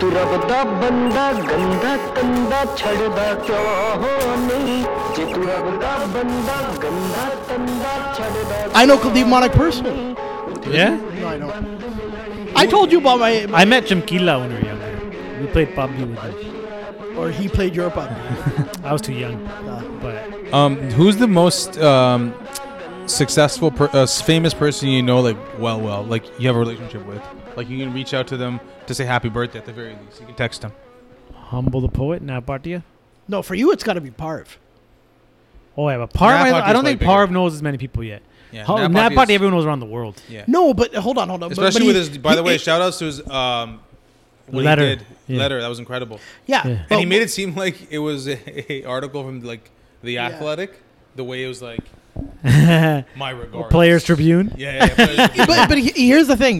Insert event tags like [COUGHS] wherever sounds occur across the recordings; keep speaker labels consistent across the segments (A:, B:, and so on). A: ತುರಬದ ಬಂದ ಗಂಧ ತಂದ ਛੜದ ಕ್ಯೋ ಹೋ ನೀ ಜೆ ತುರಬದ ಬಂದ ಗಂಧ ತಂದ ਛੜದ
B: I know Khalid Monarch personally.
C: Yeah?
B: No, I don't. I told you about my,
C: I met Jamkila when we were younger. We played PUBG with him.
B: or he played Europe on.
C: I was too young, but
D: Um, who's the most um, successful, per- uh, s- famous person you know, like well, well, like you have a relationship with? Like you can reach out to them to say happy birthday at the very least. You can text them.
C: Humble the Poet, not Bhatia.
B: [LAUGHS] No, for you, it's got to be Parv.
C: Oh, yeah, but Parv,
D: Nat
C: I,
D: Bhatia's
C: I don't
D: way
C: think
D: bigger.
C: Parv knows as many people yet.
D: Yeah,
C: Hum-
D: Nat
C: Nat
D: Bhatia's-
C: Bhatia, everyone knows around the world.
D: Yeah,
B: No, but hold on, hold on. But- but
D: especially
B: he-
D: with his. By
B: he-
D: the way,
B: he-
D: shout outs to his um, what
C: Letter.
D: he did.
C: Yeah.
D: letter that was incredible,
B: yeah,
C: Yeah.
B: yeah.
C: And
D: and he made it seem like it was a, a article from like the Athletic. The way it was like my regards.
C: Players Tribune.
D: Yeah, yeah, yeah, Players Tribune.
B: but but he- here's the thing,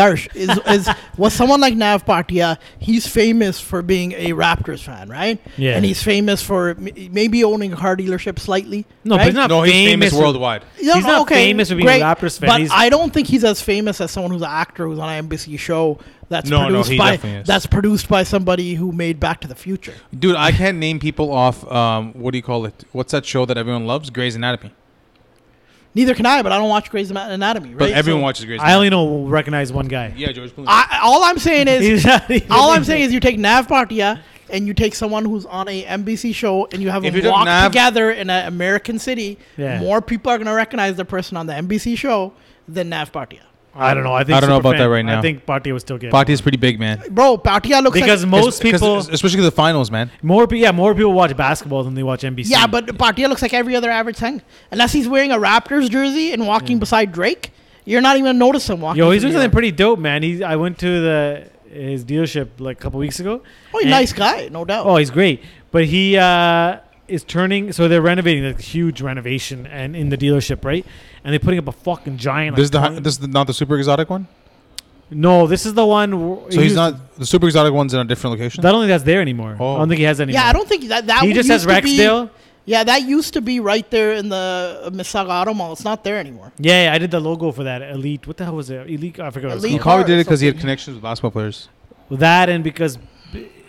B: Darsh is [LAUGHS] is was someone like Nav Bhatia. He's famous for being a Raptors fan, right?
C: Yeah.
B: And he's famous for m- maybe owning a car dealership slightly.
C: No, but
B: right?
C: he's not
D: no, he's famous,
C: famous or-
D: worldwide.
B: Yeah,
C: He's not famous for being a
B: great,
C: Raptors fan.
B: But
C: He's-
B: I don't think he's as famous as someone who's an actor who's on an NBC show that's
D: No, no,
B: produced
D: he
B: by
D: definitely is.
B: that's produced by somebody who made Back to the Future.
D: Dude, I can't name people off. Um, what do you call it? What's that show that everyone loves? Grey's Anatomy.
B: Neither can I, but I don't watch Grey's Ana- Anatomy. Right?
D: But everyone
B: So,
D: watches Grey's.
C: I only know recognize one guy.
D: yeah, George Clooney.
B: I, all I'm saying is,
C: He's not even-
B: all
C: [LAUGHS]
B: I'm saying is, you take Nav Bhatia and you take someone who's on a NBC show and you have
D: If you
B: them
D: took
B: walk
D: Nav-
B: together in an American city.
C: Yeah.
B: More people are gonna recognize the person on the NBC show than Nav Bhatia.
C: I don't know. I think
D: I don't know about
C: Superfan-
D: that right now.
C: I think Bhatia was still getting
D: Bhatti is pretty big, man.
B: Bro, Bhatia looks
C: because
B: like
C: most people,
D: especially the finals, man.
C: more pe- yeah, more people watch basketball than they watch NBC.
B: yeah, but Bhatia looks like every other average thing. Unless he's wearing a Raptors jersey and walking beside Drake, you're not even gonna notice him walking.
C: yo, he's
B: through
C: doing
B: the
C: something
B: yard.
C: pretty dope, man. He, I went to the his dealership like a couple weeks ago.
B: Oh, he's a
C: and-
B: nice guy, no doubt.
C: Oh, he's great. But he uh, is turning. So they're renovating like, a huge renovation and in the dealership, right? And they're putting up a fucking giant. Like,
D: This is the hi-
C: 20
D: this is the, not the super exotic one.
C: no, this is the one. w-
D: So he's
C: used-
D: not the super exotic one's in a different location.
C: I don't think that's there anymore.
D: Oh.
C: I don't think he has any.
B: yeah, I don't think that that
C: He
B: would
C: just has
B: used to be-
C: Rexdale.
B: Yeah, that used to be right there in the Mississauga Auto Mall. It's not there anymore.
C: Yeah, yeah, I did the logo for that elite. What the hell was it? Elite. I forgot. What it's
B: Elite.
D: he
C: called.
D: probably
B: car
D: did
B: or
D: it because he had
B: something.
D: connections with basketball players.
C: that and because,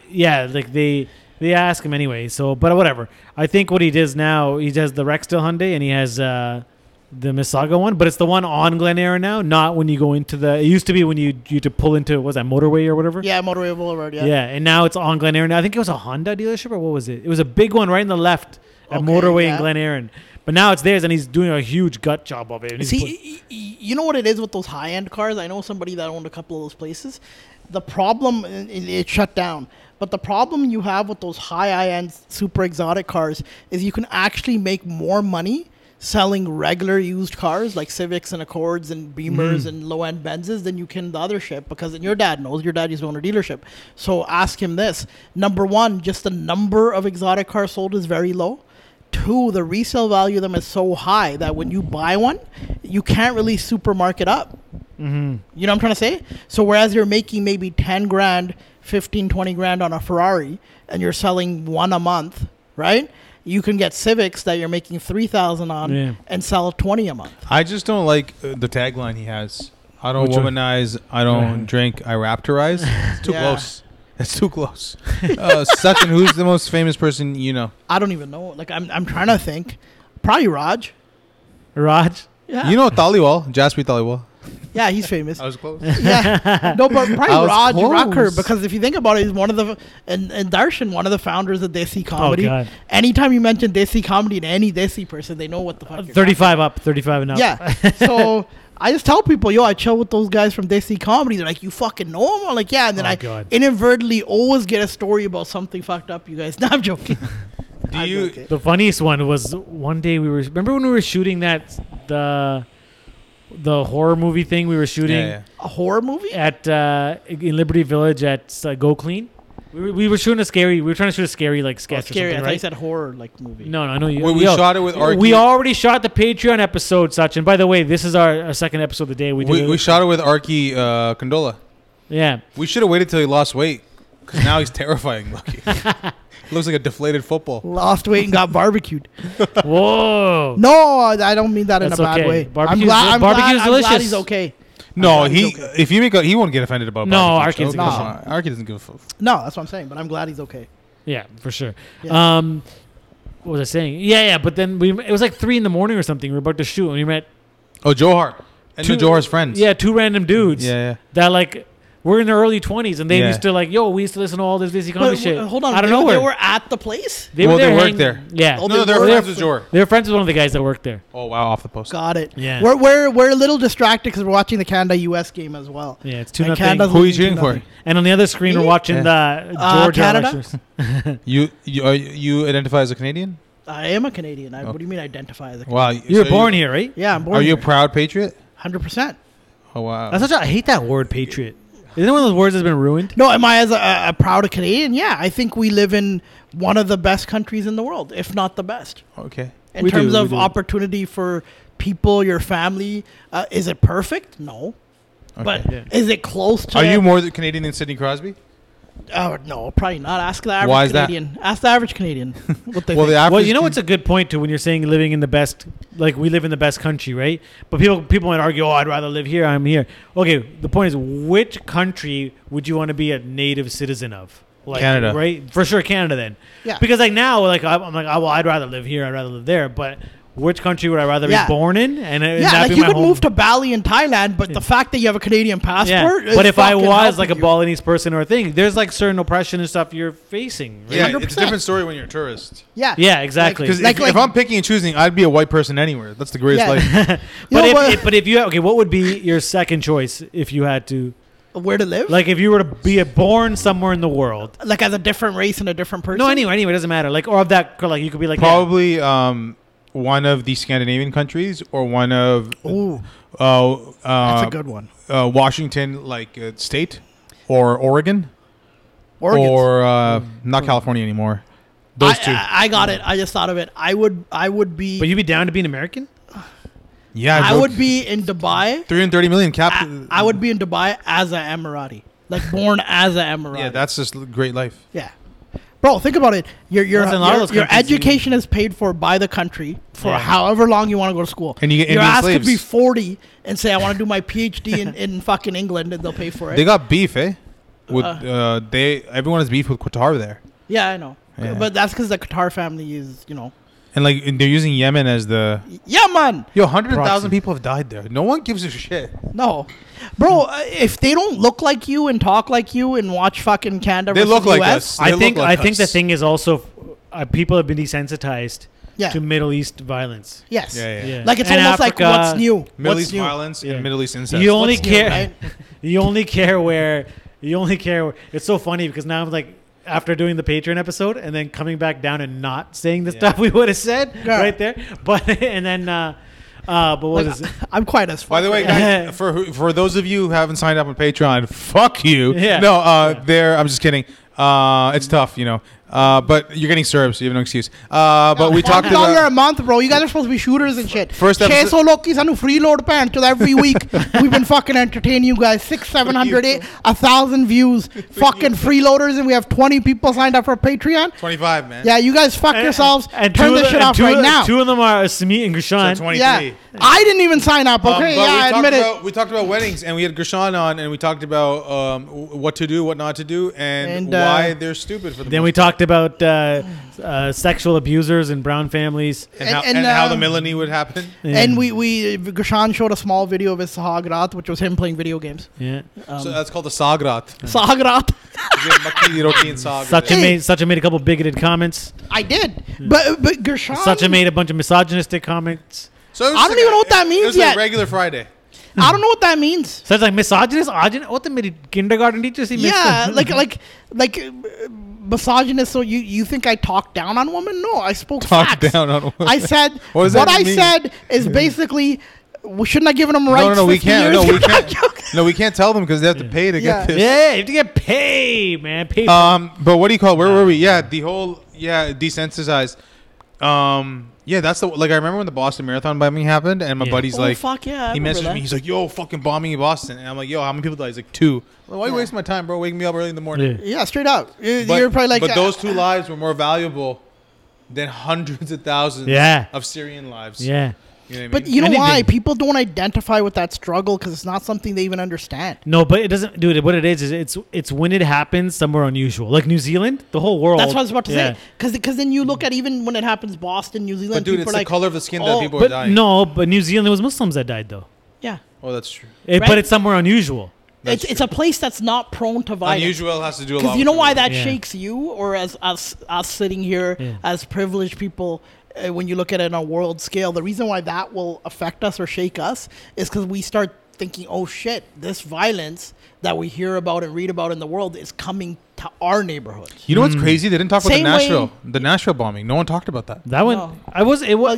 C: yeah, like they they ask him anyway. So, but whatever. I think what he does now, he does the Rexdale Hyundai and he has uh, the Mississauga one, but it's the one on Glen Aaron now, not when you go into the. It used to be when you you to pull into was that motorway or whatever.
B: Yeah, Motorway Boulevard. Yeah.
C: Yeah, and now it's on Glen Aaron. I think it was a Honda dealership or what was it? It was a big one right in the left at
B: Okay,
C: Motorway
B: yeah.
C: in Glen Aaron. But now it's theirs, and he's doing a huge gut job of it. And he's
B: See,
C: put-
B: y- y- you know what it is with those high end cars? I know somebody that owned a couple of those places. The problem, and it, it shut down. But the problem you have with those high end, super exotic cars is you can actually make more money selling regular used cars like Civics and Accords and
C: Mm.
B: Beamers and low end Benzes than you can the other ship because and your dad knows your dad used to own a dealership. So ask him this number one, just the number of exotic cars sold is very low. Two, the resale value of them is so high that when you buy one, you can't really supermarket up.
D: Mm-hmm.
B: You know what I'm trying to say? So whereas you're making maybe 10 grand, 15, 20 grand on a Ferrari and you're selling one a month, right? You can get Civics that you're making 3,000 on
C: Yeah.
B: and sell 20 a month.
D: I just don't like uh, the tagline he has. I don't
C: Which one?
D: womanize. I don't drink. I raptorize. It's too
B: Yeah.
D: close. It's too close. uh, such and who's the most famous person you know?
B: I don't even know. Like I'm, I'm trying to think. Probably Raj.
C: Raj.
B: Yeah.
D: You know Taliwal, Jasper Taliwal.
B: yeah, he's famous.
D: I was close.
B: yeah. No,
C: [LAUGHS]
B: but
D: I was
B: probably Raj Rocker
D: close.
B: because if you think about it, he's one of the and, and Darshan, one of the founders of Desi comedy.
C: Oh, God.
B: Anytime you mention Desi comedy to any Desi person, they know what the fuck. you're talking
C: 35 up, 35 and up. [LAUGHS]
B: Yeah. So I just tell people, yo, I chill with those guys from DC comedy. They're like, you fucking know them? I'm like, yeah. And then
C: Oh,
B: I
C: God.
B: inadvertently always get a story about something fucked up, you guys. [LAUGHS] No, I'm
C: [LAUGHS]
B: joking.
D: Do
B: I'm
D: you?
B: joking.
C: The funniest one was one day we were remember when we were shooting that the the horror movie thing we were shooting
D: Yeah, yeah.
B: a horror movie?
C: at uh, in Liberty Village at uh, Go Clean. We were, we were shooting a scary. We were trying to shoot a scary like
B: Oh,
C: sketch.
B: scary. I thought
C: Or something,
B: you
C: right?
B: said horror like movie.
C: No, no, no. You,
D: Well, we
C: yo,
D: shot it with Arky.
C: We already shot the Patreon episode, such. And by the way, this is our, our second episode of the day. We did.
D: We,
C: it-
D: we shot it with Arky uh, Condola.
C: yeah.
D: [LAUGHS] We should have waited till he lost weight because now he's [LAUGHS] terrifying looking. Looks like a deflated football.
B: Lost weight and
C: [LAUGHS]
B: got barbecued.
C: Whoa.
B: No, I don't mean that in
C: That's
B: a bad
C: okay.
B: way. I'm
C: Barbecue's-
B: glad, I'm,
C: barbecue's
B: glad, I'm glad
C: delicious.
B: he's okay.
D: No,
B: I'm
D: he
B: joking.
D: if you make a, he won't get offended about.
C: No,
D: barbecue
C: Arkin's
D: show.
C: a good
D: Nah, Arkin doesn't give a fuck.
B: No, that's what I'm saying. But I'm glad he's okay.
C: Yeah, for sure.
B: Yeah.
C: Um, what was I saying? Yeah, yeah. But then we it was like three in the morning or something. We were about to shoot, and we met
D: Oh, Johar and
C: two
D: the Johar's friends.
C: Yeah, two random dudes.
D: yeah, yeah.
C: that like were in their early twenties, and they
D: Yeah.
C: used to like, yo, we used to listen to all this DC
B: But
C: comedy shit.
B: w- hold on,
C: I don't
B: they,
C: know
B: They
C: where
B: were at the place.
C: They
D: Well,
C: were
D: they
C: there
D: worked
C: hanging-
D: there.
C: Yeah,
B: Oh,
D: No, no,
B: they
D: they're
B: were
D: friends with
B: friends.
D: Johar.
C: they were friends with one of the guys that worked there.
D: Oh wow, off the post.
B: Got it.
C: Yeah.
B: We're we're we're a little distracted because we're watching the Canada U.S. game as well.
C: Yeah, it's two
B: And
C: nothing.
B: Canada's
D: Who are you
B: losing
D: cheering for?
B: 2-0.
C: And on the other screen, we're
B: Me?
C: watching the
B: Uh,
C: Georgia
B: Canada?
C: Rushers.
D: You you are, you identify as a Canadian?
B: I am a Canadian. I, What do you mean identify as a?
D: Wow,
C: You were born here, right?
B: Yeah, I'm born.
D: Are you a proud patriot?
B: Hundred percent.
D: Oh wow.
C: That's such a, I hate that word, patriot. Isn't it one of those words that's been ruined?
B: No, am I as a, a proud Canadian? Yeah, I think we live in one of the best countries in the world, if not the best,
D: okay.
B: in
C: We do,
B: terms
C: we
B: of
C: do.
B: opportunity for people, your family. Uh, is it perfect? No,
D: okay.
B: but
C: Yeah.
B: is it close to?
D: are you more th- Canadian than Sidney Crosby?
B: Oh no, probably not. Ask the average
D: Why is that?
B: Canadian. Ask the average
D: [LAUGHS]
B: Canadian what they
D: Well, the
B: think.
D: average.
C: Well, you know what's a good point too when you're saying living in the best, like we live in the best country, right? But people people might argue, oh, I'd rather live here. I'm here. Okay, the point is, which country would you want to be a native citizen of? Like,
D: Canada.
C: right? For sure, Canada. Then,
B: Yeah.
C: Because like now, like I'm I'm like, oh, well, I'd rather live here. I'd rather live there. But which country would I rather
B: Yeah.
C: be born in? And uh, and
B: yeah,
C: that
B: like
C: be
B: you
C: my
B: could
C: home?
B: move to Bali in Thailand, but the fact that you have a Canadian passport.
C: Yeah. But
B: is
C: if I
B: fucking
C: was like a
B: helping you.
C: Balinese person or a thing, there's like certain oppression and stuff you're facing. Right?
D: yeah, it's a
B: 100%.
D: different story when you're a tourist.
B: yeah,
C: Yeah, exactly.
D: Because
B: Like-
D: if,
B: like-
D: if I'm picking and choosing, I'd be a white person anywhere. That's the greatest
B: Yeah. [LAUGHS]
C: [LAUGHS]
D: life. [LAUGHS]
B: You
C: But
B: know
C: if,
B: what?
C: if- but if you okay, what would be your second choice if you had to
B: [LAUGHS] where to live?
C: like if you were to be a born somewhere in the world?
B: like as a different race and a different person.
C: No, anyway, anyway, it doesn't matter. Like or of that like you could be like yeah,
D: Probably um, one of the Scandinavian countries or one of
B: Ooh,
D: uh,
B: that's
D: uh,
B: a good one.
D: uh, Washington, like uh, state, or Oregon,
B: Oregon. Hmm.
D: or uh, not California anymore. Those
B: I,
D: two.
B: I, I got it. I just thought of it. I would. I would be.
C: But you'd be down to being American?
D: yeah,
B: I
D: bro.
B: would be in Dubai.
D: 330 million cap.
B: I, I would be in Dubai as a Emirati, like born as a Emirati.
D: Yeah, that's just l- great life.
B: yeah. Bro, think about it. Your your
C: That's in a lot of
B: your,
C: those
B: your
C: countries, you-
B: education is paid for by the country for
C: Yeah.
B: however long you want to go to school.
D: And you get
B: your
D: Indian
B: ass could be
D: slaves.
B: forty and say I want to do my
D: [LAUGHS]
B: PhD in, in fucking England and they'll pay for it.
D: They got beef, eh? With
B: Uh.
D: uh, they everyone has beef with Qatar there,
B: yeah, I know.
D: Yeah.
B: But that's because the Qatar family is you know
D: and like and they're using Yemen as the
B: yeah man.
D: yo. Hundred
C: Proxy.
D: thousand people have died there. No one gives a shit.
B: No, bro. uh, If they don't look like you and talk like you and watch fucking Canada,
D: They
B: versus
D: look like
B: US,
D: us. They
C: I
D: look
C: think
D: like
C: I think the
D: us.
C: thing is also uh, people have been desensitized
B: Yeah.
C: to Middle East violence.
B: Yes.
D: Yeah.
C: Yeah.
B: Like it's
C: And
B: almost
C: Africa-
B: like what's new.
D: Middle
B: what's
D: East
B: new?
D: violence
C: Yeah.
D: and Middle East incest.
C: You only
B: What's new,
C: care.
B: right?
C: [LAUGHS] You only care where. You only care. Where, it's so funny because now I'm like, after doing the Patreon episode and then coming back down and not saying the
D: Yeah.
C: stuff we would have said
B: Yeah.
C: right there, but [LAUGHS] and then, uh, uh, but what
B: Like,
C: is it?
B: I'm quite as.
D: By the way,
B: [LAUGHS]
D: guys, for who, for those of you who haven't signed up on Patreon, fuck you.
C: Yeah.
D: No, uh, there. I'm just kidding. Uh, it's tough, you know. Uh, but you're getting served, so you have no excuse. Uh, but
B: [LAUGHS]
D: we talked
B: dollar a
D: [LAUGHS] about.
B: month, bro. You guys are supposed to be shooters and shit.
D: First
B: episode.
D: episode-
B: so Loki, sanu freeload pants every
D: [LAUGHS]
B: week. We've been fucking entertaining you guys. Six, seven hundred, eight, a thousand views. fucking freeloaders, and we have twenty people signed up for Patreon.
D: 25, man.
B: Yeah, you guys [LAUGHS] fuck yourselves.
C: two
B: turn
C: of
B: this
C: the-
B: shit
C: and
B: off
C: two
B: right
C: of-
B: now.
C: Two of them are Samit and Gushan.
D: So 23.
B: yeah, I didn't even sign up.
D: Um,
B: Okay,
D: but we
B: yeah, I
D: talked
B: admit it.
D: about, We talked about weddings, and we had Gershon on, and we talked about um, w- what to do, what not to do, and,
B: And, uh,
D: why they're stupid for the
C: Then we
D: most
C: talked about uh, uh, sexual abusers and brown families.
D: part. and,
B: and-
D: how,
B: and,
D: and how the
B: um,
D: Melanie would happen.
B: And we, we Gushan showed a small video of his Sahagrat, which was him playing video games.
C: yeah.
D: so
B: Um,
D: that's called the Sagrat.
B: Sahagrat,
D: We have Makki
B: [LAUGHS]
D: Roti and Sagrat.
C: Such a
B: Hey.
C: made such a made a couple bigoted comments.
B: I did, but but Gershon.
C: Such a made a bunch of misogynistic comments.
D: So it was
B: I don't
D: like
B: even
D: a-
B: know what that
D: It
B: means
D: was like
B: yet.
D: regular Friday.
B: I don't know what that means.
C: So it's like misogynist, agin- what the mid- kindergarten teacher see?
D: [LAUGHS]
B: Yeah, like like like uh, misogynist. So you you think I talked down on women? No, I spoke
D: Talk
B: facts.
D: down on women.
B: I said
D: [LAUGHS]
B: what,
D: What does that
B: I
D: mean?
B: said is basically. we Shouldn't I give them rights?
D: no, no, no, we
B: 50
D: can't. No,
B: years
D: we
B: ago? [LAUGHS]
D: can't. no, we can't tell them because they have to pay to
B: Yeah.
D: get
B: [LAUGHS]
D: this.
C: yeah, you have to get paid, man. Paid.
B: Oh.
D: Um, but what do you call? it? Where were we? Yeah, the whole yeah desensitized. Um, yeah, that's the like I remember when the Boston Marathon bombing happened, and my
C: Yeah.
D: buddy's
B: Oh,
D: like,
B: fuck yeah, I
D: he
B: remember
D: messaged
B: that.
D: me. He's like, "Yo, fucking bombing in Boston," and I'm like, "Yo, how many people died?" He's like, two. I'm like, Why are you wasting my time, bro? Waking me up early in the morning.
C: yeah.
B: yeah, straight up. You-
D: But,
B: You're probably like,
D: but
B: uh,
D: those two lives were more valuable than hundreds of thousands
C: Yeah.
D: of Syrian lives.
C: yeah.
D: You know what I
B: But
D: mean?
B: you know why?
C: Anything.
B: People don't identify with that struggle because it's not something they even understand.
C: No, but it doesn't, dude. What it is is it's it's when it happens somewhere unusual, like New Zealand, the whole world.
B: That's what I was about to
C: Yeah.
B: say. Because then you look at even when it happens, Boston, New Zealand.
D: But dude,
B: people
D: it's
B: are
D: the
B: like,
D: color of the skin
B: "Oh,
D: that people are
C: But
D: dying.
C: no, but New Zealand it was Muslims that died though.
B: Yeah,
D: Oh, that's true.
C: It,
B: Right.
C: But it's somewhere unusual.
D: That's
B: it's, it's a place that's not prone to violence.
D: Unusual has to do a lot.
B: Because you
D: with
B: know
D: the
B: why
D: word.
B: that
C: Yeah.
B: shakes you, or as us us sitting here
C: Yeah.
B: as privileged people, uh, when you look at it on a world scale, the reason why that will affect us or shake us is because we start thinking, oh shit, this violence that we hear about and read about in the world is coming to our neighborhood.
D: You know what's
C: Hmm.
D: crazy? They didn't talk about the
B: Same way-
D: Nashville, the Nashville bombing. No one talked about that.
C: That one,
B: No.
C: I was. It was.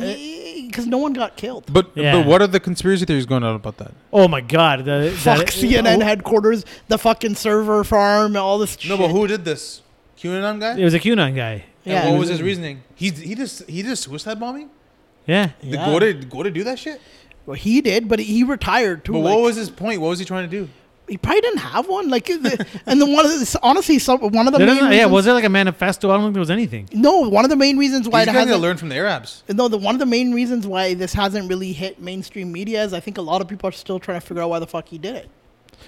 B: Because Uh, no one got killed.
D: But
C: Yeah.
D: but what are the conspiracy theories going on about that?
C: oh my god. The,
B: Fuck [LAUGHS]
C: that-
B: CNN headquarters, the fucking server farm, all this. shit.
D: did this? QAnon guy.
C: It was a QAnon guy.
B: Yeah.
D: his reasoning? He he just he did a suicide bombing.
C: Yeah.
D: Did
B: Yeah.
D: Gorda Gorda do that shit?
B: Well, he did, but he retired too.
D: But
B: like-
D: what was his point? What was he trying to do?
B: he probably didn't have one. Like, [LAUGHS] the- and then one of the, honestly, some one of the
C: There
B: main
C: doesn't- yeah.
B: reasons-
C: Was there like a manifesto? I don't think there was anything.
B: no one of the main reasons why
D: These
B: it
D: guys need to
B: hasn't
D: learn from the Arabs.
B: no the one of the main reasons why this hasn't really hit mainstream media is I think a lot of people are still trying to figure out why the fuck he did it.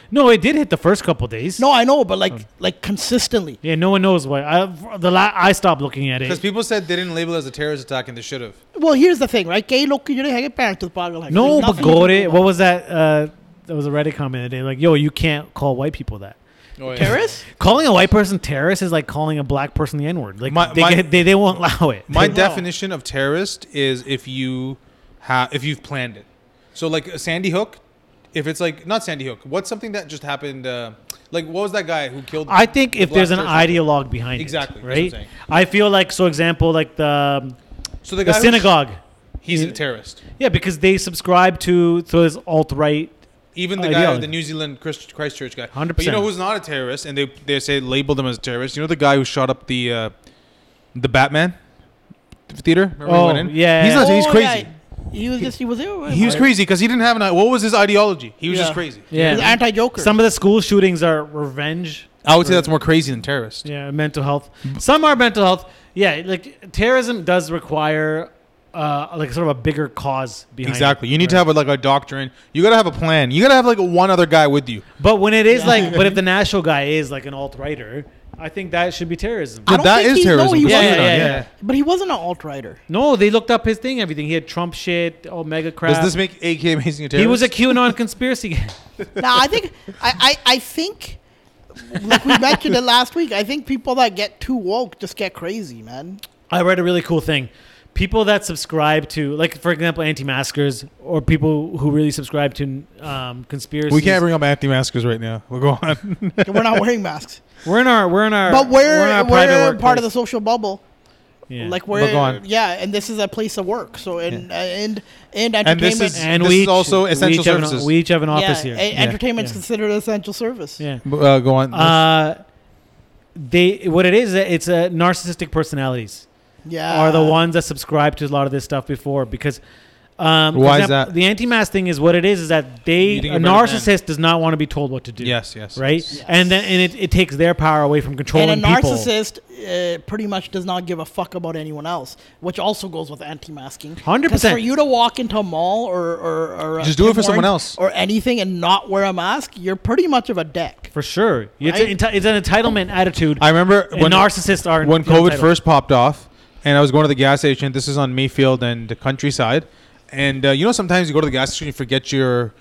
C: No, it did hit the first couple days.
B: No, I know, but like like consistently.
C: Yeah, no one knows why. I, the la- I stopped looking at
D: Because
C: it.
D: people said they didn't label it as a terrorist attack and they should have.
B: Well, here's the thing, right? Gay look, you didn't have parent to the bottom. Like,
C: No,
B: there's
C: but
B: nothing you can do
C: Gore,
B: about
C: what was that? Uh, that was a Reddit comment today. Like, yo, you can't call white people that.
D: Oh, yeah.
B: it. terrorists.
C: Calling a white person terrorist is like calling a black person the N word. Like,
D: My-
C: they,
D: my-
C: get, they they won't [LAUGHS] allow it.
D: My
C: They-
D: definition of terrorist is if you have if you've planned it. So like a Sandy Hook, if it's like not Sandy Hook, what's something that just happened? Uh, like what was that guy who killed?
C: I think if
D: Black
C: there's an
D: person?
C: ideologue behind
D: Exactly, that's
C: it,
D: what I'm
C: right?
D: saying.
C: I feel like, so example, like the,
D: So the,
C: the
D: guy who-
C: synagogue.
D: he's a terrorist.
C: Yeah, because they subscribe to so this alt right.
D: Even the guy,
C: Ideology.
D: the New Zealand Christ, Christchurch guy.
C: 100%.
D: But you know who's not a terrorist, and they they say label them as terrorists. You know the guy who shot up the uh, the Batman theater. Remember when he
C: Oh,
D: went in?
C: yeah.
D: He's not. he's
B: Oh,
D: crazy.
B: yeah. He was just he was
D: He was crazy because he didn't have an. i- What was his ideology? He was
B: Yeah.
D: just crazy.
C: Yeah.
B: anti Joker.
C: Some of the school shootings are revenge.
D: I would say that's more crazy than terrorist.
C: Yeah, mental health. Some are mental health. Yeah, like terrorism does require uh, like sort of a bigger cause behind. it.
D: Exactly. You need to have a, like a doctrine. You gotta have a plan. You gotta have like one other guy with you.
C: But when it is
B: Yeah.
C: like,
B: [LAUGHS]
C: but if the national guy is like an alt righter, I think that should be terrorism.
B: I don't
D: that
B: think
D: is
B: he- no,
D: terrorism.
B: he
D: It's
B: wasn't.
D: not-
C: Yeah, yeah, yeah.
B: but he wasn't an alt righter.
C: No, they looked up his thing, everything. He had Trump shit, Omega crap.
D: Does this make AK amazing? A terrorist?
C: he was a
D: [LAUGHS]
C: QAnon conspiracy guy.
B: [LAUGHS] Now I think I, I, I think like we mentioned it last week. I think people that get too woke just get crazy, man.
C: I read a really cool thing. People that subscribe to, like, for example, anti-maskers or people who really subscribe to um, conspiracy.
D: We can't bring up anti-maskers right now. We'll go
C: [LAUGHS]
D: on.
B: And we're not wearing masks,
C: We're in our. We're in our.
B: but
C: in
B: we're
C: our
B: we're,
C: private
B: part of the
C: workplace.
B: social bubble.
C: Yeah.
B: Like
D: But go
B: we're
D: on.
B: yeah, and this is a place of work. So and uh, and and
D: And this
B: entertainment.
D: is-
C: and
D: This
C: we each,
D: also essential
C: we each have an-
D: services.
C: we each have an
B: yeah,
C: office here.
B: e- entertainment's
C: Yeah.
B: considered an essential service.
C: yeah.
D: uh, go on.
C: Uh, they what it is it's a narcissistic personalities
B: yeah.
C: are the ones that subscribe to a lot of this stuff before because um, for
D: Why is
C: example,
D: that?
C: the anti-mask thing is what it is is that they
D: You think
C: a
D: you're better than-
C: narcissist does not want to be told what to do
D: yes. Yes.
C: right and then and it, it takes their power away from controlling
B: And a
C: people
B: narcissist uh, pretty much does not give a fuck about anyone else, which also goes with anti-masking.
C: 100%.
B: 'Cause For you to walk into a mall or or, or a
D: Just do it
B: Tim
D: for someone
B: Hortons
D: else.
B: or anything and not wear a mask, you're pretty much of a dick.
C: for sure it's,
B: Right?
C: a, it's an entitlement attitude
D: I remember
C: and narcissists are
D: when COVID
C: entitled.
D: first popped off, and I was going to the gas station. This is on Mayfield and the countryside, and uh, you know sometimes you go to the gas station, you forget your.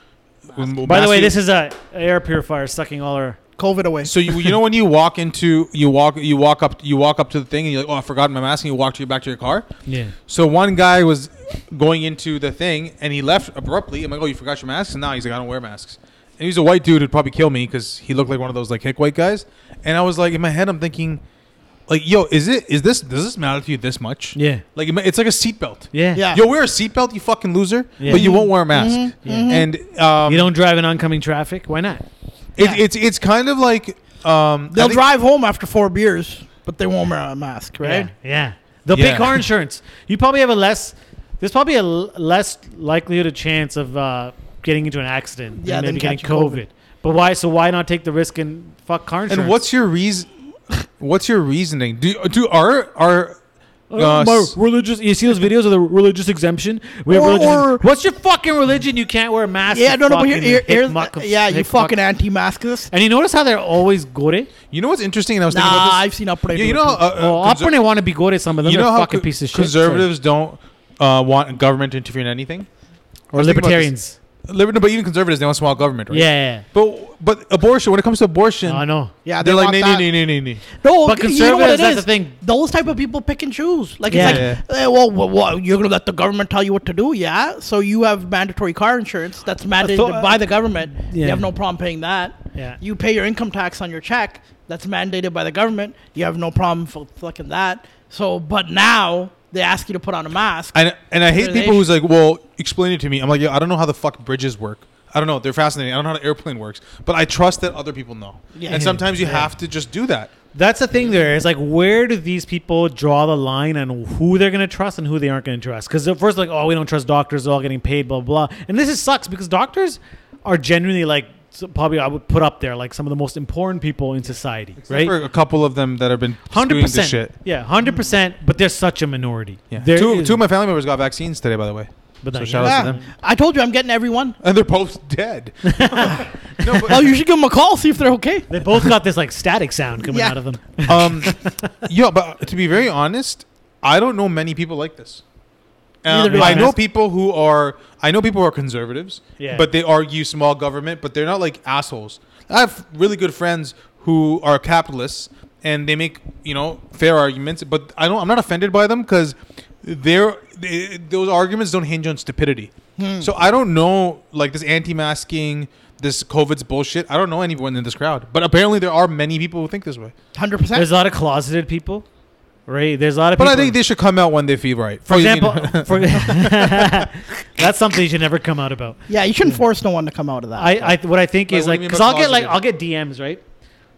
C: by the way this is a air purifier sucking all our
B: COVID away.
D: So you, you know when you walk into you walk you walk up you walk up to the thing and you're like oh I forgot my mask and you walk to your back to your car.
C: yeah
D: So one guy was going into the thing and he left abruptly. I'm like oh you forgot your mask and now he's like I don't wear masks. And he's a white dude who'd probably kill me because he looked like one of those like hick white guys. And I was like in my head I'm thinking, like yo is it is this does this matter to you this much?
C: Yeah.
D: Like it's like a seatbelt.
C: yeah
B: Yeah. Mm-hmm.
D: You'll wear a seatbelt, you fucking loser,
C: Yeah.
D: but you won't wear a mask. And um,
C: you don't drive in oncoming traffic why not
D: it,
B: Yeah.
D: it's it's kind of like um, I
B: They'll
D: think-
B: drive home after four beers, but they won't wear a mask, right?
C: Yeah. yeah. They'll
D: Yeah.
C: pay [LAUGHS] car insurance. You probably have a less. There's probably a l- less likelihood a chance of uh, getting into an accident
B: Yeah,
C: than
B: than
C: maybe getting
B: catching COVID.
C: COVID. But why? So why not take the risk and fuck car insurance?
D: And what's your reason? What's your reasoning? Do do are are
C: Uh,
D: Uh,
C: my
D: s-
C: religious. You see those videos of the religious exemption? We have
B: Or-
C: religious.
B: or-
C: what's your fucking religion? You can't wear a mask.
B: Yeah,
C: you
B: no, no, but here,
C: fucking
B: here, here's,
C: hickmuck of-
B: yeah, you
C: hickmuck.
B: fucking anti-maskist.
C: And you notice how they're always gore?
D: You know what's interesting? And I was thinking
B: Nah,
D: about this.
B: I've seen Apure.
D: yeah, you know, how, uh,
C: Oh,
D: uh, conser-
C: Opera want to be gore. Some of them
D: you
C: are
D: know how
C: fucking
D: co-
C: piece of shit.
D: conservatives don't uh, want government to interfere in anything.
C: Sorry. or
D: thinking about this.
C: libertarians.
D: Liber- no, but even conservatives, they want small government, right?
C: Yeah, yeah,
D: But but abortion, when it comes to abortion,
C: yeah. I know.
B: yeah, they
D: they're like,
B: want
D: nee,
B: that.
D: nee, nee, nee, nee.
B: No,
C: But
B: you know what
C: conservatives,
B: it
C: that's
B: is?
C: the thing.
B: Those type of people pick and choose. Like
C: Yeah.
B: it's like, eh, well, well, well, you're gonna let the government tell you what to do, yeah? So you have mandatory car insurance that's mandated
C: thought-
B: by the government.
C: Yeah.
B: You have no problem paying that.
C: Yeah.
B: You pay your income tax on your check. That's mandated by the government. You have no problem for fucking that. So, but now they ask you to put on a mask.
D: And and I hate
B: Relation-
D: people who's like, well, explain it to me. I'm like, yeah, I don't know how the fuck bridges work. I don't know. They're fascinating. I don't know how the airplane works, but I trust that other people know.
B: Yeah.
D: And sometimes you have to just do that.
C: That's the thing. There is like, where do these people draw the line on who they're going to trust and who they aren't going to trust? Because at first, like, oh, we don't trust doctors; they're all getting paid, blah blah. blah. And this is sucks because doctors are genuinely like s- probably I would put up there like some of the most important people in society,
D: Except
C: right?
D: For a couple of them that have been
C: Hundred
D: doing this
C: percent.
D: shit.
C: Yeah, hundred percent. But they're such a minority.
D: Yeah.
C: There
D: Two,
C: is-
D: two of my family members got vaccines today, by the way.
C: But
D: so
C: then-
D: shout out to
B: yeah.
D: them.
B: I told you I'm getting everyone.
D: And they're both dead. no, but,
B: Oh, you should give them a call, see if they're okay.
C: They both got this like static sound coming
B: Yeah.
C: out of them.
D: [LAUGHS] um, yeah, but to be very honest, I don't know many people like this.
B: Neither
D: Um,
B: do
D: I
B: I.
D: know people who are I know people who are conservatives,
C: Yeah.
D: but they argue small government, but they're not like assholes. I have really good friends who are capitalists and they make you know fair arguments, but I don't. I'm not offended by them because they're they, those arguments don't hinge on stupidity.
B: Hmm.
D: So I don't know like this anti-masking, this COVID's bullshit. I don't know anyone in this crowd, but apparently there are many people who think this way.
B: 100%.
C: There's a lot of closeted people, right? There's a lot of.
D: But
C: people
D: I think they should come out when they feel right.
C: For
D: Oh, you mean-
C: example, [LAUGHS] for,
D: [LAUGHS]
C: [LAUGHS] that's something you should never come out about.
B: yeah, you shouldn't force no one to come out of that.
C: I, I what I think
D: Wait,
C: is
D: what do
C: like
D: you mean
C: because
D: by
C: I'll get like
D: closeted?
C: I'll get DMs right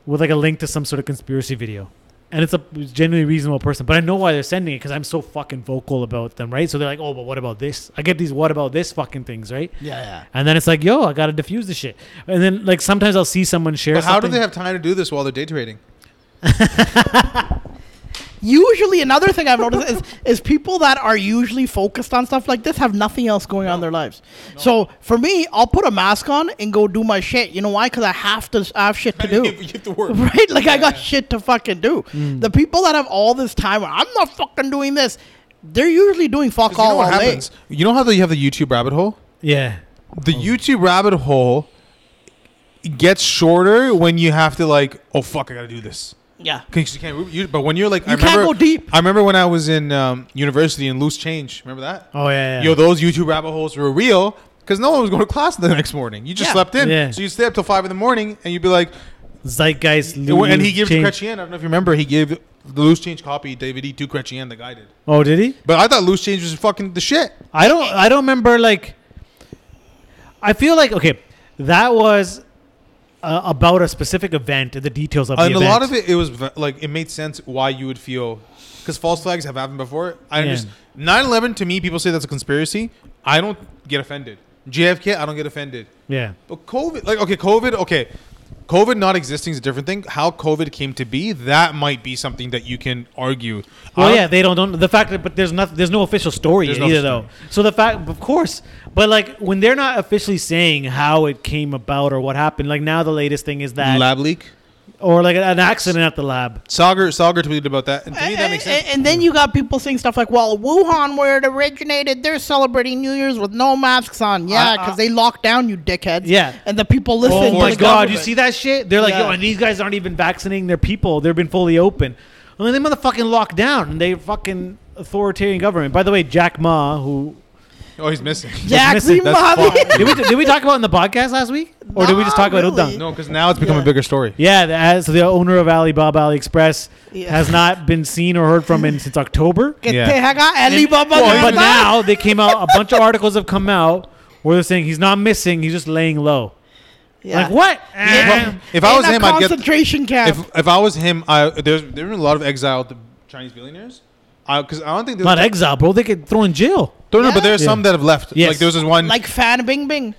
C: with like a link to some sort of conspiracy video, and it's a genuinely reasonable person, but I know why they're sending it because I'm so fucking vocal about them, right? So they're like, oh, but what about this? I get these what about this fucking things, right?
B: yeah, yeah.
C: And then it's like, yo, I gotta diffuse the shit, and then like sometimes I'll see someone share.
D: [LAUGHS] but how do
C: something-
D: they have time to do this while they're day trading?
B: usually another thing I've noticed is [LAUGHS] is people that are usually focused on stuff like this have nothing else going on in their lives. So for me, I'll put a mask on and go do my shit. You know why? Because I have to. I have
D: [LAUGHS]
B: shit to
D: You
B: do.
D: have to work.
B: [LAUGHS]
D: Mm.
B: Right? Like I got shit to fucking do. The people that have all this time, I'm not fucking doing this. They're usually doing fuck
D: 'Cause
B: all
D: you know what
B: all day.
D: happens? You know how the, you have the YouTube rabbit hole?
C: Yeah.
D: The YouTube rabbit hole gets shorter when you have to like, oh fuck, I gotta do this.
B: Yeah.
D: 'Cause you can't. You, but when you're like, I
B: You can't
D: remember,
B: go deep.
D: I remember when I was in um, university in Loose Change. Remember that?
C: Oh yeah. yeah.
D: Yo, those YouTube rabbit holes were real because no one was going to class the next morning. You just
B: Yeah.
D: slept in,
C: Yeah.
D: so you stay up till five in the morning, and you'd be like,
C: Zeitgeist.
D: It wa- and he
C: Lulu,
D: gave
C: change.
D: to Chrétien. I don't know if you remember. He gave the loose change copy DVD to Chrétien, the guy did.
C: Oh, did he?
D: But I thought loose change was fucking the shit.
C: I don't I don't remember like I feel like okay that was uh, about a specific event and the details of
D: and
C: the
D: a
C: event.
D: lot of it, it was v- like it made sense why you would feel because false flags have happened before. I
C: Yeah.
D: just 9/11 to me, people say that's a conspiracy. I don't get offended. JFK, I don't get offended.
C: yeah
D: But COVID, like okay, COVID, okay. COVID not existing is a different thing. How COVID came to be, that might be something that you can argue. Uh, I
C: well
D: don't-
C: Oh, yeah they don't, don't the fact that but there's not there's no official story
D: There's
C: either
D: no
C: though
D: story.
C: so the fact of course but like when they're not officially saying how it came about or what happened like now the latest thing is that
D: lab leak.
C: or like an accident at the lab
D: Sagar Sagar tweeted about that, and to me that
B: and,
D: makes
B: and-
D: sense.
C: Eh,
B: and then you got people saying stuff like, "Well, Wuhan, where it originated, they're celebrating New Year's with no masks on."
D: Uh,
B: Yeah,
C: I-
B: because they locked down, you dickheads.
C: Yeah.
B: and the people listen.
C: Oh
B: to
C: my
B: the
C: god,
B: government.
C: you see that shit? They're like,
B: Yeah.
C: yo, and these guys aren't even vaccinating their people. They've been fully open. I mean, they motherfucking locked down. and They fucking authoritarian government. By the way, Jack Ma, who [COUGHS] eh,
D: Oh, he's missing.
B: Jack
C: missing-
B: Z.
D: that's
B: Mobby.
D: fucked.
C: did we, did we talk about in the podcast last week, or did we just
B: Nah,
C: talk about
B: really.
C: Udang?
D: No, because now it's become a bigger story.
C: Yeah, the, as the owner of Alibaba AliExpress
B: Yeah.
C: has not been seen or heard from in
B: [LAUGHS]
C: since October.
B: [LAUGHS] Que
D: Yeah.
B: te haga Alibaba
D: Well,
C: But
B: Gangster.
C: now they came out. A bunch of articles have come out where they're saying he's not missing. He's just laying low.
B: Yeah.
C: Like what? Eh.
D: If I
B: In
D: was
B: a
D: him, I'd get.
B: concentration camp.
D: If, if I was him, I there's there been a lot of exiled Chinese billionaires. Because I don't think there's
C: Not exile, bro. They get thrown in jail.
D: No, no, but there are
C: Yeah.
D: some that have left.
C: Yes.
D: Like there was this one.
B: like Fan Bing Bing.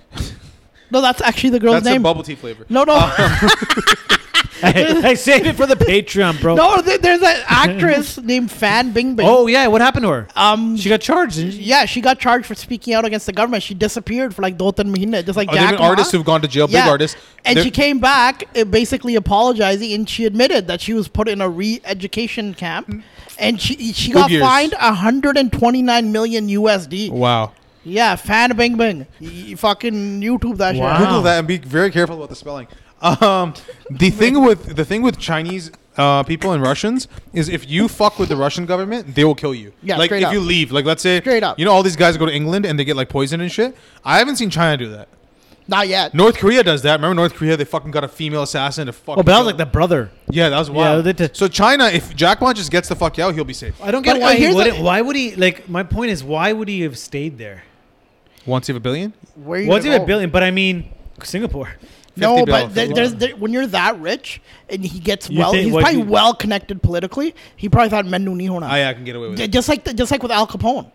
B: No, that's actually the girl's
D: that's a [LAUGHS]
B: name.
D: bubble tea flavor.
B: no, no.
C: [LAUGHS] I, I saved it for the Patreon,
D: Oh.
C: bro.
B: No, th- there's an actress [LAUGHS] named Fan Bingbing.
C: Oh yeah, what happened to her?
B: Um,
C: She got charged. didn't she?
B: yeah, she got charged for speaking out against the government. She disappeared for like Dotan Mahina, just like
D: Are there
B: Jack
D: been artists
B: Ma.
D: who've gone to jail? Big artists.
B: And
D: They're-
B: she came back uh, basically apologizing, and she admitted that she was put in a re-education camp, and she she got
D: Figures.
B: fined 129 million USD.
D: Wow.
B: Yeah, fan bing bing, you fucking YouTube that
C: Wow.
B: shit.
D: Google that and be very careful about the spelling. Um, the thing with the thing with Chinese uh, people and Russians is if you fuck with the Russian government, they will kill you.
B: Yeah,
D: like
B: straight
D: if
B: up.
D: you leave, like let's say,
B: Straight up.
D: you know, all these guys go to England and they get like poisoned and shit. I haven't seen China do that.
B: Not yet.
D: North Korea does that. Remember North Korea? They fucking got a female assassin to fuck.
C: Oh, but that was like the brother.
D: yeah, that was
C: Yeah,
D: wild.
C: they did-
D: so China, if Jack Ma just gets the fuck out, he'll be safe.
C: I don't
B: get But, uh,
C: get
B: why
C: why
B: he here's
C: he
B: the-
C: wouldn't.
B: wouldn't-
C: why would he? Like my point is, why would he have stayed there?
D: Once you have a billion,
B: Where
C: What's
B: gonna
C: even a
B: go?
C: billion? But I mean, Singapore.
B: No,
D: 50
B: but
D: billion.
B: there, there's there, when you're that rich and he gets
C: You
B: well,
C: think
B: he's
C: what
B: probably
C: you-
B: well connected politically. He probably thought Mennu Nihona.
D: ah, I, I can get away with
B: J-
D: it.
B: just like the, just like with Al Capone,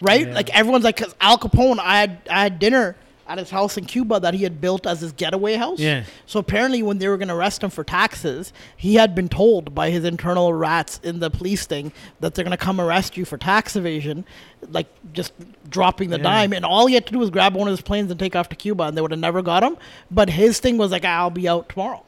B: right?
C: Yeah.
B: Like everyone's like, because Al Capone, I had I had dinner at his house in Cuba that he had built as his getaway house.
C: Yeah.
B: So apparently, when they were going to arrest him for taxes, he had been told by his internal rats in the police thing that they're going to come arrest you for tax evasion, like just dropping the
C: Yeah.
B: dime. And all he had to do was grab one of his planes and take off to Cuba, and they would have never got him. But his thing was like, I'll be out tomorrow.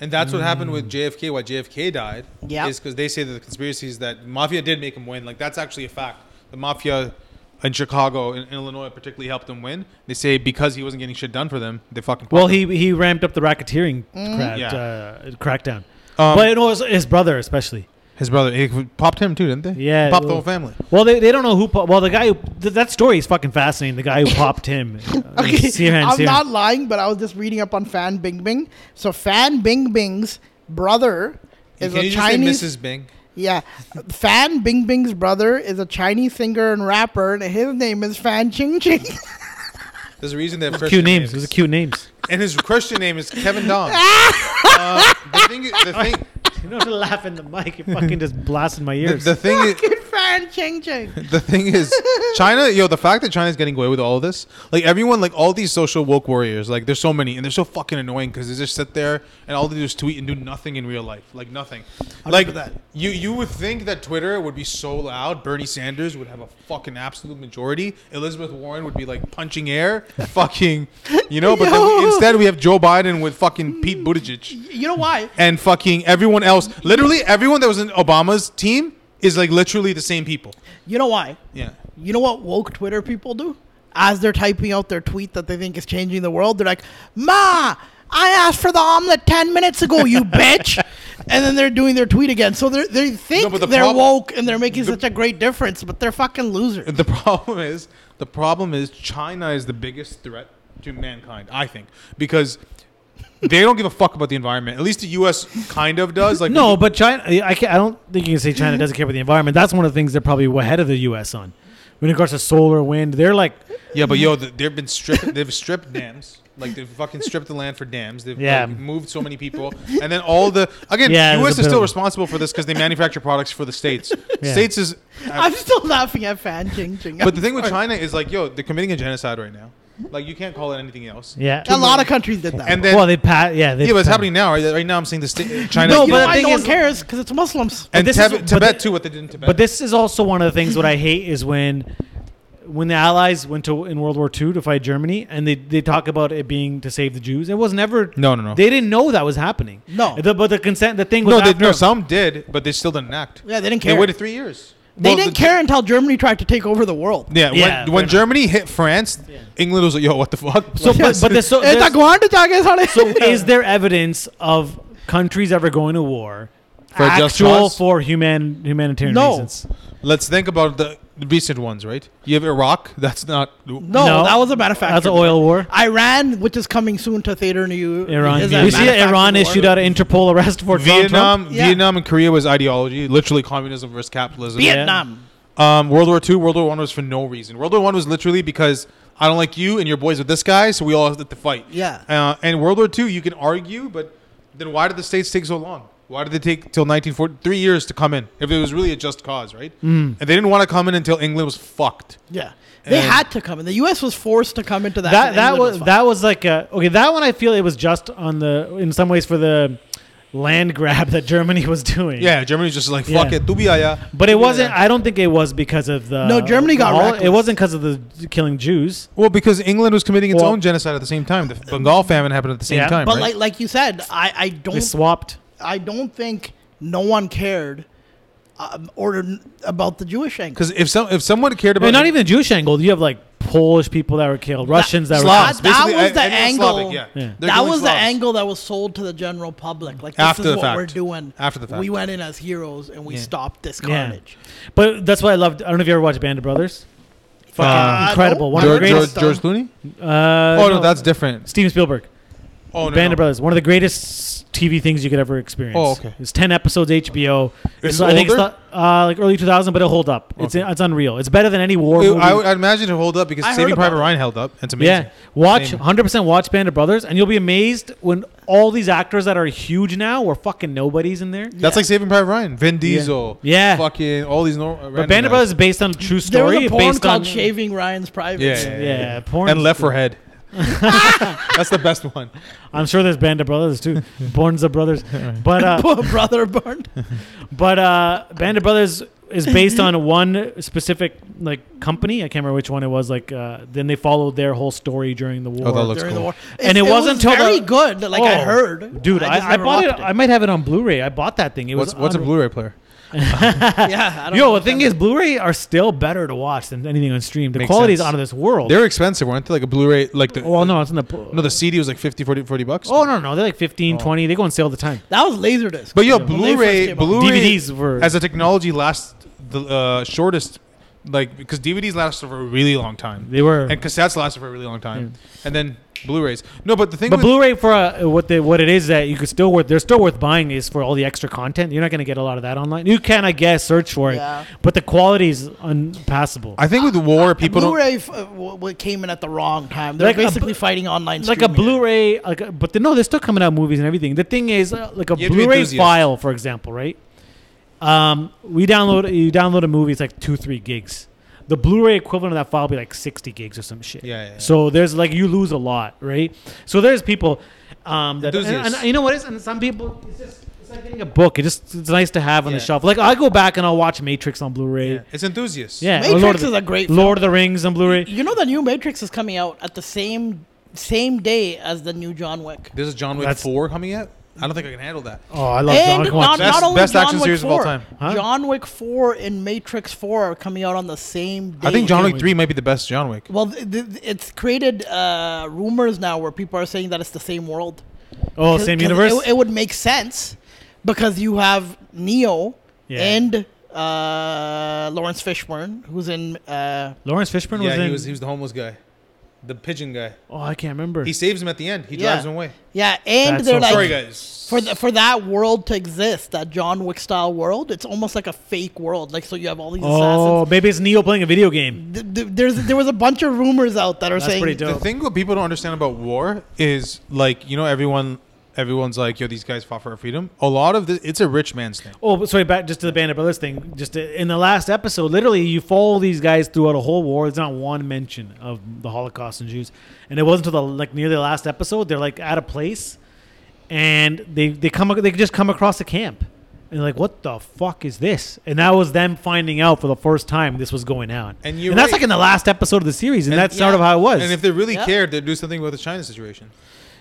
D: And that's what happened with JFK. Why JFK died
B: Yeah.
D: is because they say that the conspiracies that mafia did make him win. Like that's actually a fact. The mafia in Chicago and Illinois particularly helped him win. They say because he wasn't getting shit done for them, they fucking.
C: Well, he he ramped up the racketeering crack,
D: Yeah.
C: uh, crackdown.
D: Um,
C: but it was his brother especially.
D: his brother he popped him too, didn't they?
C: Yeah,
D: popped the
C: well-
D: whole family.
C: Well, they, they don't know who. Po- well, the guy who, th- that story is fucking fascinating. The guy who popped [LAUGHS] him. Uh,
B: Okay,
C: Sirhan,
B: I'm
C: Sirhan.
B: not lying, but I was just reading up on Fan Bingbing. So Fan Bingbing's brother is
D: Can
B: a
D: you just say
B: Chinese.
D: Mrs. Bing?
B: Yeah, Fan Bingbing's brother is a Chinese singer and rapper, and his name is Fan Ching Ching. [LAUGHS]
D: There's a reason they have
C: cute
D: Christian
C: names. Those are cute names.
D: And his Christian name is Kevin Dong. Uh, the thing, the thing,
C: [LAUGHS] you don't have to laugh in the mic. It fucking [LAUGHS] just blasted my
D: the,
C: ears.
D: the thing is.
B: Fucking Fan Ching Ching.
D: the thing is china yo the fact that china's getting away with all of this like everyone like all these social woke warriors like there's so many and they're so fucking annoying because they just sit there and all they do is tweet and do nothing in real life like nothing like that you you would think that twitter would be so loud bernie sanders would have a fucking absolute majority elizabeth warren would be like punching air fucking you know but then we,
B: Yo.
D: instead we have joe biden with fucking pete buttigieg
B: You know why?
D: and fucking everyone else literally everyone that was in obama's team is like literally the same people
B: You know why?
D: yeah
B: You know what woke Twitter people do? As they're typing out their tweet that they think is changing the world, they're like, Ma, I asked for the omelet 10 minutes ago, you bitch. And then they're doing their tweet again. So they're, they think
D: No, but the
B: they're
D: prob-
B: woke and they're making such a great difference, but they're fucking losers.
D: The [LAUGHS] problem is the problem is China is the biggest threat to mankind, I think, because they don't give a fuck about the environment. At least the U.S. kind of does. Like
C: [LAUGHS] no, but China. I can't, I don't think you can say China doesn't care about the environment. That's one of the things they're probably ahead of the U.S. on. When it comes to solar, wind, they're like,
D: yeah, but yo, th- they've been stripped. They've stripped dams. Like they've fucking stripped the land for dams. They've
C: Yeah.
D: like, moved so many people, and then all the again,
C: Yeah,
D: U.S.
C: there's a
D: is
C: bit
D: still
C: of-
D: responsible for this because they manufacture products for the states.
C: [LAUGHS] Yeah.
D: States is
B: [LAUGHS] I'm still laughing at Fan Ching Ching.
D: but the thing with China is like yo, they're committing a genocide right now. Like you can't call it anything else.
C: yeah.
B: a lot of countries did that.
D: And then
C: well, they pat. Yeah, they
D: yeah, but it's
C: pat-
D: happening now. Right, right now, I'm seeing the state China.
C: No,
B: you
C: but
B: know
C: the
B: why
C: thing
B: no one
C: is-
B: cares? Because it's Muslims.
D: and
C: this
D: Tibet,
C: is- but
D: Tibet
C: the-
D: too. What they did in Tibet.
C: But this is also one of the things what I hate is when when the Allies went to in World War II to fight Germany, and they, they talk about it being to save the Jews. It was never.
D: No, no, no.
C: They didn't know that was happening.
B: No.
C: The- but the consent, the thing was
D: no, they,
C: after-
D: no, some did, but they still didn't act.
B: Yeah, they didn't
D: They
B: care.
D: waited three years.
B: They
D: Well,
B: didn't
D: the-
B: care until Germany tried to take over the
D: [LAUGHS]
B: world.
D: Yeah,
C: Yeah,
D: when,
C: fair
D: when
C: enough.
D: Germany hit France, England was like, "Yo, what the fuck?"
C: So,
D: Like,
C: but, but there's so,
B: Eh,
C: there's-
B: Taiwan to Taiwan.
C: [LAUGHS] so is there evidence of countries ever going to war
D: For a just
C: actual
D: cause?
C: for human humanitarian
B: No.
C: reasons?
D: let's think about the the recent ones, right? You have Iraq. That's not.
B: [LAUGHS] No, that was a manufacturing.
C: That's an oil war.
B: Iran, which is coming soon to theater near you,
C: Iran.
B: is a
C: You see, that Iran
B: manufacturing
C: issued
B: war.
C: out an Interpol arrest for Donald Trump?
D: Vietnam,
B: Yeah.
D: Vietnam, and Korea was ideology, literally communism versus capitalism.
B: Vietnam.
D: Um, World War Two, World War One was for no reason. World War One was literally because I don't like you and your boys with this guy, so we all have to fight.
B: Yeah.
D: Uh, and World War Two, you can argue, but then why did the states take so long? Why did they take till 1940, three years to come in? If it was really a just cause, right?
C: Mm.
D: And they didn't want to come in until England was fucked.
B: Yeah, they
D: And-
B: had to come in. The U.S. was forced to come into that.
C: that
B: and
C: that
B: England
C: was
B: fine.
C: that was like a, okay. That one I feel it was just on the in some ways for the land grab that Germany was doing.
D: Yeah, Germany's just like fuck
C: Yeah.
D: it, Dubiaya.
C: But it wasn't. I don't think it was because of the.
B: No, Germany got
C: the hol-
B: reckless.
C: It wasn't because of the killing Jews.
D: Well, because England was committing its
C: Well-
D: own genocide at the same time. The Bengal famine happened at the same
C: Yeah.
D: time.
B: But
D: right?
B: like like you said, I, I
C: They
B: don't
C: swapped.
B: I don't think no one cared um, or n- about the Jewish angle.
D: Because if some if someone cared
C: I
D: about
C: mean, not even the Jewish angle. You have like Polish people that were killed, Russians that
D: Slavs,
B: That- that
C: were.
D: basically,
B: was
D: a-
B: the
D: anyone
B: angle-
D: Slavic, yeah.
C: Yeah.
D: They're
B: that
D: killing
B: was the
D: Slavs.
B: angle that was sold to the general public. Like this
D: After
B: is
D: the
B: what we're
D: fact.
B: doing.
D: After the fact.
B: we went in as heroes and we stopped this
C: Yeah.
B: carnage.
C: But that's what I loved. I don't know if you ever watched Band of Brothers. Fucking
B: Uh,
C: incredible.
B: no.
C: One of
D: George,
C: the
D: George,
C: greatest. um,
D: George Clooney.
C: Uh,
D: Oh no, that's different.
C: Steven Spielberg.
D: Oh no,
C: Band
D: no.
C: of Brothers, one of the greatest TV things you could ever experience.
D: Oh, okay.
C: It's ten episodes HBO.
D: It's
C: I think it's
D: older?
C: the- uh, like early 2000, but it'll hold up. It's
D: Okay.
C: it's unreal. It's better than any war
D: It-
C: movie.
D: I would I'd imagine it hold up because
B: I heard
D: Saving
B: about
D: Private
B: it.
D: Ryan held up. and It's amazing.
C: yeah, watch
D: Same.
C: 100 percent watch Band of Brothers, and you'll be amazed when all these actors that are huge now were fucking nobodies in there.
D: That's like Saving Private Ryan. Vin Diesel.
C: Yeah.
D: Fucking all these uh, normal.
C: But Band of Brothers is based on a true
B: There was
C: story.
B: a porn
C: based
B: called
C: on,
B: Shaving Ryan's Private.
D: Yeah,
C: Yeah,
D: yeah,
C: porn.
D: and Left for
C: [LAUGHS]
D: Head. That's the best one.
C: I'm sure there's Band of
B: [LAUGHS]
C: Brothers too. Born's of Brothers, but uh,
B: Brother Barn.
C: But uh, Band of Brothers is
B: [LAUGHS]
C: based on one specific like company. I can't remember which one it was. Like uh, then they followed their whole story during the war.
D: Oh, that [LAUGHS] looks
B: during
D: cool.
B: the war.
C: And it wasn't
B: was
C: till
B: very
C: the-
B: good. Like I
C: Oh,
B: heard,
C: dude. I,
B: just
C: I,
B: never
C: bought it,
B: watched
C: I might have it on Blu-ray. I bought that thing. It
D: What's
C: was
D: what's a
C: unreal.
D: Blu-ray player?
B: [LAUGHS] yeah. I don't
C: Yo, the
B: understand
C: thing
B: that.
C: is, Blu-ray are still better to watch than anything on stream. The
D: Makes
C: quality is
D: sense.
C: out of this world. Oh,
D: They're expensive, weren't they? Like a Blu-ray, like the
C: well, no, it's in the
D: no, the CD was like 50, 40, 40 bucks.
C: oh no, no, they're like 15, 20. They go on sale all the time.
B: that was Laserdisc.
D: But yo,
B: When they first
D: Blu-ray,
B: came out.
D: Blu-ray
C: DVDs were-
D: as a technology lasts the uh, shortest, like because DVDs lasted for a really long time,
C: They were,
D: and cassettes lasted for a really long time, and then Blu-rays. No, but the thing,
C: but
D: with,
C: Blu-ray for uh, what they what it is that you could still worth. They're still worth buying is for all the extra content. You're not going to get a lot of that online. You can, I guess, search for it,
B: Yeah.
C: but the quality is unpassable.
D: I think with war, people don't.
B: Blu-ray f- uh, w- w- came in at the wrong time. They're
C: Like a
B: basically
C: bl-
B: fighting online.
C: like a
B: streaming.
C: Blu-ray, like a, but they, no, they're still coming out movies and everything. The thing is, uh, like a
D: You have to be
C: Blu-ray
D: enthusiast.
C: file, for example, right? Um, we download you download a movie, it's like two three gigs. The Blu-ray equivalent of that file would be like sixty gigs or some shit.
D: Yeah, yeah, yeah.
C: So there's like you lose a lot, right? So there's people um, that and,
D: Enthusiasts.
C: and you know what it is, and some people it's just it's like getting a book. It just it's nice to have on the
D: Yeah.
C: shelf. Like I go back and I'll watch Matrix on Blu-ray. Yeah,
D: It's enthusiasts.
C: or
B: Matrix
C: Lord of the-
B: is a great film.
C: Lord of the Rings on Blu-ray.
B: You know the new Matrix is coming out at the same same day as the new John Wick.
D: There's a John Wick
C: That's-
D: four coming out. I don't think I can handle that.
C: Oh, I love
B: and
C: John. Come on.
B: not,
D: Best-
B: not only
D: best
B: John
D: action
B: Wick
D: series of
B: 4,
D: all time.
C: Huh?
B: John Wick 4 and Matrix 4 are coming out on the same day.
D: I think John Wick
C: wait.
D: three might be the best John Wick.
B: Well, th- th- it's created uh, rumors now where people are saying that it's the same world.
C: Oh,
B: 'Cause-
C: same
B: 'cause
C: universe.
B: It, it would make sense because you have Neo
C: Yeah.
B: and uh, Lawrence Fishburne, who's in. Uh,
C: Lawrence Fishburne was in.
D: was the homeless guy, the pigeon guy.
C: oh, I can't remember.
D: He saves him at the end. He
B: Yeah.
D: drives him away.
B: yeah, and
C: That's
B: they're
C: so
B: like.
D: Sorry, guys.
B: for the, for that world to exist, that John Wick style world, it's almost like a fake world. Like so, you have all these
C: oh, maybe it's Neo playing a video game.
B: assassins. Th- th- there's there was a bunch of rumors out that are
C: That's
B: saying
C: pretty dope.
D: The thing what people don't understand about war is like you know everyone everyone's like yo these guys fought for our freedom. A lot of this it's a rich man's thing.
C: Oh, but sorry, back just to the Band of Brothers thing. Just to, in the last episode, literally, you follow these guys throughout a whole war. There's not one mention of the Holocaust and Jews, and it wasn't until the like near the last episode they're like at a place, and they they come ac- they just come across a camp, and they're like what the fuck is this? And that was them finding out for the first time this was going on.
D: And you're
C: that's
D: right.
C: like in the last episode of the series, and,
D: And-
C: that's sort of how it was.
D: And if they really
B: Yeah.
D: cared, they'd do something with the China situation.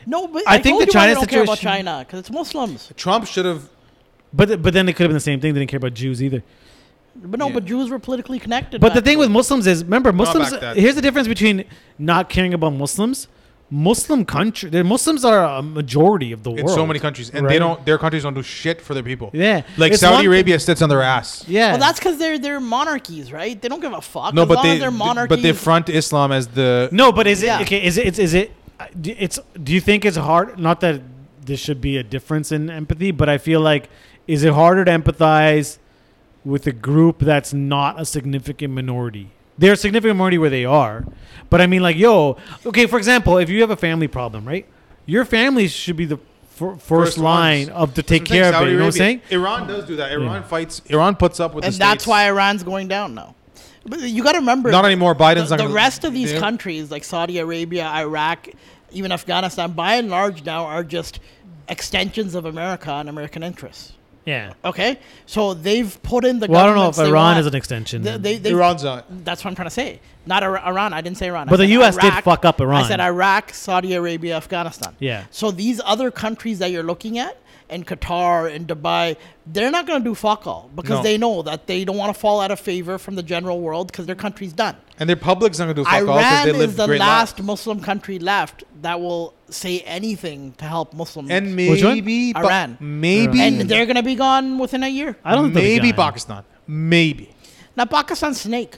B: No, but
C: I
B: I,
C: think
B: told
C: the
B: you why
C: China
B: they don't care about
C: situation-
B: China because it's Muslims.
D: Trump should have.
C: but th- but then it could have been the same thing. They didn't care about Jews either.
B: But no,
D: Yeah.
B: but Jews were politically connected.
C: But the
B: back
C: thing with
B: then.
C: Muslims is, remember, Muslims.
D: back then.
C: Here's the difference between not caring about Muslims. Muslim country, the Muslims are a majority of the
D: In
C: world
D: so many countries, and
C: right?
D: they don't. Their countries don't do shit for their people.
C: Yeah.
D: like
C: It's one
D: Saudi
C: thing-
D: Arabia sits on their ass.
C: Yeah,
B: well, that's because they're they're monarchies, right? They don't give a fuck.
D: No,
B: as
D: but
B: long
D: they,
B: as they're monarchies.
D: but they front Islam as the.
C: no. But is it
B: Yeah.
C: okay? Is it? It's, is it? uh, d- It's. Do you think it's hard? Not that there should be a difference in empathy, but I feel like is it harder to empathize with a group that's not a significant minority? They're a significant minority where they are, but I mean, like, yo, okay. For example, if you have a family problem, right? Your family should be the fir- first,
D: First
C: line
D: ones.
C: of to take
D: I'm saying
C: care of it.
D: Saudi
C: You know what I'm saying?
D: Arabia- Iran does do that. Iran fights. Iran puts up with.
B: and
D: the
B: that's
D: States.
B: why Iran's going down now. But you got to remember,
D: Not anymore. Biden's
B: the,
D: not
B: the
D: gonna-
B: rest of these
D: they-
B: countries like Saudi Arabia, Iraq, even Afghanistan, by and large now are just extensions of America and American interests.
C: Yeah.
B: Okay, so they've put in the.
C: Well, I don't know if
B: governments they
C: Iran
B: want.
C: is an extension.
B: They, they, they,
D: Iran's not.
B: That's what I'm trying to say. Not Ira- Iran. I didn't say Iran. I
C: But the
B: said
C: US did
B: Iraq.
C: fuck up Iran.
B: I said Iraq, Saudi Arabia, Afghanistan.
C: Yeah.
B: So these other countries that you're looking at, and Qatar and Dubai, they're not going to do fuck all because
D: No.
B: they know that they don't want to fall out of favor from the general world because their country's done.
D: And their public's not going to do fuck all because
B: Iran
D: they live
B: is the
D: great
B: last
D: lives.
B: Muslim country left that will say anything to help Muslims.
D: And
C: Which one?
D: maybe Pa-
B: Iran.
D: Maybe
B: And they're going to be gone within a year.
C: I don't think they'll be
D: maybe
C: gone.
D: Pakistan. Maybe.
B: Now, Pakistan snake.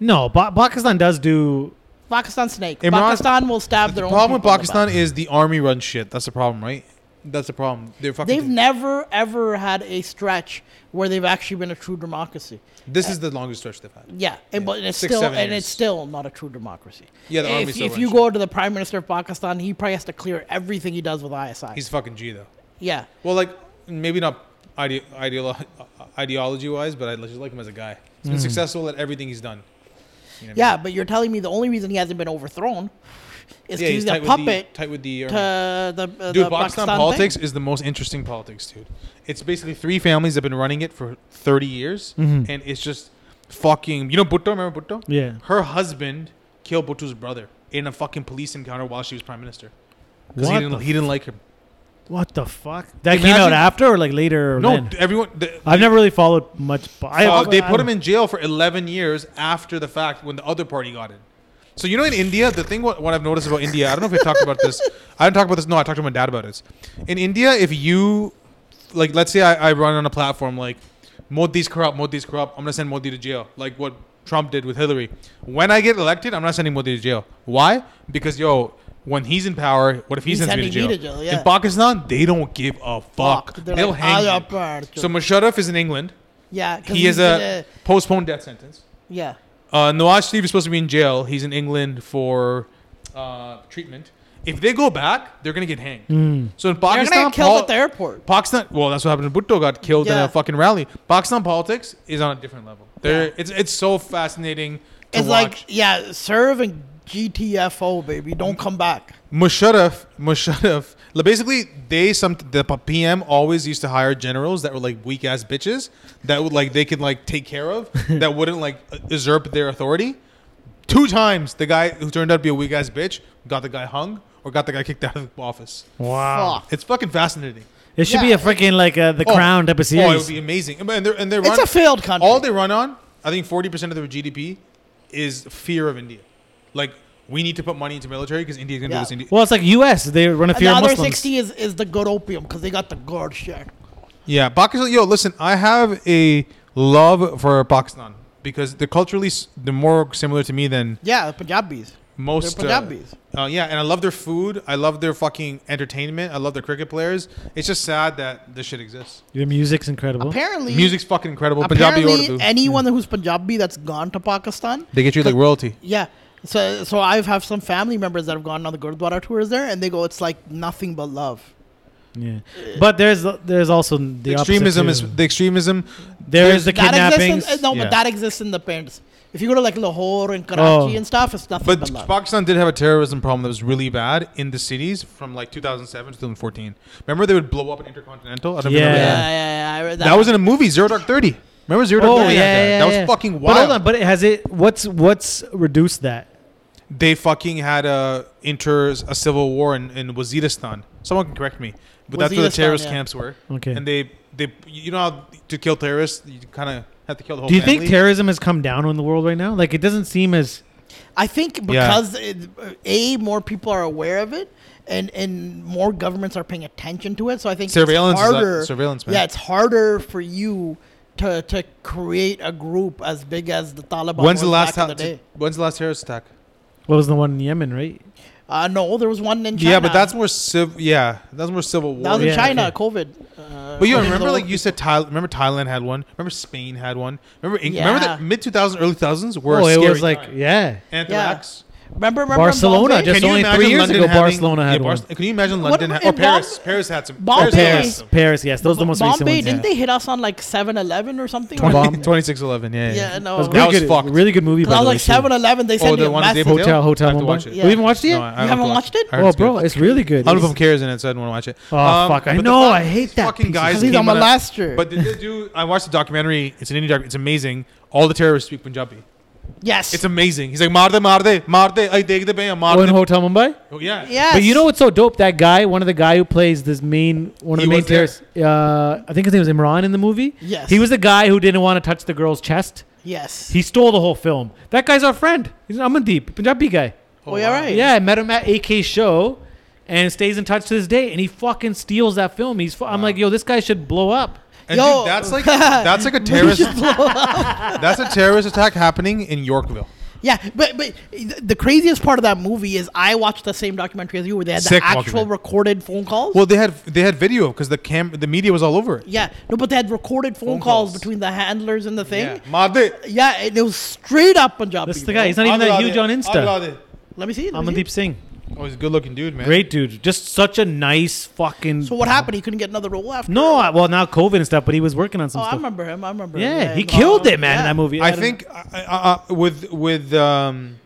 C: No, pa- Pakistan does do.
B: Pakistan snake.
D: Imran-
B: Pakistan will stab
D: The
B: their own
D: problem with
B: people in the
D: Pakistan
B: back.
D: is the army run shit. That's the problem, right? That's the problem. They're fucking.
B: They've never ever had a stretch where they've actually been a true democracy.
D: this is the longest stretch they've had.
B: Yeah, and, but it's
D: Six,
B: still
D: seven
B: and
D: years.
B: it's still not a true democracy.
D: Yeah, the army's
B: if,
D: still
B: if
D: running
B: you
D: shit.
B: go to the prime minister of Pakistan, he probably has to clear everything he does with ISI.
D: He's fucking G though.
B: yeah,
D: Well, like maybe not ide- ideolo- ideology wise, but I just like him as a guy. He's been successful at everything he's done. You know what I mean?
B: yeah, but you're telling me the only reason he hasn't been overthrown is 'cause
D: Yeah, he's
B: he's a
D: tight
B: puppet
D: with the tight with the. army.
B: to the, uh,
D: Dude,
B: the
D: Pakistan,
B: thing.
D: politics is the most interesting politics, dude. It's basically three families that have been running it for 30 years, and it's just fucking. You know Bhutto? Remember Bhutto?
C: Yeah.
D: Her husband killed Bhutto's brother in a fucking police encounter while she was prime minister. Because he
C: What
D: didn't,
C: the
D: he didn't like her.
C: What the fuck? That came out
D: Imagine-
C: after or like later? Or
D: No,
C: when?
D: everyone. The,
C: I've never really followed much. pa- I,
D: uh, they
C: I-
D: put him in jail for 11 years after the fact when the other party got in. So you know in India, the thing what, what I've noticed about India, I don't know if we talked about this. I didn't talk about this. No, I talked to my dad about it. In India, if you like, let's say I, I run on a platform like Modi's corrupt, Modi's corrupt. I'm gonna send Modi to jail, like what Trump did with Hillary. When I get elected, I'm not sending Modi to jail. Why? Because yo. When he's in power, what if he
B: He's
D: sends me to
B: sending
D: jail?
B: me to jail, yeah.
D: In Pakistan, they don't give a fuck.
B: Fuck, they're
D: They'll
B: like,
D: hang.
B: "Aya
D: you.
B: Parcho."
D: So Musharraf is in England
B: Yeah, 'cause
D: he has
B: he's
D: a
B: gonna-
D: postponed death sentence.
B: yeah.
D: Uh, Nawaz Sharif is supposed to be in jail. He's in England for uh, treatment. If they go back, they're gonna get hanged. So in
B: Hmm. They're
D: Pakistan,
B: gonna get killed
D: pol-
B: at the airport.
D: Pakistan. Well, that's what happened. to Bhutto got killed in
B: Yeah.
D: a fucking rally. Pakistan politics is on a different level. They're,
B: Yeah.
D: It's it's so fascinating to
B: It's like
D: watch. Mm.
B: yeah, serve and GTFO, baby. Don't come back.
D: Musharraf, Musharraf. like, Basically, they some the p- PM always used to hire generals that were like weak ass bitches that would like they could like take care
B: [LAUGHS]
D: of that wouldn't like usurp their authority. Two times the guy who turned out to be a weak ass bitch got the guy hung or got the guy kicked out of [LAUGHS] the office.
C: Wow.
B: Fuck.
D: It's fucking fascinating.
C: It should be
B: Yeah.
C: a freaking like uh, the
D: Oh.
C: Crown type of
D: Oh, it would
C: series.
D: be amazing. And they're and they're
B: It's a failed country.
D: all they run on, I think 40% of their GDP is fear of India. Like, we need to put money into military because India's going to
B: Yeah.
D: do this. India.
C: well, it's like U.S. They run a
B: And the
C: fear of
B: other
C: Muslims.
B: sixty is, is the good opium because they got the good shit.
D: Yeah, Pakistan. Yo, listen, I have a love for Pakistan because they're culturally s- they're more similar to me than
B: Yeah, Punjabis.
D: most.
B: They're
D: uh,
B: Punjabis.
D: Uh, yeah, and I love their food. I love their fucking entertainment. I love their cricket players. It's just sad that this shit exists.
C: Your music's incredible.
B: Apparently,
D: Music's fucking incredible. Punjabi
B: apparently
D: Urdu.
B: anyone
C: Hmm.
B: who's Punjabi that's gone to Pakistan,
D: They get you like royalty.
B: yeah. So so I've have some family members that have gone on the Gurdwara tours there, and they go, it's like nothing but love.
C: Yeah. But there's there's also the,
D: The
C: opposite
D: extremism
C: too.
D: is the extremism.
C: there is the
B: That
C: kidnappings.
B: exists in, uh, no,
D: yeah.
B: but that exists in the pants. If you go to like Lahore and Karachi
C: Oh.
B: and stuff, it's nothing but,
D: But
B: love.
D: Pakistan did have a terrorism problem that was really bad in the cities from like 2007 to 2014. Remember they would blow up an intercontinental. I don't
C: Yeah.
D: remember
B: yeah,
D: that.
B: yeah, yeah, yeah. I-
D: That was in a movie, Zero Dark Thirty. Remember Zero Dark
C: Oh yeah,
D: Thirty?
C: yeah,
D: that was
C: yeah.
D: fucking
C: But
D: wild.
C: hold on, but has it? What's what's reduced that?
D: they fucking had a inter a civil war in, in Waziristan. Someone can correct me, but that's where the
B: Waziristan,
D: terrorist
B: yeah.
D: camps were.
C: Okay.
D: And they they you know how to kill terrorists, you kind of have to kill the whole.
C: Do you
D: family?
C: think terrorism has come down in the world right now? Like it doesn't seem as
B: I think because it, a more people are aware of it, and and more governments are paying attention to it. So I think
D: Surveillance is
B: it's
D: like-
B: harder.
D: surveillance, man.
B: Yeah, it's harder for you to to create a group as big as the Taliban.
D: When's the
B: was
D: last
B: back
D: time?
B: in the day?
D: When's the last terrorist attack?
C: what was the one in Yemen, right?
B: Uh, no, there was one in China.
D: Yeah, but that's more civ. Yeah, that's more civil war.
B: that was in
C: Yeah,
B: China.
C: okay.
B: COVID. Uh,
D: But you
B: COVID
D: remember,
B: was
D: like
B: the-
D: you said, Thailand. Remember Thailand had one. Remember Spain had one. Remember Eng- remember
B: Yeah.
D: that mid 2000s, early 2000s were.
C: Oh,
D: a
C: it
D: scary
C: was like
D: time.
C: yeah.
D: anthrax.
B: Remember, remember
C: Barcelona
B: Mbappe?
C: just- only three years ago, Barcelona had
D: Barce-
C: one.
D: Can you imagine
B: What
D: London
B: about-
D: ha- or
B: and
D: Paris?
B: Bom-
D: Paris had some.
B: Bombay-
C: Oh,
D: Paris had
B: Paris.
C: Paris,
D: some.
C: Paris. Yes, those are the most
B: Bombay,
C: recent ones.
B: didn't
C: yeah.
B: they hit us on like 7-Eleven or something? Or-
D: [LAUGHS] 20, 2611,
B: [LAUGHS]
D: yeah.
B: yeah,
C: That was
B: no.
D: That
C: really
D: was
C: good.
D: fucked.
C: Really good movie.
B: Because
C: By
B: I
C: the
B: was
C: way,
B: like
C: too.
B: 7-Eleven. They sent
D: Oh, the
B: me a
D: one in
B: message.
D: Dave-
C: Hotel,
D: I
C: Hotel
D: have to
C: Mumbai.
D: watch it.
C: We haven't watched it yet.
D: No, I- I
B: You
D: have
B: haven't
D: to watch
B: watched it?
D: I heard
C: oh,
D: it's good.
C: bro, it's really good.
D: I don't know if
C: It's-
D: I'm cares in it, so I didn't want to watch it. Um,
C: Oh, fuck, I
D: but the
C: know,
D: fu-
C: I hate that
D: Fucking
C: piece.
D: guys,
B: Because he's
D: came
B: on my
D: out-
B: last year.
D: But did they do? I watched the documentary. It's an Indian documentary. It's amazing. All the terrorists speak Punjabi.
B: yes.
D: It's amazing. He's like, marde, marde, marde. I take the bay,
C: Oh, in
D: marde.
C: Hotel Mumbai.
D: Oh, yeah.
B: yes.
C: But you know what's so dope? That guy, one of the guy who plays this main, one of
D: He
C: the main
D: was there.
C: terrorists. Uh, I think his name was Imran in the movie.
B: Yes.
C: He was the guy who didn't want to touch the girl's chest.
B: Yes.
C: He stole the whole film. That guy's our friend. He's an Amandeep, Punjabi guy.
B: oh, yeah, right.
C: Yeah, I met him at AK show, and stays in touch to this day. And he fucking steals that film. He's. Fu- I'm like, yo, this guy should blow up.
D: And
B: Yo.
D: dude,
B: [LAUGHS]
D: that's like
C: [LAUGHS]
D: that's like a terrorist. that's a terrorist attack happening in Yorkville.
B: Yeah, but but th- the craziest part of that movie is I watched the same documentary as you, where they had
D: Sick
B: the actual
D: documentary.
B: recorded phone calls.
D: Well, they had they had video because the cam the media was all over it.
B: yeah, no, but they had recorded phone,
D: Phone
B: calls.
D: calls.
B: between the handlers and the thing. Yeah,
D: Marde.
B: and it was straight up Punjabi.
C: That's the
B: bro.
C: guy. He's not even that huge on Insta.
B: Let me see. Let me see.
C: Amandeep Singh,
D: Oh, he's a good looking dude, man.
C: great dude. Just such a nice fucking.
B: So what happened? He couldn't get another role after.
C: No, I, well now COVID and stuff, but he was working on some
B: Oh, I
C: stuff.
B: remember him. I remember.
C: Yeah,
B: him.
C: he
B: no,
C: killed it, man, in
B: yeah.
C: that movie.
D: I
C: don't-
D: think I, I, I, with with um,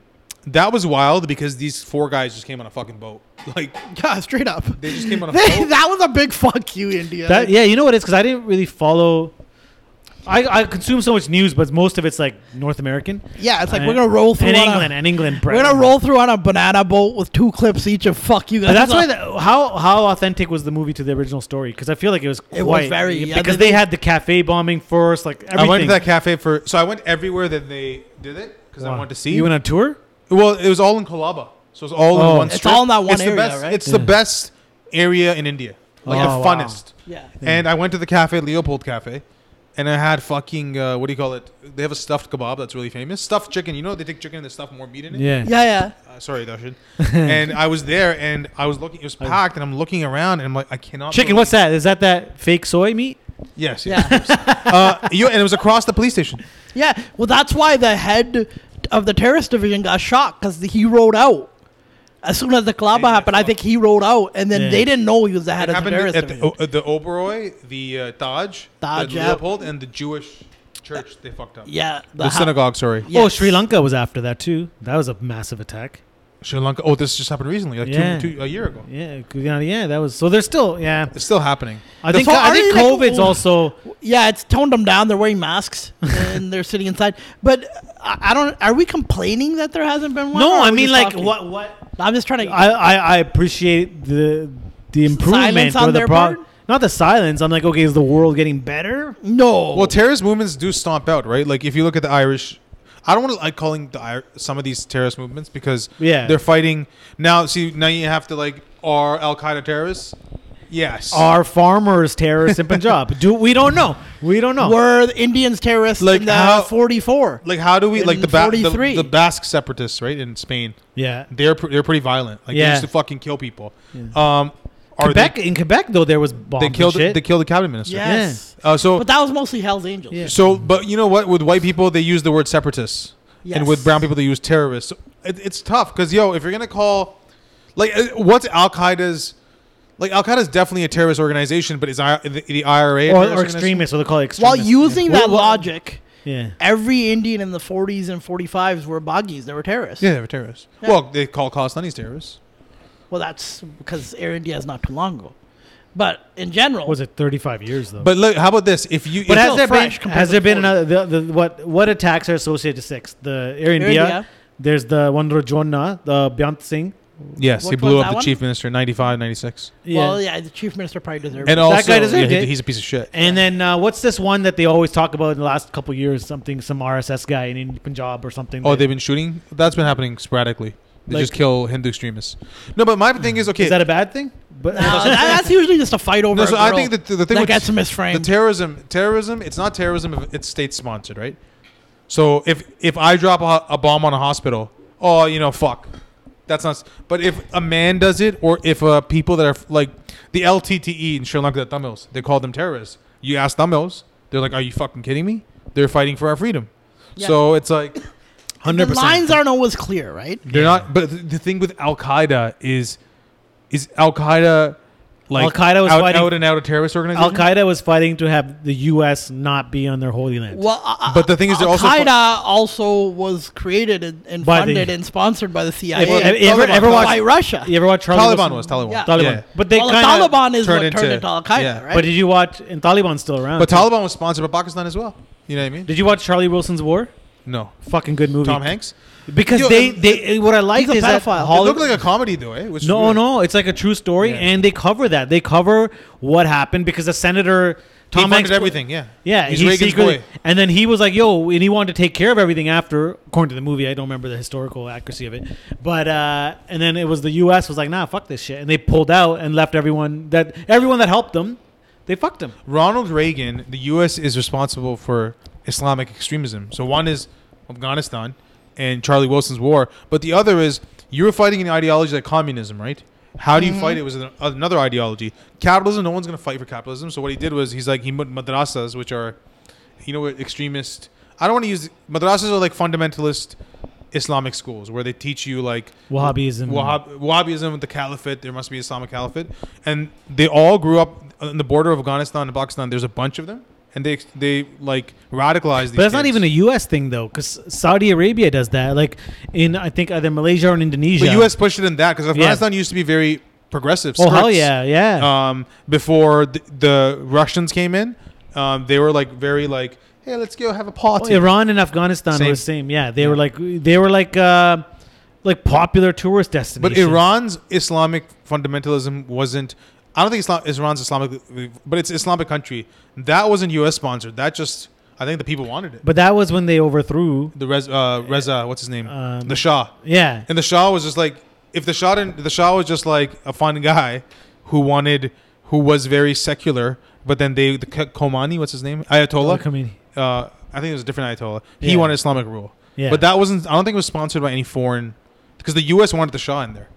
D: that was wild because these four guys just came on a fucking boat. [LAUGHS] Like
B: [LAUGHS] Yeah, straight up.
D: they just came on [LAUGHS] a boat.
B: [LAUGHS] that was a big fuck you, India.
C: that. Yeah, you know what it is because I didn't really follow. I, I consume so much news, but most of it's like North American.
B: yeah, it's like
C: And-
B: we're gonna roll through
C: and
B: on
C: England
B: A,
C: and England.
B: we're gonna roll through on a banana boat with two clips each of fuck you guys.
C: But that's why. The, how how authentic was the movie to the original story? Because I feel like it was quite,
B: It was very- yeah,
C: because
B: they-
C: they, had the cafe bombing first, like everything.
D: I went to that cafe for so I went everywhere that they did it because I
C: Wow.
D: wanted to see.
C: you went on tour.
D: well, it was all in Colaba, so it's all
C: Oh.
D: in one.
B: It's
D: strip.
B: all in that one
D: it's
B: area,
D: the best,
B: right?
D: It's the best area in India, like
C: Oh, wow.
D: the funnest.
B: yeah.
D: And I went to the cafe, Leopold Cafe, and I had fucking uh, what do you call it? They have a stuffed kebab that's really famous. Stuffed chicken. You know they take chicken and they stuff more meat in it.
C: Yeah.
B: Yeah, yeah.
D: Uh, sorry,
C: [LAUGHS]
D: Darshan. and I was there, and I was looking. It was packed, and I'm looking around, and I'm like, I cannot.
C: Oh. Chicken. What's that? Is that that fake soy meat?
D: believe- Yes. yes.
B: Yeah. [LAUGHS]
D: [LAUGHS] uh, you, and it was across the police station.
B: Yeah, well, that's why the head of the terrorist division got shot because he rode out. As soon as the collab
D: Yeah,
B: happened, I
D: fuck.
B: think he rode out, and then
C: Yeah.
B: they didn't know he was the head
D: It
B: of the
D: happened
B: terrorist
D: at the,
B: division.
D: o- uh, the Oberoi, the uh, Taj,
B: Taj,
D: the
B: yeah.
D: Leopold, and the Jewish church. They fucked up.
B: yeah,
D: The
B: ha-
D: synagogue, sorry.
B: Yes.
C: Oh, Sri Lanka was after that too. That was a massive attack.
D: Sri Lanka. Oh, this just happened recently, like
C: Yeah.
D: two, two, a year ago.
C: Yeah, yeah, yeah, that was. So they're still, yeah.
D: It's still happening.
C: I
B: The
C: think
B: fu-
C: I think
B: aren't they like-
C: COVID's also.
B: Yeah, it's toned them down. They're wearing
D: [LAUGHS]
B: masks and they're sitting inside. But I, I don't. Are we complaining that there hasn't been one? or
C: No,
B: are
C: I
B: we
C: mean
B: just
C: like
B: talking?
C: what what
B: I'm just trying to.
C: I, I I appreciate the the improvement
B: Silence on
C: or the
B: their
C: pro-
B: part?
C: Not the silence. I'm like, okay, is the world getting better?
B: no.
D: Well, terrorist movements do stomp out, right? Like if you look at the Irish, I don't want to like calling the Ir- some of these terrorist movements because
C: Yeah.
D: they're fighting now. See, now you have to like are Al Qaeda terrorists? Yes.
C: Are farmers terrorists in
B: [LAUGHS]
C: Punjab? Do we don't know? We don't know.
B: were the Indians terrorists
D: Like
B: in the
D: how-
B: 44?
D: like how do we like the,
B: In
D: ba- the
B: 43.
D: the Basque separatists, right? In Spain,
C: Yeah.
D: they're pr- they're pretty violent. Like they
C: Yeah.
D: used to fucking kill people. Um, are
C: Quebec
D: They,
C: in Quebec though there was bombs.
D: they
C: and
D: killed
C: shit.
D: they killed the cabinet minister.
B: yes.
D: Uh, so
B: But that was mostly Hell's Angels.
C: Yeah.
D: So, but you know what? With white people, they use the word separatists,
B: Yes.
D: and with brown people, they use terrorists. So it, it's tough because yo, if you're gonna call, like, uh, what's Al Qaeda's? Like Al Qaeda's definitely a terrorist organization, but is I, the, the IRA a
C: or,
D: terrorist
C: or
D: organization?
C: extremists, or they call it
B: While
C: extremists.
B: using
C: yeah.
B: that
C: Well, well,
B: logic,
C: Yeah.
B: every Indian in the 40s and 45s were Bagis. They were terrorists.
D: Yeah, they're terrorists.
B: Yeah.
D: Well, they call Khalistanis terrorists.
B: Well, that's because Air India is not too long ago. But in general,
C: Was it 35 years though?
D: But look, how about this? If you,
C: But
D: if-
C: has
B: still
C: there
B: fresh
C: been
B: compared
C: has
B: to
C: there been
B: before.
C: another the, the, what what attacks are associated to six? The Air India.
B: India.
C: There's the one Rojona, the Beyant Singh.
D: yes, he
B: What
D: blew
B: was
D: up
B: that
D: the
B: one?
D: chief minister in 95, 96.
B: well, yeah, the chief minister probably deserved it.
D: and also
C: That guy deserved
D: yeah,
C: it.
D: he, he's a piece of shit.
C: And then uh, what's this one that they always talk about in the last couple years? Something, some RSS guy in Ind- Punjab or something.
D: Oh,
C: that-
D: they've been shooting. That's been happening sporadically. They
C: Like-
D: just kill Hindu extremists. No, but my thing is okay.
C: is that a bad thing? [LAUGHS] But
B: Now, that- that's usually just a fight over.
D: No,
B: a
D: so I
B: girl
D: think that the- the thing
B: that
D: with-
B: gets misframed.
D: the terrorism terrorism it's not terrorism if it's state sponsored right so if if i drop a, a bomb on a hospital oh you know fuck that's not s- but if a man does it or if uh, people that are f- like the ltte E in sri lanka the tamils they call them terrorists you ask tamils they're like are you fucking kidding me they're fighting for our freedom
B: [COUGHS] Yeah.
D: so it's like
C: Hundred
B: the
C: percent.
B: lines aren't always clear, right?
D: They're not. But th- the thing with Al Qaeda is, is Al Qaeda like
C: Al-Qaeda was
D: out,
C: fighting-
D: out and out a terrorist organization?
C: Al Qaeda was fighting to have the U.S. not be on their holy land.
B: Well, uh,
D: But the thing is, they're
B: Al
D: also-
B: Qaeda also was created and, and
C: By the-
B: funded and sponsored by the CIA.
C: If- if- if- ever,
D: Taliban.
C: ever watch
B: by Russia.
C: You ever watch Charlie
D: Taliban
C: Wilson?
D: was Taliban.
B: Yeah.
C: Taliban.
D: Yeah.
C: But they
B: well, the
C: kind of
B: Taliban is
D: turned
B: what
D: into-
B: turned into Al Qaeda,
D: yeah.
B: right?
C: But did you watch? And Taliban's still around.
D: But
C: too.
D: Taliban was sponsored by Pakistan as well. You know what I mean?
C: Did you watch Charlie Wilson's War?
D: No.
C: Fucking good movie.
D: Tom Hanks.
C: Because
D: Yo,
C: they,
D: and-
C: they what I like
B: a
C: is that
B: pedophile. It
D: It
C: Holly-
D: looked like a comedy though, eh? Which
C: no,
D: was
C: no, it's like a true story,
D: Yeah.
C: and they cover that. They cover what happened because the senator
D: He
C: Tom
D: funded
C: Hanks
D: everything. Yeah.
C: Yeah,
D: He's
C: he
D: Reagan's
C: secretly-
D: boy.
C: And then he was like, "Yo," and he wanted to take care of everything after, according to the movie. I don't remember the historical accuracy of it, but uh, and then it was the U.S. was like, "Nah, fuck this shit," and they pulled out and left everyone that everyone that helped them, they fucked them.
D: Ronald Reagan, the U.S. is responsible for Islamic extremism. So one is Afghanistan and Charlie Wilson's war, but the other is you were fighting an ideology like communism, right? How do you fight it? Was an- another ideology. Capitalism. No one's going to fight for capitalism. So what he did was he's like he put madrasas, which are, you know, extremist. I don't want to use madrasas are like fundamentalist Islamic schools where they teach you like
C: Wahhabism.
D: Wahhab, Wahhabism, the caliphate. There must be Islamic caliphate, and they all grew up on the border of Afghanistan and Pakistan. There's a bunch of them, and they they like radicalized. These
C: But that's not
D: kids.
C: even a U.S. thing though, because Saudi Arabia does that. Like in I think either Malaysia or in Indonesia.
D: The U.S. pushed it in that because Afghanistan used to be very progressive.
C: Oh hell
D: skirts.
C: yeah, yeah.
D: Um, before the, the Russians came in, um, they were like very like, hey, let's go have a
C: Well,
D: party.
C: Oh, Iran and Afghanistan
D: Same.
C: were the same. Yeah, they were like they were like uh, like popular tourist
D: But
C: destinations.
D: Iran's Islamic fundamentalism wasn't. I don't think Islam, Iran's Islamic, but it's Islamic country. That wasn't U.S. sponsored. That just, I think the people wanted it.
C: But that was when they overthrew.
D: The Rez, uh, Reza, what's his name?
C: Um,
D: the Shah.
C: Yeah,
D: And the Shah was just like, if the Shah didn't, the Shah was just like a fun guy who wanted, who was very secular. But then they, the K- Komani, what's his name? Ayatollah.
C: Oh, Khomeini.
D: Uh, I think it was a different Ayatollah. He
C: Yeah.
D: wanted Islamic rule.
C: Yeah.
D: But that wasn't, I don't think it was sponsored by any foreign, because the U.S. wanted the Shah in there.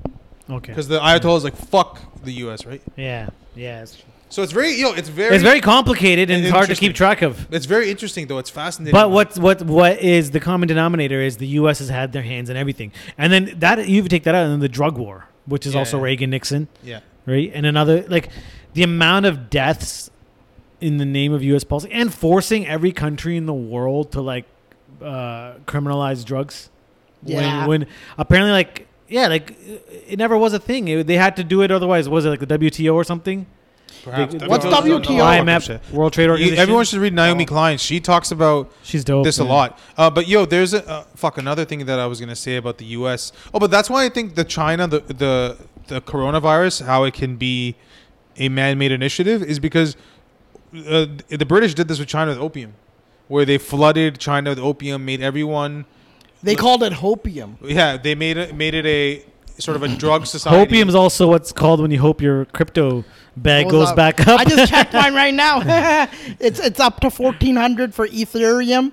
C: Okay.
D: Because the Ayatollah is like, fuck the U.S., right?
C: Yeah, yeah. It's,
D: So it's very, yo, it's very,
C: it's very complicated and,
D: and
C: it's hard to
D: interesting.
C: keep track of.
D: it's very interesting though. It's fascinating.
C: But what what what is the common denominator is the U.S. has had their hands in everything, and then that you take that out, and then the drug war, which is
D: Yeah,
C: also
D: yeah.
C: Reagan Nixon,
D: Yeah.
C: right? And another like the amount of deaths in the name of U.S. policy and forcing every country in the world to like uh, criminalize drugs.
B: Yeah.
C: When, when apparently like yeah like it never was a thing. It, they had to do it otherwise. Was it like the WTO or something?
D: Perhaps.
B: What's
D: don't know
B: WTO?
D: a lot about that
C: IMF,
D: shit.
C: World Trade
D: You-
C: Organization.
D: Everyone should read Naomi Klein. She talks about
C: She's dope.
D: this a
C: man.
D: lot. Uh, but yo, there's a uh, fuck another thing that I was gonna say about the U.S. Oh, but that's why I think the China, the the the coronavirus, how it can be a man-made initiative is because uh, the British did this with China with opium, where they flooded China with opium, made everyone.
B: they called it hopium.
D: Yeah, they made it made it a sort of a drug society.
C: Hopium is also what's called when you hope your crypto bag
B: Goes
C: goes
B: up.
C: back up.
B: I just checked mine right now. [LAUGHS] it's it's up to fourteen hundred for Ethereum,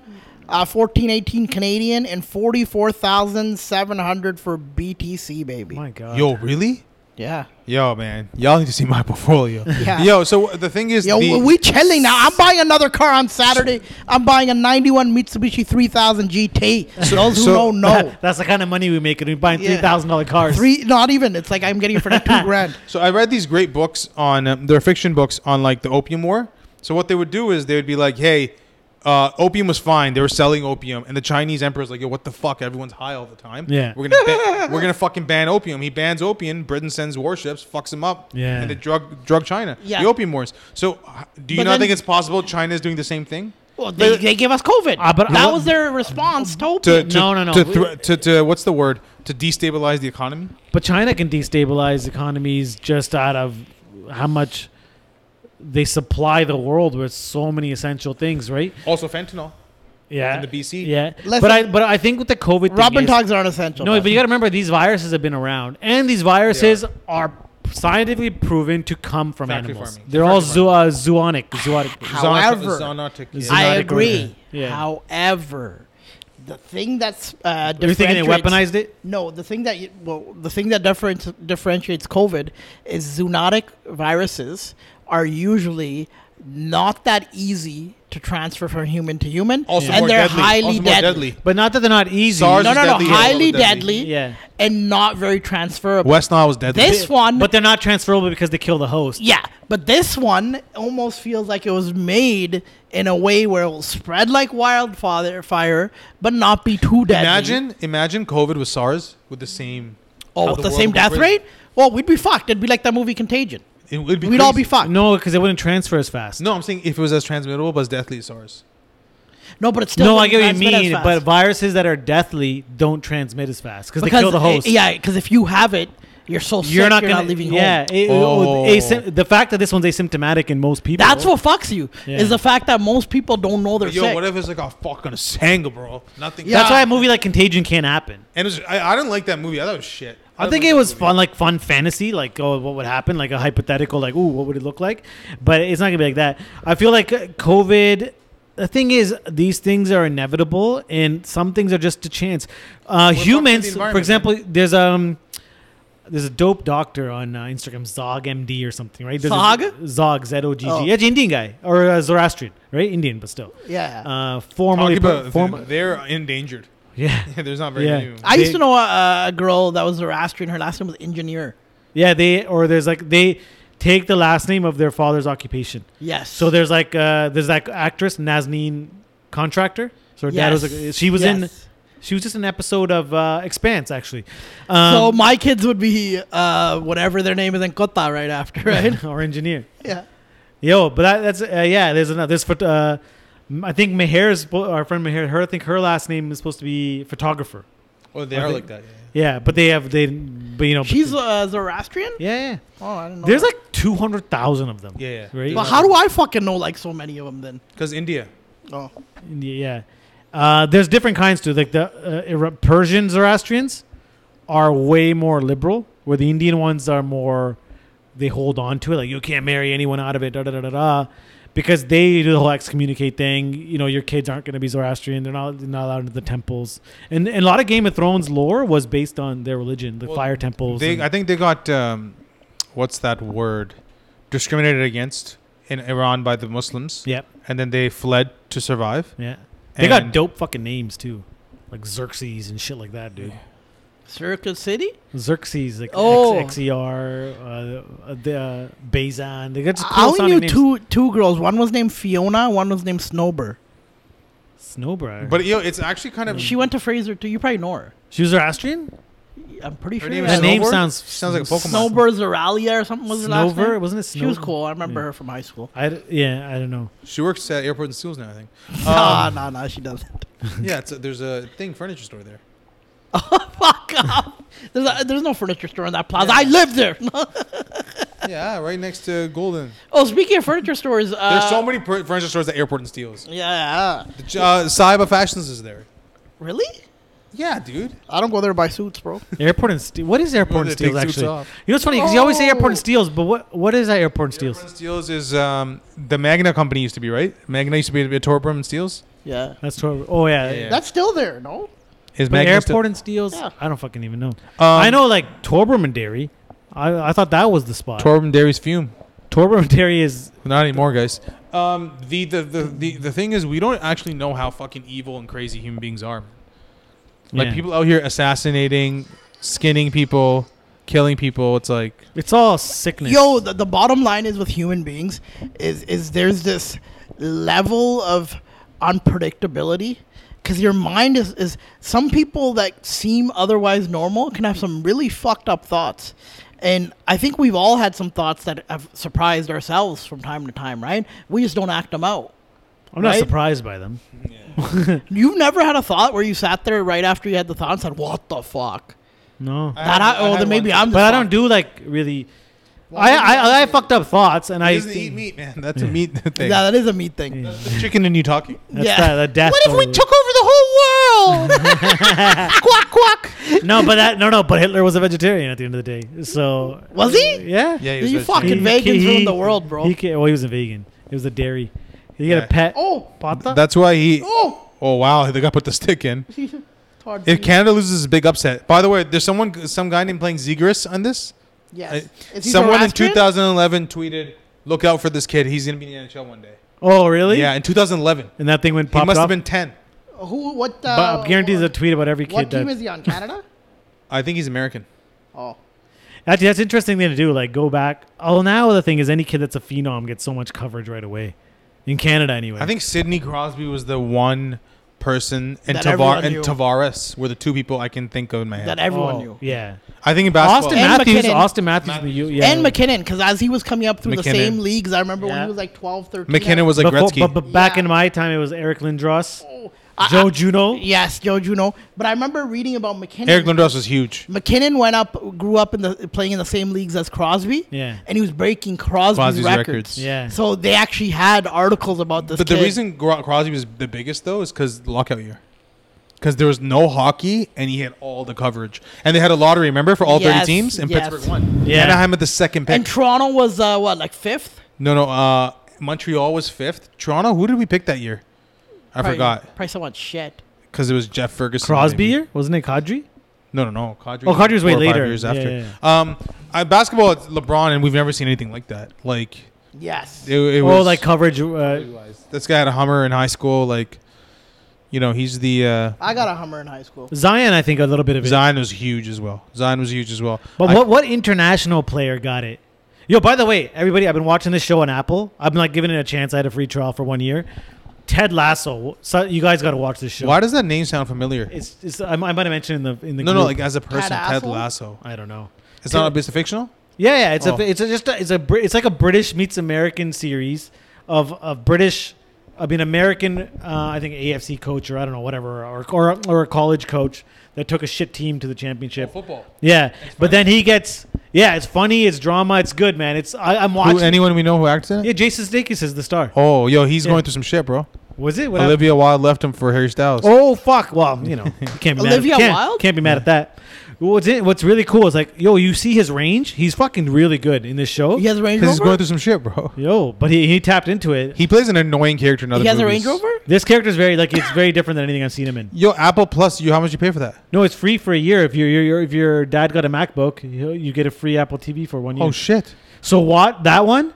B: uh, fourteen eighteen Canadian, and forty four thousand seven hundred for BTC, baby.
C: my God.
D: Yo, really?
B: Yeah.
D: Yo, man, y'all need to see my [LAUGHS] portfolio.
B: Yeah.
D: Yo, so the thing is,
B: Yo,
D: the,
B: we chilling now. I'm buying another car on Saturday. I'm buying a 91 Mitsubishi 3000 GT. Those who
D: so-
B: don't
C: [LAUGHS]
B: know,
C: [LAUGHS] That's the kind of money we make, and we buying
B: Yeah.
C: three thousand dollar cars.
B: three, not even. It's like I'm getting it for like two grand.
D: So I read these great books on um, they're fiction books on like the opium war. So what they would do is they would be like, "Hey, uh, opium was fine. They were selling opium, and the Chinese emperor's like, yo, what the fuck? Everyone's high all the time.
C: Yeah.
D: we're gonna
B: [LAUGHS]
D: ban- we're gonna fucking ban opium. He bans opium. Britain sends warships, fucks him up.
C: Yeah.
D: and they drug drug China.
B: Yeah.
D: the opium wars. So h- do you
B: But
D: not
B: then-
D: think it's possible China is doing the same thing?
B: Well, they, they gave us COVID.
C: Ah, but-
B: that
C: but-
B: was their response to
D: To,
B: opium.
D: to,
C: No, no, no.
D: To,
C: We-
D: thre- to, to what's the word? To destabilize the economy.
C: But China can destabilize economies just out of how much they supply the world with so many essential things, right?
D: Also fentanyl.
C: Yeah.
D: And the BC.
C: Yeah.
B: Listen-
C: but I but I think with the COVID thing
B: Robin
C: is-
B: dogs aren't essential.
C: No, but you got to remember these viruses have been around, and these viruses
D: Yeah.
C: are scientifically proven to come from
D: Factory
C: animals.
D: farming.
C: They're all zoo, uh, zootic,
B: Ah,
C: zootic.
B: However-
D: Zoonotic, yeah.
C: Zo-
B: I
C: Zoonotic
B: agree.
C: order. Yeah.
B: However, the thing that's uh,
C: You're thinking they
B: differentiates-
C: weaponized it?
B: No, the thing that you, well, the thing that different, differentiates COVID is zoonotic viruses are usually not that easy to transfer from human to human,
D: Also
B: and
D: more
B: they're
D: deadly.
B: highly
D: also more
B: deadly.
D: deadly.
C: But not that they're not easy.
D: SARS
B: No,
D: is
B: no, no,
D: deadly,
B: highly
D: also deadly.
B: deadly,
C: Yeah.
B: and not very transferable.
D: West Nile was deadly.
B: This one,
C: but they're not transferable because they kill the host.
B: yeah, but this one almost feels like it was made in a way where it will spread like wildfire, fire, but not be too deadly.
D: Imagine, imagine COVID with SARS with the same.
B: oh,
D: how
B: with the,
D: world
B: same
D: would go
B: death
D: crazy.
B: rate. Well, we'd be fucked. It'd be like that movie Contagion.
D: It would be.
B: we'd all be
D: crazy.
B: fucked. No,
C: No, because they wouldn't transfer as fast.
D: No, I'm saying if it was as transmittable but as deathly as SARS.
B: but it's still
C: No, I
B: wouldn't
C: get what you
B: transmit as
C: mean,
B: fast.
C: but viruses that are deathly don't transmit as fast because they
B: because
C: kill the host.
B: uh, yeah, because if you have it, you're so sick,
C: you're not gonna
B: leaving
C: yeah,
B: home.
C: it- it-
D: Oh.
C: asym- the fact that this one's asymptomatic in most people.
B: That's what fucks you
C: Yeah.
B: is the fact that most people don't know they're
D: Yo,
B: sick.
D: what if it's like a fucking sanga, bro? Nothing.
B: Yeah.
C: That's why a movie like Contagion can't happen.
D: And it was, I, I didn't like that movie. I thought it was shit.
C: I
D: didn't
C: think
D: like
C: it
D: that
C: was
D: movie.
C: fun, like fun fantasy, like oh, what would happen, like a hypothetical, like ooh, what would it look like? But it's not gonna be like that. I feel like uh, COVID. The thing is, these things are inevitable, and some things are just a chance. Uh,
D: the
C: humans, for
D: environment,
C: example, there's um, there's a dope doctor on uh, Instagram, Zog MD or something, right? There's a-
B: Zog?
C: Zog Z O G
B: Oh.
C: G. Yeah, Indian guy or uh, Zoroastrian, right? Indian, but still.
B: yeah.
C: Uh,
D: I'll
C: formerly,
D: give a-
C: form-
D: they're endangered.
C: [LAUGHS]
D: [LAUGHS]
C: yeah,
D: There's not very
C: Yeah.
D: new.
B: I used
C: They-
B: to know a, a girl that was Zoroastrian. Her last name was Engineer.
C: yeah. They or there's like they take the last name of their father's occupation.
B: Yes.
C: So there's like uh, there's that actress Nazneen Contractor. So her dad was like, she was in
B: Yes.
C: she was just an episode of uh, Expanse actually.
B: so
C: [LAUGHS] Um,
B: my kids would be uh, whatever their name is in Kota right after, right?
C: or engineer.
B: yeah.
C: Yo, but that, that's uh, yeah. There's another. There's phot- uh, m- I think Meher's our friend Meher. Her I think her last name is supposed to be photographer.
D: Oh, they
C: I
D: are
C: think-
D: like that. yeah, yeah.
C: Yeah, but they have they but you know but
B: She's
C: they-
B: uh, Zoroastrian.
C: yeah yeah.
B: Oh, I didn't know.
C: There's
B: that.
C: like two hundred thousand of them.
D: Yeah, yeah.
C: Right.
B: But how do I fucking know like so many of them then?
D: Because India.
B: Oh.
C: India, yeah. Uh, there's different kinds too. Like the uh, Ira- Persian Zoroastrians are way more liberal, where the Indian ones are more. They hold on to it, like you can't marry anyone out of it, da da da da da, because they do the whole excommunicate thing. You know, your kids aren't going to be Zoroastrian. They're not they're not allowed into the temples, and, and a lot of Game of Thrones lore was based on their religion, the
D: Well,
C: fire temples.
D: They,
C: and-
D: I think they got um, what's that word? Discriminated against in Iran by the Muslims,
C: yep,
D: and then they fled to survive.
C: yeah. They got
D: And-
C: dope fucking names too, like Xerxes and shit like that, dude.
B: Circus City?
C: Xerxes, like
B: Oh.
C: X- XER, uh, the uh, Bazan. They got just
B: I
C: cool
B: only knew
C: sounding names.
B: two two girls. One was named Fiona, one was named Snowbird.
C: Snowbra.
D: But yo, it's actually kind of
B: She went to Fraser too. You probably know her.
C: she was Zoroastrian.
B: I'm pretty
D: Her
B: sure.
D: name
B: you
D: is
B: guys
C: The
B: know
C: name
D: Snowbird?
C: sounds
D: Sounds like a Pokemon.
B: Snowbird Zoralia or something was her last
C: Snowbird?
B: name.
C: Wasn't it
B: She was
C: Snowbird?
B: cool. I remember
C: Yeah.
B: her from high school.
C: I d- yeah, I don't know.
D: She works at airports and schools now.
C: [LAUGHS]
D: I think.
B: [LAUGHS] Nah, nah, nah. She doesn't. [LAUGHS]
D: yeah, it's a, there's a thing furniture store there.
B: Fuck off. There's, a, there's no furniture store in that plaza. I live there. [LAUGHS]
C: [LAUGHS]
D: Yeah, right next to Golden.
B: oh, speaking of furniture stores, uh,
D: There's so many pr- furniture stores at airport and steals.
B: Yeah.
D: The, j- uh, Saiba Fashions is there.
B: Really?
D: Yeah, dude.
B: I don't go there to buy suits, [LAUGHS] bro.
C: Airport and Steel. What is Airport and
D: they
C: Steels
D: take suits
C: actually? You know
D: off.
C: what's funny? Because you always say Airport
B: Oh.
C: and Steels, but what what is that Airport and Steels?
D: Airport and Steels is um, the Magna company used to be right. Magna used to be a Torprum and Steels.
B: Yeah.
C: That's totally. Oh yeah.
D: Yeah, yeah.
B: That's still there, no?
D: Is
C: But
D: Magna
C: Airport
D: still-
C: and Steels.
B: Yeah.
C: I don't fucking even know.
D: Um,
C: I know like Torbrum and Dairy. I, I thought that was the spot. Tor-
D: Torben Dairy's Fume.
C: Torbrum and Dairy is
D: Not anymore, guys. Um, the, the, the, the, the thing is, we don't actually know how fucking evil and crazy human beings are. man. Like,
C: yeah.
D: people out here assassinating, skinning people, killing people. It's like,
C: It's all sickness.
B: Yo, the, the bottom line is with human beings is is there's this level of unpredictability because your mind is, is some people that seem otherwise normal can have some really fucked up thoughts and i think we've all had some thoughts that have surprised ourselves from time to time right we just don't act them out
C: I'm not
B: right?
C: surprised by them.
B: you've never had a thought where you sat there right after you had the thought and said what the fuck
C: No.
B: that I, oh then maybe i'm
C: But I
B: the
C: don't
B: fuck.
C: do like really. I, I, I fucked up thoughts and I
D: He doesn't eat meat, man. That's a meat thing.
B: yeah that is a meat thing
D: The chicken and you talking?
C: That's that- that death
B: what if we
C: over.
B: took over the whole world?
C: [LAUGHS]
B: quack quack.
C: no, but
D: [LAUGHS]
C: that no no. But Hitler was a vegetarian at the end of the day. So
B: Was he?
C: yeah
D: Yeah, he was
B: You
D: vegetarian.
B: fucking vegans ruined the world, bro.
C: He, ca- well, he was a vegan. It was a dairy. He got
D: Yeah.
C: a pet.
B: oh,
C: pata.
D: That's why he.
B: oh.
D: Oh wow, the guy put the stick in.
B: It's hard to
D: If
B: do.
D: Canada loses, is a big upset. By the way, there's someone, some guy named playing Zegris on this.
B: yes.
D: I-
C: uh,
B: Is he
D: someone in
B: Zoroastrian?
D: 2011 tweeted, "Look out for this kid. He's gonna be in the NHL one day."
C: Oh, really?
D: Yeah, in 2011.
C: And that thing went
D: He
C: popped
D: must
C: off.
D: have been 10.
B: Who? What? Uh,
C: Bob guarantees a tweet about every
B: What
C: kid.
B: team
C: That,
B: is he on?
C: [LAUGHS]
B: Canada.
D: I think he's American.
B: Oh,
C: actually, that's an interesting thing to do. Like, go back. Oh, now the thing is, any kid that's a phenom gets so much coverage right away, in Canada anyway.
D: I think Sidney Crosby was the one person, and,
B: That
D: Tavar-
B: everyone
D: and
B: knew.
D: Tavares were the two people I can think of in my head.
B: that everyone
C: Oh,
B: knew.
C: Yeah.
D: I think in basketball.
C: Austin
B: And
C: Matthews.
B: McKinnon.
C: Austin Matthews. in the U, yeah.
B: And McKinnon, because as he was coming up through the
D: McKinnon.
B: same leagues, I remember when
C: Yeah.
B: he was like 12, 13.
D: McKinnon was like
C: Before-
D: Gretzky.
C: But, but back
B: Yeah.
C: in my time, it was Eric Lindros,
B: Oh, I-
C: Joe
B: I-
C: Juno.
B: Yes, Joe Juno. But I remember reading about McKinnon.
D: Eric Lindros was huge.
B: McKinnon went up, grew up in the playing in the same leagues as Crosby.
C: Yeah.
B: and he was breaking Crosby's,
D: Crosby's
B: records.
D: records.
C: Yeah.
B: So they actually had articles about this.
D: But the
B: kid.
D: reason Gro- Crosby was the biggest though is because the lockout year, because there was no hockey and he had all the coverage, and they had a lottery. Remember for all
B: Yes,
D: thirty teams, and
B: yes.
D: Pittsburgh won.
C: Yeah.
D: Anaheim at the second pick.
B: and Toronto was uh, what like fifth.
D: no, no. Uh, Montreal was fifth. Toronto. Who did we pick that year? I
B: Probably-
D: forgot
B: Probably someone shit.
D: because it was Jeff Ferguson.
C: Crosby
D: maybe.
C: year wasn't it Kadri?
D: No, no, no. Kadri.
C: Oh, Kadri was way
D: four or five
C: later.
D: Years
C: Yeah,
D: after.
C: yeah,
D: Um, I, basketball. It's LeBron, and we've never seen anything like that. Like
B: Yes.
D: it, it
C: Oh,
D: was
C: like coverage. Uh,
D: this guy had a Hummer in high school. Like, you know, he's the. Uh,
B: I got a Hummer in high school.
C: Zion, I think a little bit of it.
D: Zion was huge as well. Zion was huge as well.
C: But
D: I-
C: what what international player got it? Yo, by the way, everybody, I've been watching this show on Apple. I've been like giving it a chance. I had a free trial for one year. Ted Lasso. So you guys got to watch this show.
D: Why does that name sound familiar?
C: It's, it's I, might- I might have mentioned in the in the
D: no, no,
C: group.
D: like as a person, Ted
B: Asshole?
D: Lasso.
C: I don't know.
D: It's not a it's a fictional.
C: Yeah, yeah. It's
D: Oh.
C: a it's a, just a, it's a Brit- it's like a British meets American series of of British. I mean, American. Uh, I think AFC coach or I don't know whatever or or or a college coach that took a shit team to the championship.
D: Football.
C: Yeah, but then he gets. Yeah, it's funny. It's drama. It's good, man. It's I, I'm
D: Who,
C: watching.
D: anyone we know who acts in it?
C: yeah, Jason Sudeikis is the star.
D: Oh, yo, he's
C: Yeah.
D: going through some shit, bro.
C: Was it? What happened?
D: Olivia Wilde left him for Harry Styles.
C: Oh fuck! Well, you
D: [LAUGHS]
C: know, you can't be mad.
B: Olivia
C: at, can't,
B: Wilde?
C: can't be mad at that. What's in, what's really cool is like, yo, you see his range. He's fucking really good in this show.
B: He has a Range
D: because
B: Rover.
D: he's going through some shit, bro.
C: Yo, but he, he tapped into it.
D: He plays an annoying character in other
B: he has a
D: movies.
B: Range Rover.
C: This character's very like it's very different than anything I've seen him in.
D: Yo, Apple Plus, you how much you pay for that?
C: No, it's free for a year. If your your- your if your dad got a MacBook, you, you get a free Apple TV for one year.
D: Oh shit!
C: so what that one?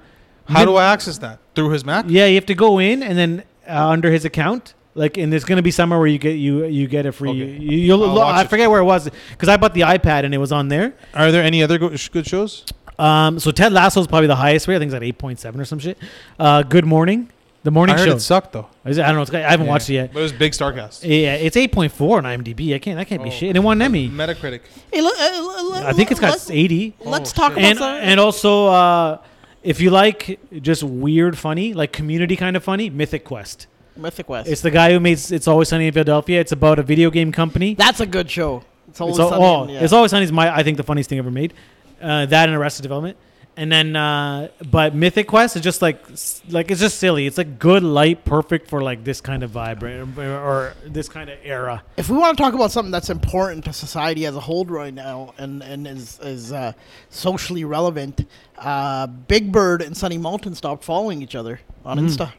D: How
C: Then-
D: do I access that through his Mac?
C: Yeah, you have to go in and then uh, under his account. Like, and there's gonna be somewhere where you get you you get a free.
D: Okay.
C: You, you'll,
D: I'll watch
C: I
D: it.
C: forget where it was because I bought the iPad and it was on there.
D: Are there any other go- sh- good shows?
C: Um, so Ted Lasso is probably the highest rate. I think it's at eight point seven or some shit. Uh, Good Morning, the morning
D: I heard
C: show.
D: it sucked though.
C: Is it- I don't know. It's, got- I haven't watched it yet.
D: But it was big Starcast.
C: Yeah, it's eight point four on IMDb. I can't. That can't be
D: Oh.
C: shit. And it won an Emmy.
D: Metacritic.
B: Hey, look, uh, l- l-
C: I think it's got
B: let's-
C: eighty.
B: Let's
D: Oh,
B: talk about
C: and
B: some-
C: and also uh, if you like just weird funny like community kind of funny mythic quest
B: Mythic West.
C: it's the guy who makes it's always sunny in philadelphia it's about a video game company
B: That's a good show. It's always
C: it's, al-
B: sunny
C: oh,
B: in-
C: it's always sunny is my i think the funniest thing ever made uh, that and arrested development and then uh, but mythic quest is just like s- like it's just silly it's like good light perfect for like this kind of vibe right? or, or this kind of era
B: if we want to talk about something that's important to society as a whole right now and, and is, is uh, socially relevant, uh, Big Bird and Sunny Mountain stopped following each other on
C: Mm.
B: Insta.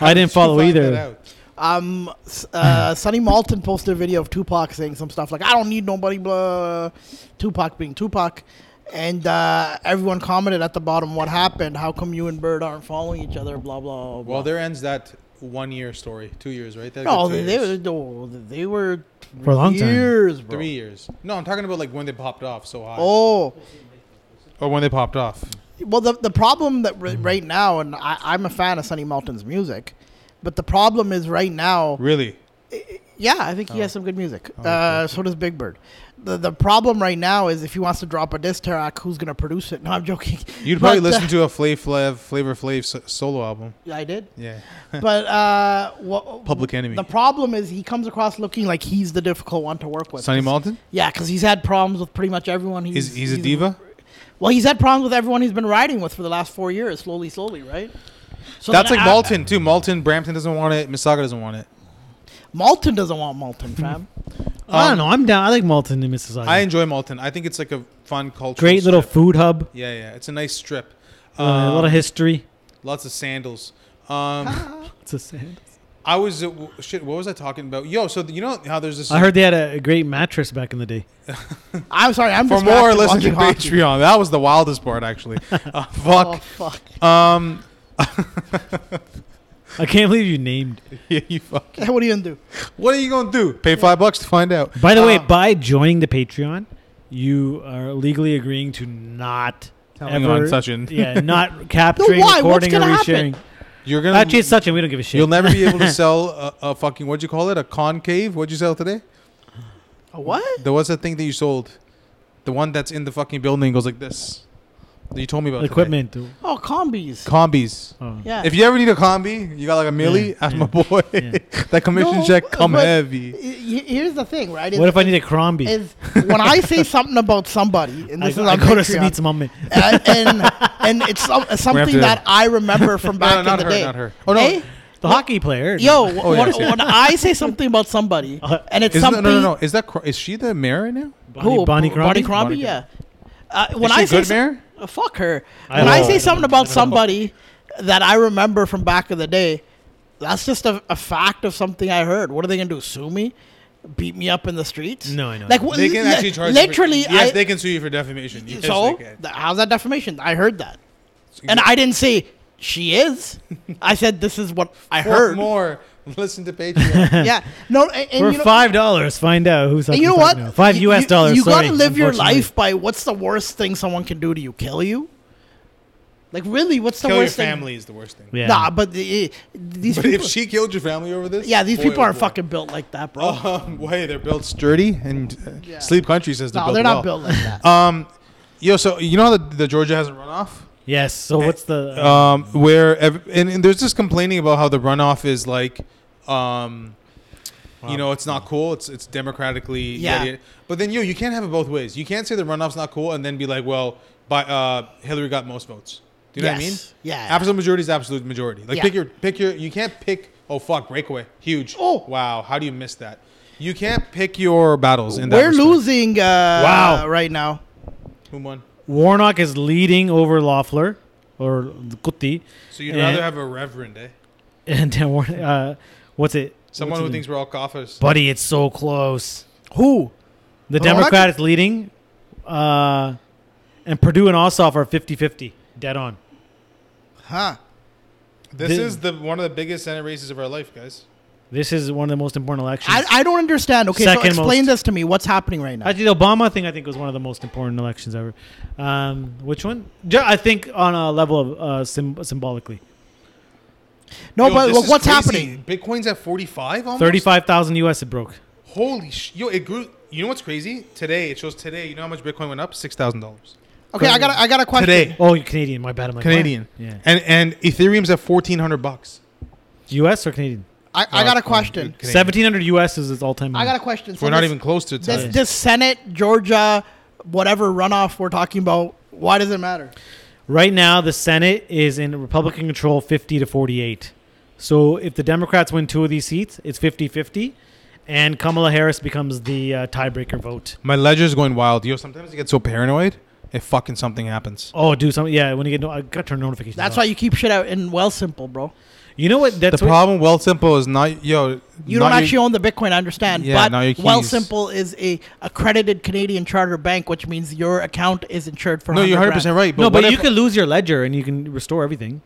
C: i didn't follow either
B: Um, s-
C: [LAUGHS]
B: uh, Sunny Mountain posted a video of Tupac saying some stuff like, I don't need nobody, blah, Tupac being Tupac. And uh, everyone commented at the bottom, what happened? How come you and Bird aren't following each other, blah, blah, blah.
D: Well, there ends that one year story. Two years, right? That
B: no,
D: two
B: Oh, they,
D: years.
B: they, were, they were
C: For a long time.
B: years, bro.
D: Three years. No, I'm talking about like when they popped off so high.
B: Oh,
D: Or when they popped off.
B: Well, the, the problem that r-
D: Mm.
B: right now, and I, I'm a fan of Sunny Mountain's music, but the problem is right now.
D: Really?
B: Yeah, I think
D: oh.
B: he has some good music. uh, So does Big Bird. The the problem right now is if he wants to drop a diss track, who's gonna produce it? [LAUGHS] No, I'm joking.
D: You'd probably
B: But, uh,
D: listen to a Flav Flav Flavor Flav so- solo album.
B: [LAUGHS] I did.
D: Yeah.
B: But uh, wha-
D: Public Enemy.
B: The problem is he comes across looking like he's the difficult one to work with.
D: Sonny
B: 'Cause-
D: Malton?
B: Yeah, because he's had problems with pretty much everyone. He's
D: He's, he's a diva?
B: Well, he's had problems with everyone he's been riding with for the last four years, slowly, slowly, right? So
D: That's
B: then
D: like
B: a-
D: Malton too. Malton, Brampton doesn't want it. Misaga doesn't want it.
B: Malton doesn't want Malton,
D: [LAUGHS]
B: fam.
C: i don't know i'm down i like malton and mrs
D: I enjoy Malton. I think it's like a fun culture.
C: great little food hub
D: Yeah, yeah. It's a nice strip.
C: uh, a
D: Um,
C: lot of history
D: Lots of sandals. Um,
C: it's a sad
D: I was uh, w- shit. What was I talking about? Yo, so you know how there's this.
C: I heard they had a great mattress back in the day.
B: I'm sorry. I'm
D: for
B: distracted
D: more. Listen to
B: watching hockey.
D: Patreon. That was the
C: [LAUGHS]
D: [LAUGHS] wildest part, actually. Uh,
B: Oh
D: fuck.
B: fuck!
D: Um,
C: I can't believe you named.
D: yeah, [LAUGHS] you
B: [LAUGHS]
D: fucking.
B: what do you gonna do?
D: What are you gonna do? Pay five bucks to find out.
C: By the way,
B: Uh,
C: by joining the Patreon, you are legally agreeing to not
D: Telling
C: ever,
D: on
C: [LAUGHS]
D: Sachin.
C: yeah,
D: [LAUGHS]
C: not capturing,
B: No, why? What's
C: recording, or
B: gonna
C: resharing.
D: You're gonna
C: Actually, it's Sachin. We don't give a shit.
D: You'll never be able to sell a, a fucking what'd you call it? A concave? What'd you sell today?
B: A what?
D: There was a thing that you sold, the one that's in the fucking building goes like this. That you told me about
C: [LAUGHS]
D: today.
C: equipment.
B: Oh, combis.
D: Combis.
C: Oh.
B: yeah.
D: If you ever need a combi, you got like a milli.
C: Yeah,
D: ask
C: yeah,
D: my boy.
C: yeah.
D: [LAUGHS] that commission
B: No,
D: check come
B: but-
D: heavy.
B: He- Here's the thing, right? is-
C: What if I need a Crombie?
B: is when
D: [LAUGHS]
B: I say something about somebody, and
C: I,
B: this is
C: I
B: on
C: go to
B: Patreon,
C: Smith's mom.
B: uh, and and it's
D: [LAUGHS]
B: some, something
D: to-
B: that I
D: [LAUGHS]
B: remember from
D: No,
B: back
D: no,
B: in
D: not
B: the
D: her,
B: day.
D: not her. Oh no,
B: Eh?
C: The hockey player.
B: Yo,
D: Oh,
B: when,
D: yes, yes.
B: when I say something about
D: [LAUGHS]
B: somebody,
C: Uh,
B: and it's
D: is no, no,
B: something
D: no, no. Is that Cro- is she the mayor right now?
C: Bonnie,
B: who
C: Bonnie
B: Bo-
C: Crombie.
D: Bonnie Crombie.
B: yeah. Uh, when
D: is she
B: I
D: a
B: say
D: good
B: so-
D: mayor?
B: Uh, fuck her,
C: I
B: when
C: don't
B: I
C: know, I
B: say
C: don't
B: something
C: know, I
B: about
C: don't know.
B: somebody that I remember from back in the day, that's just a, a fact of something I heard. What are they gonna do? Sue me? Beat me up in the streets?
C: No, I know.
B: Like wh- li- Literally, I,
D: can sue you for defamation.
B: so th- how's that defamation? I heard that, and I didn't say she
D: [LAUGHS]
B: is. I said this is what I heard.
D: more. [LAUGHS] Listen to
B: [LAUGHS]
D: Patreon.
B: Yeah, no, and, and
C: For
B: you know,
C: five dollars, find out who's.
B: and you know what?
C: Five
B: You-
C: U.S.
B: you-
C: dollars.
B: You
C: sorry,
B: gotta live your
C: unfortunately.
B: life by what's the worst thing someone can do to you? Kill you? Like really? What's the worst thing?
D: is the worst thing.
C: Yeah.
B: Nah, but the, these
D: But
B: people.
D: if she killed your family over this,
B: yeah, these
D: boy,
B: people
D: oh,
B: aren't
D: boy.
B: fucking built like that, bro.
D: [LAUGHS] Um, way they're built sturdy and uh,
B: Yeah.
D: Sleep Country says they're
B: no,
D: built
B: they're not
D: well.
B: built like that.
D: Um, yo, so you know how the, the Georgia has a runoff,
C: Yes. So
B: [LAUGHS]
C: what's the?
D: um, where ev- and, and there's just complaining about how the runoff is like, um, you know, it's not cool. It's it's democratically
B: Yeah.
D: yada, yada. But then yo, you can't have it both ways. You can't say the runoff's not cool and then be like, well, by uh, Hillary got most votes. Do you know
B: Yes.
D: what I mean?
B: Yeah.
D: Absolute majority is absolute majority. Like
B: Yeah.
D: pick your pick your. You can't pick. Oh fuck, breakaway, huge.
B: Oh.
D: wow, how do you miss that? You can't pick your battles. [LAUGHS] In that
B: We're
D: respect.
B: losing. Uh,
C: Wow.
B: right now.
D: Who won?
C: Warnock is leading over Loeffler or Guti.
D: So you'd
C: And-
D: rather have a reverend, eh?
C: [LAUGHS] and Dan Warnock. Uh, what's it?
D: Someone
C: what's
D: who
C: it-
D: thinks we're all coffers.
C: buddy, it's so close.
B: Who?
C: The
D: Well,
C: Democrats leading, uh, and Purdue and Ossoff are 50-50, dead on.
B: Huh?
D: This
C: Did-
D: is the one of the biggest Senate races of our life, guys.
C: This is one of the most important elections.
B: I, I don't understand. Okay,
C: Second
B: so explain
C: most.
B: this to me. What's happening right now?
C: Actually, the Obama thing I think was one of the most important elections ever. Um, which one? Ju- I think on a level of uh, sym- symbolically,
B: No,
D: Yo,
B: but
D: this
B: look,
D: is
B: what's
D: crazy.
B: happening?
D: Bitcoin's at 45 almost?
C: thirty-five thousand U.S. it broke.
D: Holy sh- Yo, it grew. You know what's crazy? Today, it shows today. You know how much Bitcoin went up? $6,000.
B: Okay, I got I got a question.
D: Today.
C: Oh, you're Canadian. My bad. I'm like what?
D: Canadian.
C: Yeah.
D: And and Ethereum's at 1400 bucks. Uh,
C: U.S. or Canadian?
B: I,
D: Oh,
B: I got a question.
C: Seventeen hundred U.S. is its all-time.
B: I
C: high.
B: got a question. So
D: We're not
B: this-
D: even close to it.
B: this, this Senate Georgia whatever runoff we're talking about. Why does it matter?
C: Right now, the Senate is in Republican control 50 to 48. So if the Democrats win two of these seats, it's 50 50. And Kamala Harris becomes the uh, tiebreaker vote.
D: My ledger's going wild. Yo, sometimes I get so paranoid if fucking something happens.
C: Oh, do something. Yeah, when you get, no- I got to turn notifications.
B: That's
C: off.
B: why you keep shit out in well simple, bro.
C: You know what? That's
D: the
C: what,
D: problem, well, simple is not. Yo,
B: You don't
D: not your-
B: actually own the Bitcoin, I understand.
D: Yeah, not your
B: but well
D: keys.
B: simple is a accredited Canadian charter bank, which means your account is insured for.
D: No, you're 100
B: 100
D: percent right. But
C: no,
D: what
C: but
D: if
C: you could lose your ledger and you can restore everything.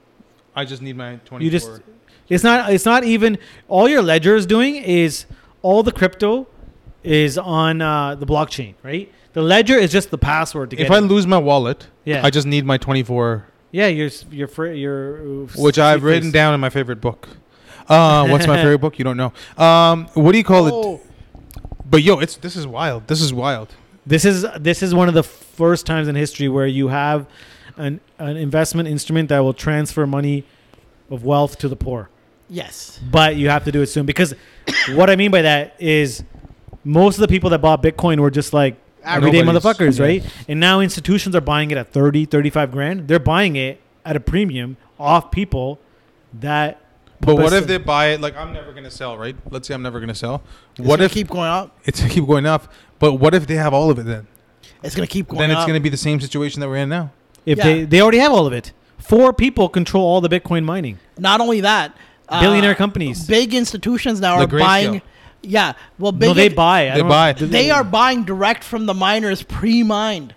D: I just need my 24.
C: You just. It's not. It's not even. All your ledger is doing is all the crypto is on uh, the blockchain, right? The ledger is just the password to get.
D: if I
C: in.
D: lose my wallet,
C: Yeah.
D: I just need my 24,
C: yeah, your s- your fr- your uh,
D: which I've
C: suitcase.
D: written down in my favorite book. Uh, what's my favorite book? You don't know. Um, what do you call
B: Oh.
D: it? But yo, it's this is wild. This is wild.
C: This is this is one of the first times in history where you have an an investment instrument that will transfer money of wealth to the poor.
B: Yes.
C: But you have to do it soon because [COUGHS] what I mean by that is most of the people that bought Bitcoin were just like everyday
D: Nobody's-
C: motherfuckers,
D: Ah, yeah.
C: right? And now institutions are buying it at 30, 35 grand. They're buying it at a premium off people that
D: But what if
C: Listen.
D: they buy it? Like I'm never gonna sell, right? Let's say I'm never gonna sell.
B: It's
D: What
B: gonna
D: if
B: keep going up?
D: [LAUGHS] it's keep going up? But what if they have all of it then?
B: It's gonna keep going
D: Then it's
B: up.
D: gonna be the same situation that we're in now.
C: if
B: Yeah.
C: they they already have all of it. Four people control all the Bitcoin mining.
B: Not only that, uh,
C: Billionaire companies.
B: big institutions now
D: The
B: are
D: Grayscale.
B: buying. Yeah, well, big
C: no, they buy. I
D: They
C: don't-
D: buy.
B: They are buying direct from the miners pre-mined.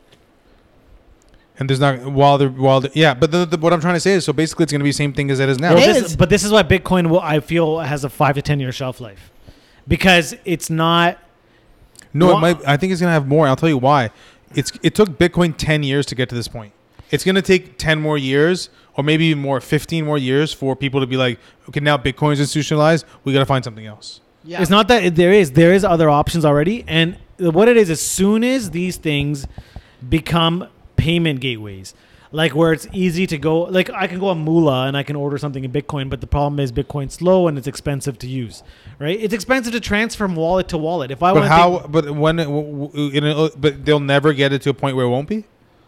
D: And there's not while they're while they're, yeah, but the, the, what I'm trying to say is so basically it's going to be the same thing as it is now.
C: Well,
B: It
C: this-
B: is.
C: but this is why Bitcoin, will, I feel, has a five to ten year shelf life, because it's not.
D: No,
C: Wha-
D: it might. I think it's gonna have more. I'll tell you why. It's it took Bitcoin ten years to get to this point. It's gonna take ten more years, or maybe even more, fifteen more years for people to be like, okay, now Bitcoin's institutionalized. We gotta find something else.
B: Yeah.
C: It's not that it- there is there is other options already, and what it is as soon as these things become payment gateways, like where it's easy to go, like I can go on Moola and I can order something in Bitcoin, but the problem is Bitcoin's slow and it's expensive to use, right? It's expensive to transfer from wallet to wallet. If I
D: But
C: want,
D: how? but when? it- w- w- in a- But they'll never get it to a point where it won't be.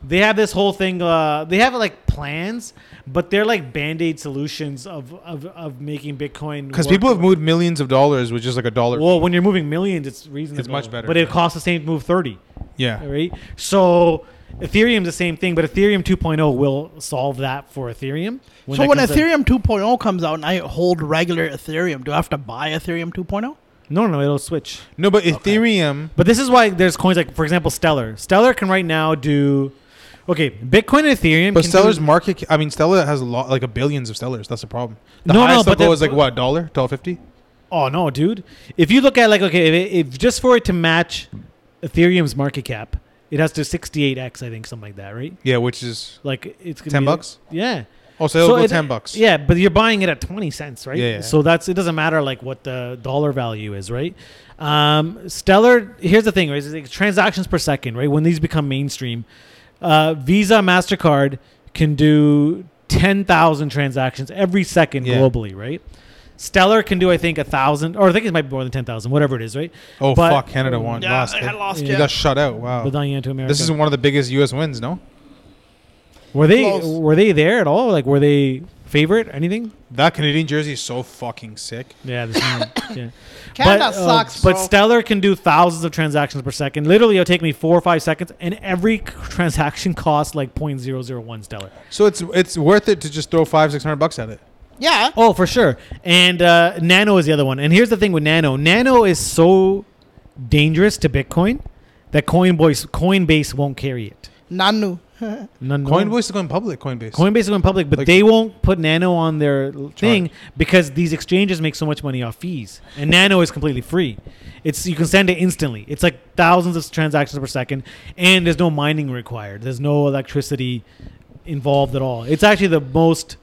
C: they have this whole thing. Uh, they have like plans, but they're like band aid solutions of, of of making Bitcoin
D: Because
C: work.
D: people have moved millions of dollars with just like a dollar.
C: Well, when you're moving millions, it's reasonable.
D: much better,
C: but it
D: yeah.
C: costs the same to move thirty.
D: yeah.
C: right? So Ethereum's the same thing, but Ethereum 2.0 will solve that for Ethereum.
B: so
C: that
B: when
C: comes out-
B: Ethereum 2.0 comes out and I hold regular Ethereum, do I have to buy Ethereum oh? 2.0?
C: no, no, no, it'll switch.
D: No, but Ethereum.
C: But this is why there's coins like, for example, Stellar. Stellar can right now do, okay, Bitcoin and Ethereum.
D: But
C: can
D: Stellar's
C: do,
D: market. ca- I mean, Stellar has a lot, like a billions of Stellars. That's the problem. The
C: No, no,
D: highest
C: but
D: they'll go
C: that-
D: is like what dollar, dollar fifty.
C: oh no, dude. If you look at like, okay, if, if just for it to match Ethereum's market cap, it has to 68x, I think, something like that, right?
D: Yeah, which is
C: Like it's gonna
D: ten
C: be-
D: bucks.
C: Yeah.
D: Oh, so, it'll go
C: it-
D: ten bucks.
C: Yeah, but you're buying it at twenty cents, right?
D: Yeah, yeah.
C: So that's it. Doesn't matter like what the dollar value is, right? Um, Stellar. Here's the thing, right? is like transactions per second, right? When these become mainstream, uh, Visa, Mastercard can do ten thousand transactions every second
D: Yeah.
C: globally, right? Stellar can do, I think, a thousand, or I think it might be more than ten thousand, whatever it is, right?
D: Oh
C: But-
D: fuck, Canada won. lost.
B: I
D: it.
B: had lost
D: He
B: yeah.
D: got shut out. Wow.
C: But not yet to America.
D: This is one of the biggest U.S. wins, no?
C: were they
B: Close.
C: were they there at all? Like, were they favorite? Anything?
D: That Canadian jersey is so fucking sick.
C: Yeah, this is, [COUGHS] yeah.
B: Canada
C: uh,
B: sucks,
C: but
B: bro.
C: Stellar can do thousands of transactions per second. Literally, it'll take me four or five seconds, and every c- transaction [LAUGHS] costs like 0.001 Stellar.
D: So it's it's worth it to just throw five six hundred bucks at it.
B: Yeah.
C: Oh, for sure. And uh, Nano is the other one. And here's the thing with Nano: Nano is so dangerous to Bitcoin that Coinbase Coinbase won't carry it.
B: [LAUGHS] Nanu.
C: None- no-
D: Coinbase is going public. Coinbase.
C: Coinbase is going public, but
D: Like-
C: they won't put Nano on their l- thing because these exchanges make so much money off fees, and Nano is completely free. It's you can send it instantly. It's like thousands of transactions per second, and there's no mining required. There's no electricity involved at all. It's actually the most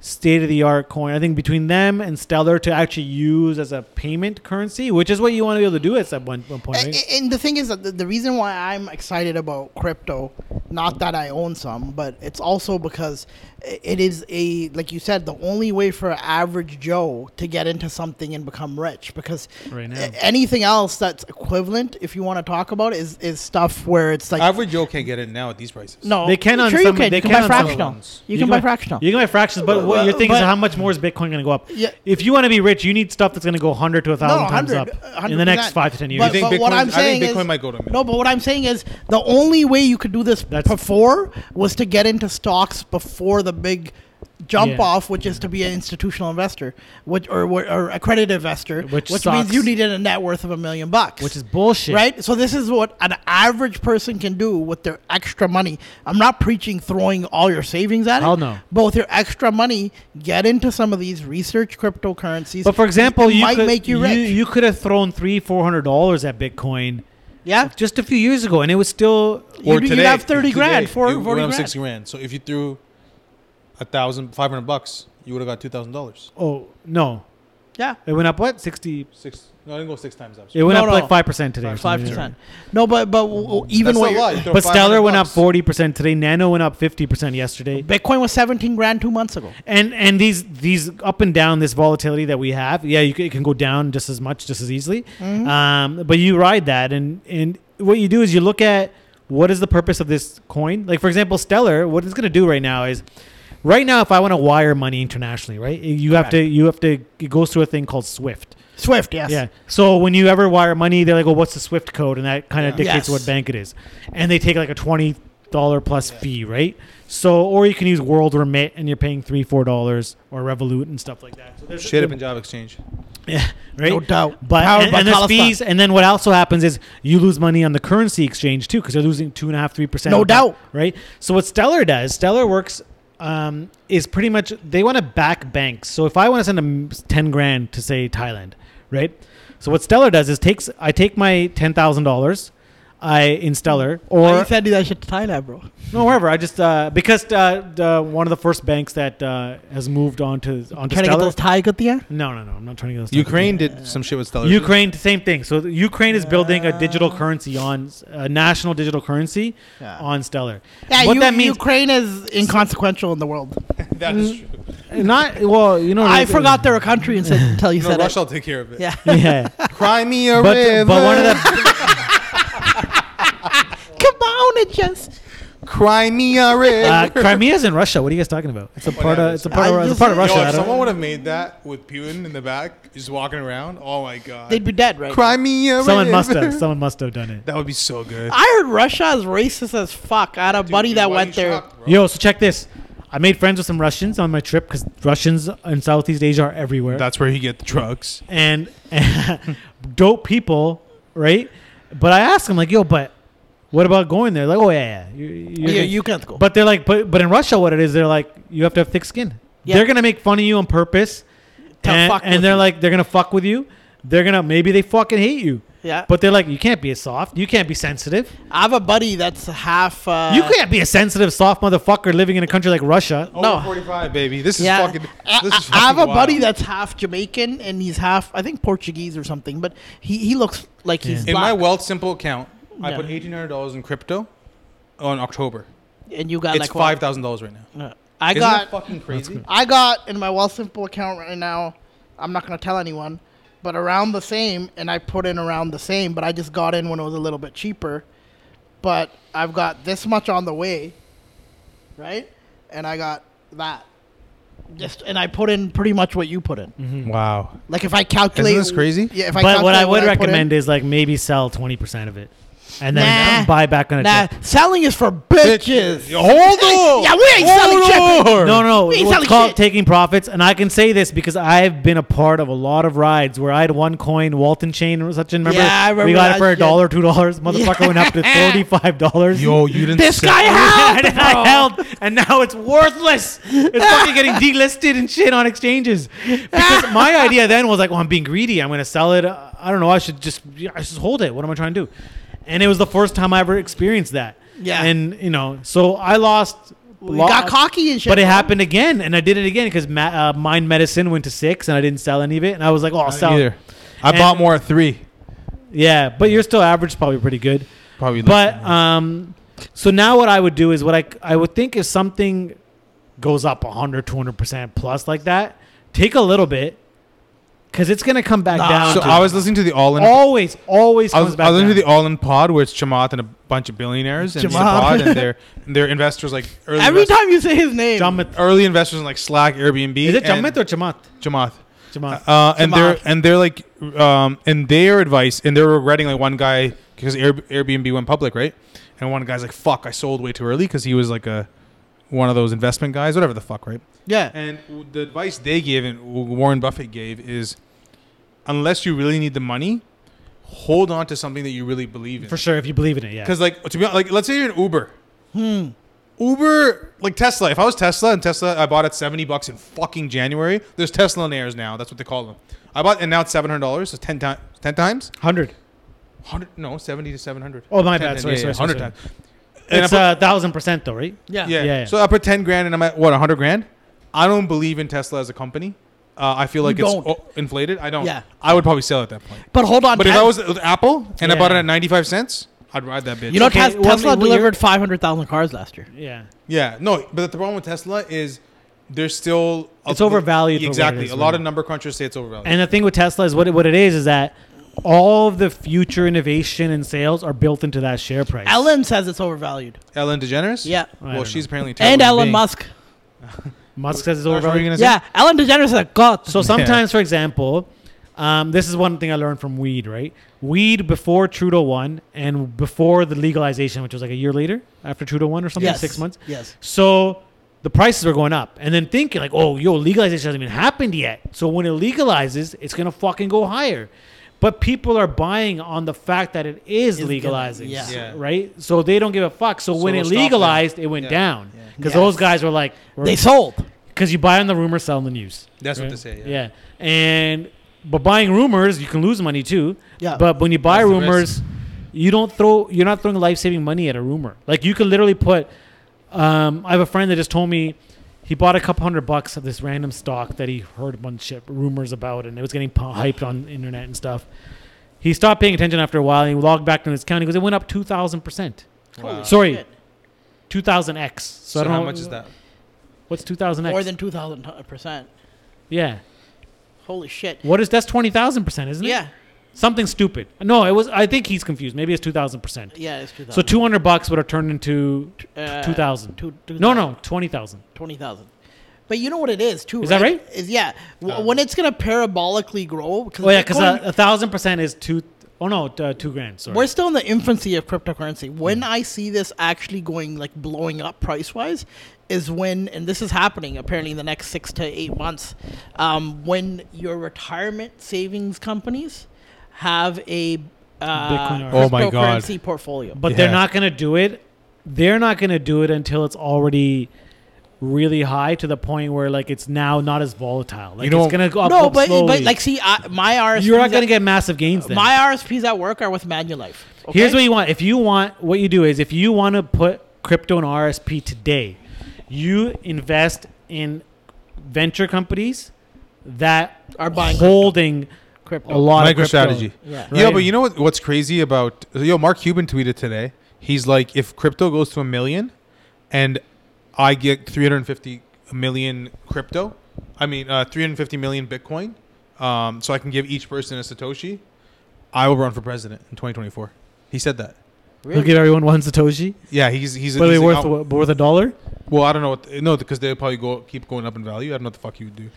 C: state of the art coin. I think between them and Stellar to actually use as a payment currency, which is what you want to be able to do at some one, one point.
B: A-
C: Right?
B: a- And the thing is that the, the reason why I'm excited about crypto, not that I own some, but it's also because i- it is a like you said the only way for average Joe to get into something and become rich because
C: Right now.
B: a- anything else that's equivalent, if you want to talk about, it, is is stuff where it's like
D: Average Joe can't get it now at these prices.
B: no,
C: They can on
B: sure
C: some-
B: you can,
C: they
B: you can,
C: can
B: buy
C: on some
B: fractional,
C: ones.
B: you, can buy
C: buy-
B: fractional.
C: You can buy fractions, but what
B: Well,
C: you're thinking is
B: but-
C: how much more is Bitcoin going to go up?
B: Yeah.
C: If you want to be rich, you need stuff that's going to go 100 to 1,000 times up
B: 100,
C: in the next
B: 100%.
C: 5 to 10 years.
B: But,
D: You think
B: but what
D: Bitcoin- I
B: I'm
D: think
B: saying
D: Bitcoin
B: is,
D: might go to a million.
B: no. But what I'm saying is, the only way you could do this
C: That's-
B: before was to get into stocks before the big jump
C: Yeah.
B: off, which is to be an institutional investor, which or or, or accredited investor,
C: Which
B: which,
C: sucks.
B: means you needed a net worth of a million bucks,
C: which is bullshit.
B: Right? So this is what an average person can do with their extra money. I'm not preaching throwing all your savings at
C: Hell
B: it.
C: no.
B: But with your extra money, get into some of these research cryptocurrencies.
C: But for example,
B: it
C: you
B: might
C: could,
B: make you
C: you,
B: rich.
C: you could have thrown three, four hundred dollars at Bitcoin
B: yeah.
C: just a few years ago, and it was still
B: You'd- you'd have 30 grand, four- 40 grand.
D: sixty grand. So if you threw a thousand five hundred bucks, you would have got two thousand dollars.
C: oh no,
B: Yeah.
C: it went up what sixty?
D: Six. No, I didn't go six times. Up.
C: It went
B: No,
C: up
B: no.
C: like five percent today. or
B: Five
C: something, yeah.
B: percent. No, but but w- w- even
D: That's
B: what
D: a
B: you're-
D: lot. You throw
C: But Stellar
D: 500
C: went up
D: bucks.
C: forty percent today. Nano went up fifty percent yesterday.
B: Bitcoin was seventeen grand two months ago.
C: and and these these up and down this volatility that we have yeah you can, it can go down just as much just as easily um, but you ride that and and what you do is you look at what is the purpose of this coin like for example stellar what it's going to do right now is right now if i want to wire money internationally right you have to you have to it goes through a thing called swift
B: Swift, yes.
C: yeah. So when you ever wire money, they're like, "Oh, what's the SWIFT code?" And that kind of
D: Yeah.
B: Yes.
C: dictates what bank it is. And they take like a twenty dollar plus fee, right? So, or you can use World Remit, and you're paying three, four dollars, or Revolut and stuff like that. So there's
D: Shit at Punjab Exchange.
C: yeah, [LAUGHS] right?
B: No doubt.
C: But
B: Powered
C: and,
B: by
C: and there's
B: Khalistan.
C: fees, and then what also happens is you lose money on the currency exchange too, because you're losing two and a half, three percent.
B: No
C: of that,
B: doubt.
C: right? So what Stellar does, Stellar works um, is pretty much they want to back banks. So if I want to send them ten grand to say Thailand, right? So what Stellar does is takes I take my ten thousand dollars, I in Stellar or
B: Why you said that shit to Thailand, bro?
C: no, wherever. I just uh, because uh, the, one of the first banks that uh, has moved on to on to
B: Can I get
C: Stellar.
B: those Thai good there?
C: no, no, no. I'm not trying to get those.
D: Ukraine did some shit with Stellar.
C: Ukraine, same thing. So the- Ukraine is building a digital currency on a national digital currency
B: Yeah.
C: on Stellar.
B: Yeah,
C: what
B: U-
C: that means,
B: Ukraine is inconsequential in the world.
D: that is
B: Mm-hmm.
D: true.
C: not well, you know.
B: I forgot [LAUGHS] they were a country and said, until you
D: No,
B: said
D: Russia
B: it.
D: will take care of it.
B: Yeah. [LAUGHS]
C: Yeah,
D: Crimea
C: but
D: River.
C: but one of the uh,
B: Come on, it just. Ah,
D: Crimea River.
C: uh, Crimea's in Russia. What are you guys talking about? It's a part of it's a part
B: I
C: of, it's a
B: just-
C: part of Russia.
D: Yo,
C: I
D: if
C: don't-
D: someone would have made that with Putin in the back, just walking around, oh my god.
B: They'd be dead, right?
D: Crimea
C: someone
D: River.
C: must have. Someone must have done it.
D: [LAUGHS] That would be so good.
B: I heard Russia is racist as fuck. I had a Ah, buddy that went there.
C: Yo, so check this. I made friends with some Russians on my trip because Russians in Southeast Asia are everywhere.
D: That's where he get the drugs.
C: and, [LAUGHS] dope people, right? But I asked them like, "Yo, but what about going there?" Like, "Oh yeah, yeah, you, you-
B: Yeah, you can't go.
C: But they're like, but but in Russia, what it is, they're like, you have to have thick skin.
B: Yeah.
C: They're gonna make fun of you on purpose,
B: To
C: and,
B: fuck
C: and
B: with
C: they're
B: you.
C: like, they're gonna fuck with you. They're gonna maybe they fucking hate you.
B: yeah.
C: But they're like, you can't be a soft. You can't be sensitive.
B: I have a buddy that's half. Uh,
C: you can't be a sensitive soft motherfucker living in a country like Russia.
D: Over
B: No.
D: 45, Oh, baby. This is
B: Yeah.
D: fucking.
B: I,
D: This is
B: I- I have a
D: fucking
B: buddy
D: wild.
B: that's half Jamaican and he's half, I think, Portuguese or something. But he, he looks like he's
D: In my
B: black.
D: Wealth Simple account, I
B: Yeah.
D: put $1,800 in crypto on October.
B: and you got
D: It's
B: like what?
D: $5,000 right now.
B: Uh, I
D: Isn't
B: got
D: that fucking crazy?
B: I got in my Wealth Simple account right now. I'm not gonna tell anyone, but around the same, and I put in around the same. But I just got in when it was a little bit cheaper. But I've got this much on the way, right? And I got that. Just and I put in pretty much what you put in.
D: Wow.
B: Like if I calculate,
D: Mm-hmm. this crazy?
B: Yeah. If I
C: But what I
B: calculate
C: would
B: put in-
C: recommend is like maybe sell twenty percent of it, and then
B: Nah.
C: buy back on a
B: nah,
C: trip.
B: selling is for bitches.
D: Hold on.
B: Yeah, we ain't selling
D: Hold
B: shit.
D: on.
C: No, no,
B: We ain't
C: what's
B: selling
C: called
B: shit.
C: taking profits, and I can say this because I've been a part of a lot of rides where I had one coin, Walton chain, or such. And remember,
B: Yeah, I
C: we
B: remember
C: got it
B: that
C: for a
B: shit.
C: dollar, two dollars. Motherfucker went up to thirty-five dollars.
D: Yo, you didn't
B: This
D: sell-
B: guy
C: [LAUGHS] and
B: held,
C: I
B: bro.
C: held, and now it's worthless. It's
B: [LAUGHS]
C: fucking getting delisted and shit on exchanges. Because my idea then was like, well, I'm being greedy. I'm gonna sell it. Uh, I don't know. I should just, I should hold it. What am I trying to do? And it was the first time I ever experienced that.
B: Yeah.
C: And you know, so I lost.
B: We got cocky and shit.
C: But it
B: bro.
C: happened again, and I did it again because ma- uh, Mind Medicine went to six, and I didn't sell any of it, and I was like, "Oh, I'll sell."
D: Either. I
C: And-
D: bought more at three.
C: Yeah, but you're still average, probably pretty good.
D: Probably.
C: But
D: less than that.
C: um, so now what I would do is what I I would think if something goes up 100, 200 percent plus like that, take a little bit because it's gonna come back down.
D: so
C: to-
D: I was listening to the All In.
C: always, always
D: I
C: uh, comes
D: was,
C: back.
D: I was listening
C: down.
D: to the All In Pod where it's Chamath and a bunch of billionaires and
B: Chamath.
D: Chamath. and their their investors like early
B: Every
D: investors,
B: time you say his name,
C: Jamath.
D: early investors in like Slack, Airbnb.
C: Is it
D: and-
C: Jamath or Chamath?
D: Chamath?
C: Chamath.
D: Uh, and they're
B: Chamath.
D: and they're like um, and their advice and they're regretting like one guy because Air, Airbnb went public, right? And one guy's like, "Fuck, I sold way too early" because he was like a one of those investment guys, whatever the fuck, right?
B: yeah.
D: And w- the advice they gave and w- Warren Buffett gave is, unless you really need the money, hold on to something that you really believe in.
C: For sure, if you believe in it, yeah.
D: Because like to be honest, like let's say you're an Uber. Hmm. Uber like Tesla. If I was Tesla and Tesla, I bought at seventy bucks in fucking January. There's Tesla Nairs now. That's what they call them. I bought and now it's seven hundred dollars. So ten times, ten times,
C: hundred.
D: hundred no seventy to seven hundred.
C: Oh, my bad. Sorry, sorry, sorry,
D: hundred times. And
C: It's
D: I
C: a thousand percent though, right?
B: yeah.
D: put- yeah.
C: yeah, yeah.
D: So I put ten grand and I'm at what hundred grand. I don't believe in Tesla as a company. Uh, I feel like it's
B: don't.
D: o- inflated. I don't.
B: Yeah.
D: I would probably sell at that point.
B: But hold on.
D: But if
B: Tes-
D: I was at Apple and I
C: Yeah.
D: bought it at ninety five cents, I'd ride that bitch.
B: you know,
C: Okay,
B: Tes-
C: well,
B: Tesla
C: I mean, well, you're-
B: delivered 500,000 cars last year.
C: Yeah.
D: Yeah, no, but the problem with Tesla is there's still
C: It's overvalued for what it
D: Exactly,
C: is
D: a lot
C: right
D: of number crunchers say it's overvalued.
C: And the thing with Tesla is what it, what it is is that all of the future innovation and sales are built into that share price.
B: Ellen says it's overvalued.
D: Ellen DeGeneres.
B: Yeah.
C: I
D: Well,
C: don't
D: she's
C: know.
D: apparently a
B: And
D: terrible
B: Elon
D: being.
B: Musk.
C: Musk says it's
D: What were you
C: overvalued.
D: gonna say?
B: Yeah. Ellen DeGeneres is a god.
C: So sometimes, for example, Um, this is one thing I learned from weed, right? Weed before Trudeau won and before the legalization, which was like a year later after Trudeau won or something,
B: Yes.
C: six months.
B: Yes.
C: So the prices were going up. And then thinking like, oh, yo, legalization hasn't even happened yet. So when it legalizes, it's going to fucking go higher. But people are buying on the fact that it is
B: gonna-
C: legalizing,
B: yeah.
D: Yeah.
C: right? So they don't give a fuck. So, when
D: we'll
C: it
D: stop now.
C: legalized, it went
D: Yeah.
C: down because
B: Yeah.
C: those guys were like,
B: They
C: [LAUGHS]
B: sold.
C: because you buy on the rumor, sell on the news.
D: That's what they say, yeah.
C: Yeah. and but buying rumors, you can lose money too.
B: Yeah.
C: But when you buy
D: That's the
C: rumors, you don't throw. You're not throwing life saving money at a rumor. Like you could literally put. Um, I have a friend that just told me he bought a couple hundred bucks of this random stock that he heard a bunch of rumors about, and it was getting p- hyped on the internet and stuff. He stopped paying attention after a while, and he logged back to his account. He goes, "It went up two thousand percent,
D: Wow. So,
C: Sorry.
B: Shit.
C: two thousand x." So, I don't
D: how
C: know
D: much is that?
C: What's two thousand
B: More
C: x?
B: than 2,000%.
C: Yeah.
B: Holy shit.
C: What is that's twenty thousand percent, isn't it?
B: Yeah.
C: Something stupid. No, it was. I think he's confused. Maybe it's two thousand percent.
B: Yeah, it's 2,000.
C: So two hundred bucks would have turned into
B: Uh,
C: two thousand.
B: two- two
C: No,
B: thousand.
C: no, twenty thousand.
B: 20,000. But you know what it is, too.
C: Is that right?
B: Is, yeah. W-
D: Um,
B: when it's going to parabolically grow. Cause
C: Oh yeah, because
B: Bitcoin-
C: a thousand percent is two oh no, uh, two grand. Sorry.
B: We're still in the infancy of cryptocurrency. When
C: Mm.
B: I see this actually going like blowing up price wise, is when and this is happening apparently in the next six to eight months, um, when your retirement savings companies have a uh,
C: Bitcoin or-
D: Oh my God.
B: cryptocurrency portfolio.
C: but they're
D: Yeah.
C: not gonna do it. They're not gonna do it until it's already really high to the point where like it's now not as volatile. Like
D: You know-
C: it's gonna go up,
B: no,
C: up
B: but
C: slowly.
B: but like see, I, my RSPs
C: you're not gonna
B: at-
C: get massive gains then.
B: my RSPs at work are with Manulife. Okay?
C: Here's what you want. If you want, what you do is if you want to put crypto in RSP today, you invest in venture companies that
B: Are buying crypto.
C: holding
B: crypto.
C: a lot of
D: MicroStrategy.
C: crypto.
B: Yeah.
C: Right.
D: Yeah, but you know what, what's crazy about yo? Mark Cuban tweeted today. He's like, if crypto goes to a million, and I get 350 million crypto, I mean uh, 350 million Bitcoin, um, so I can give each person a satoshi. I will run for president in 2024. He said that.
C: He'll give everyone one satoshi,
D: Yeah, he's he's.
C: but it'll
D: he's
C: be worth
D: out-
C: but worth a dollar.
D: Well, I don't know. What no, because they probably go keep going up in value. I don't know what the fuck you would do.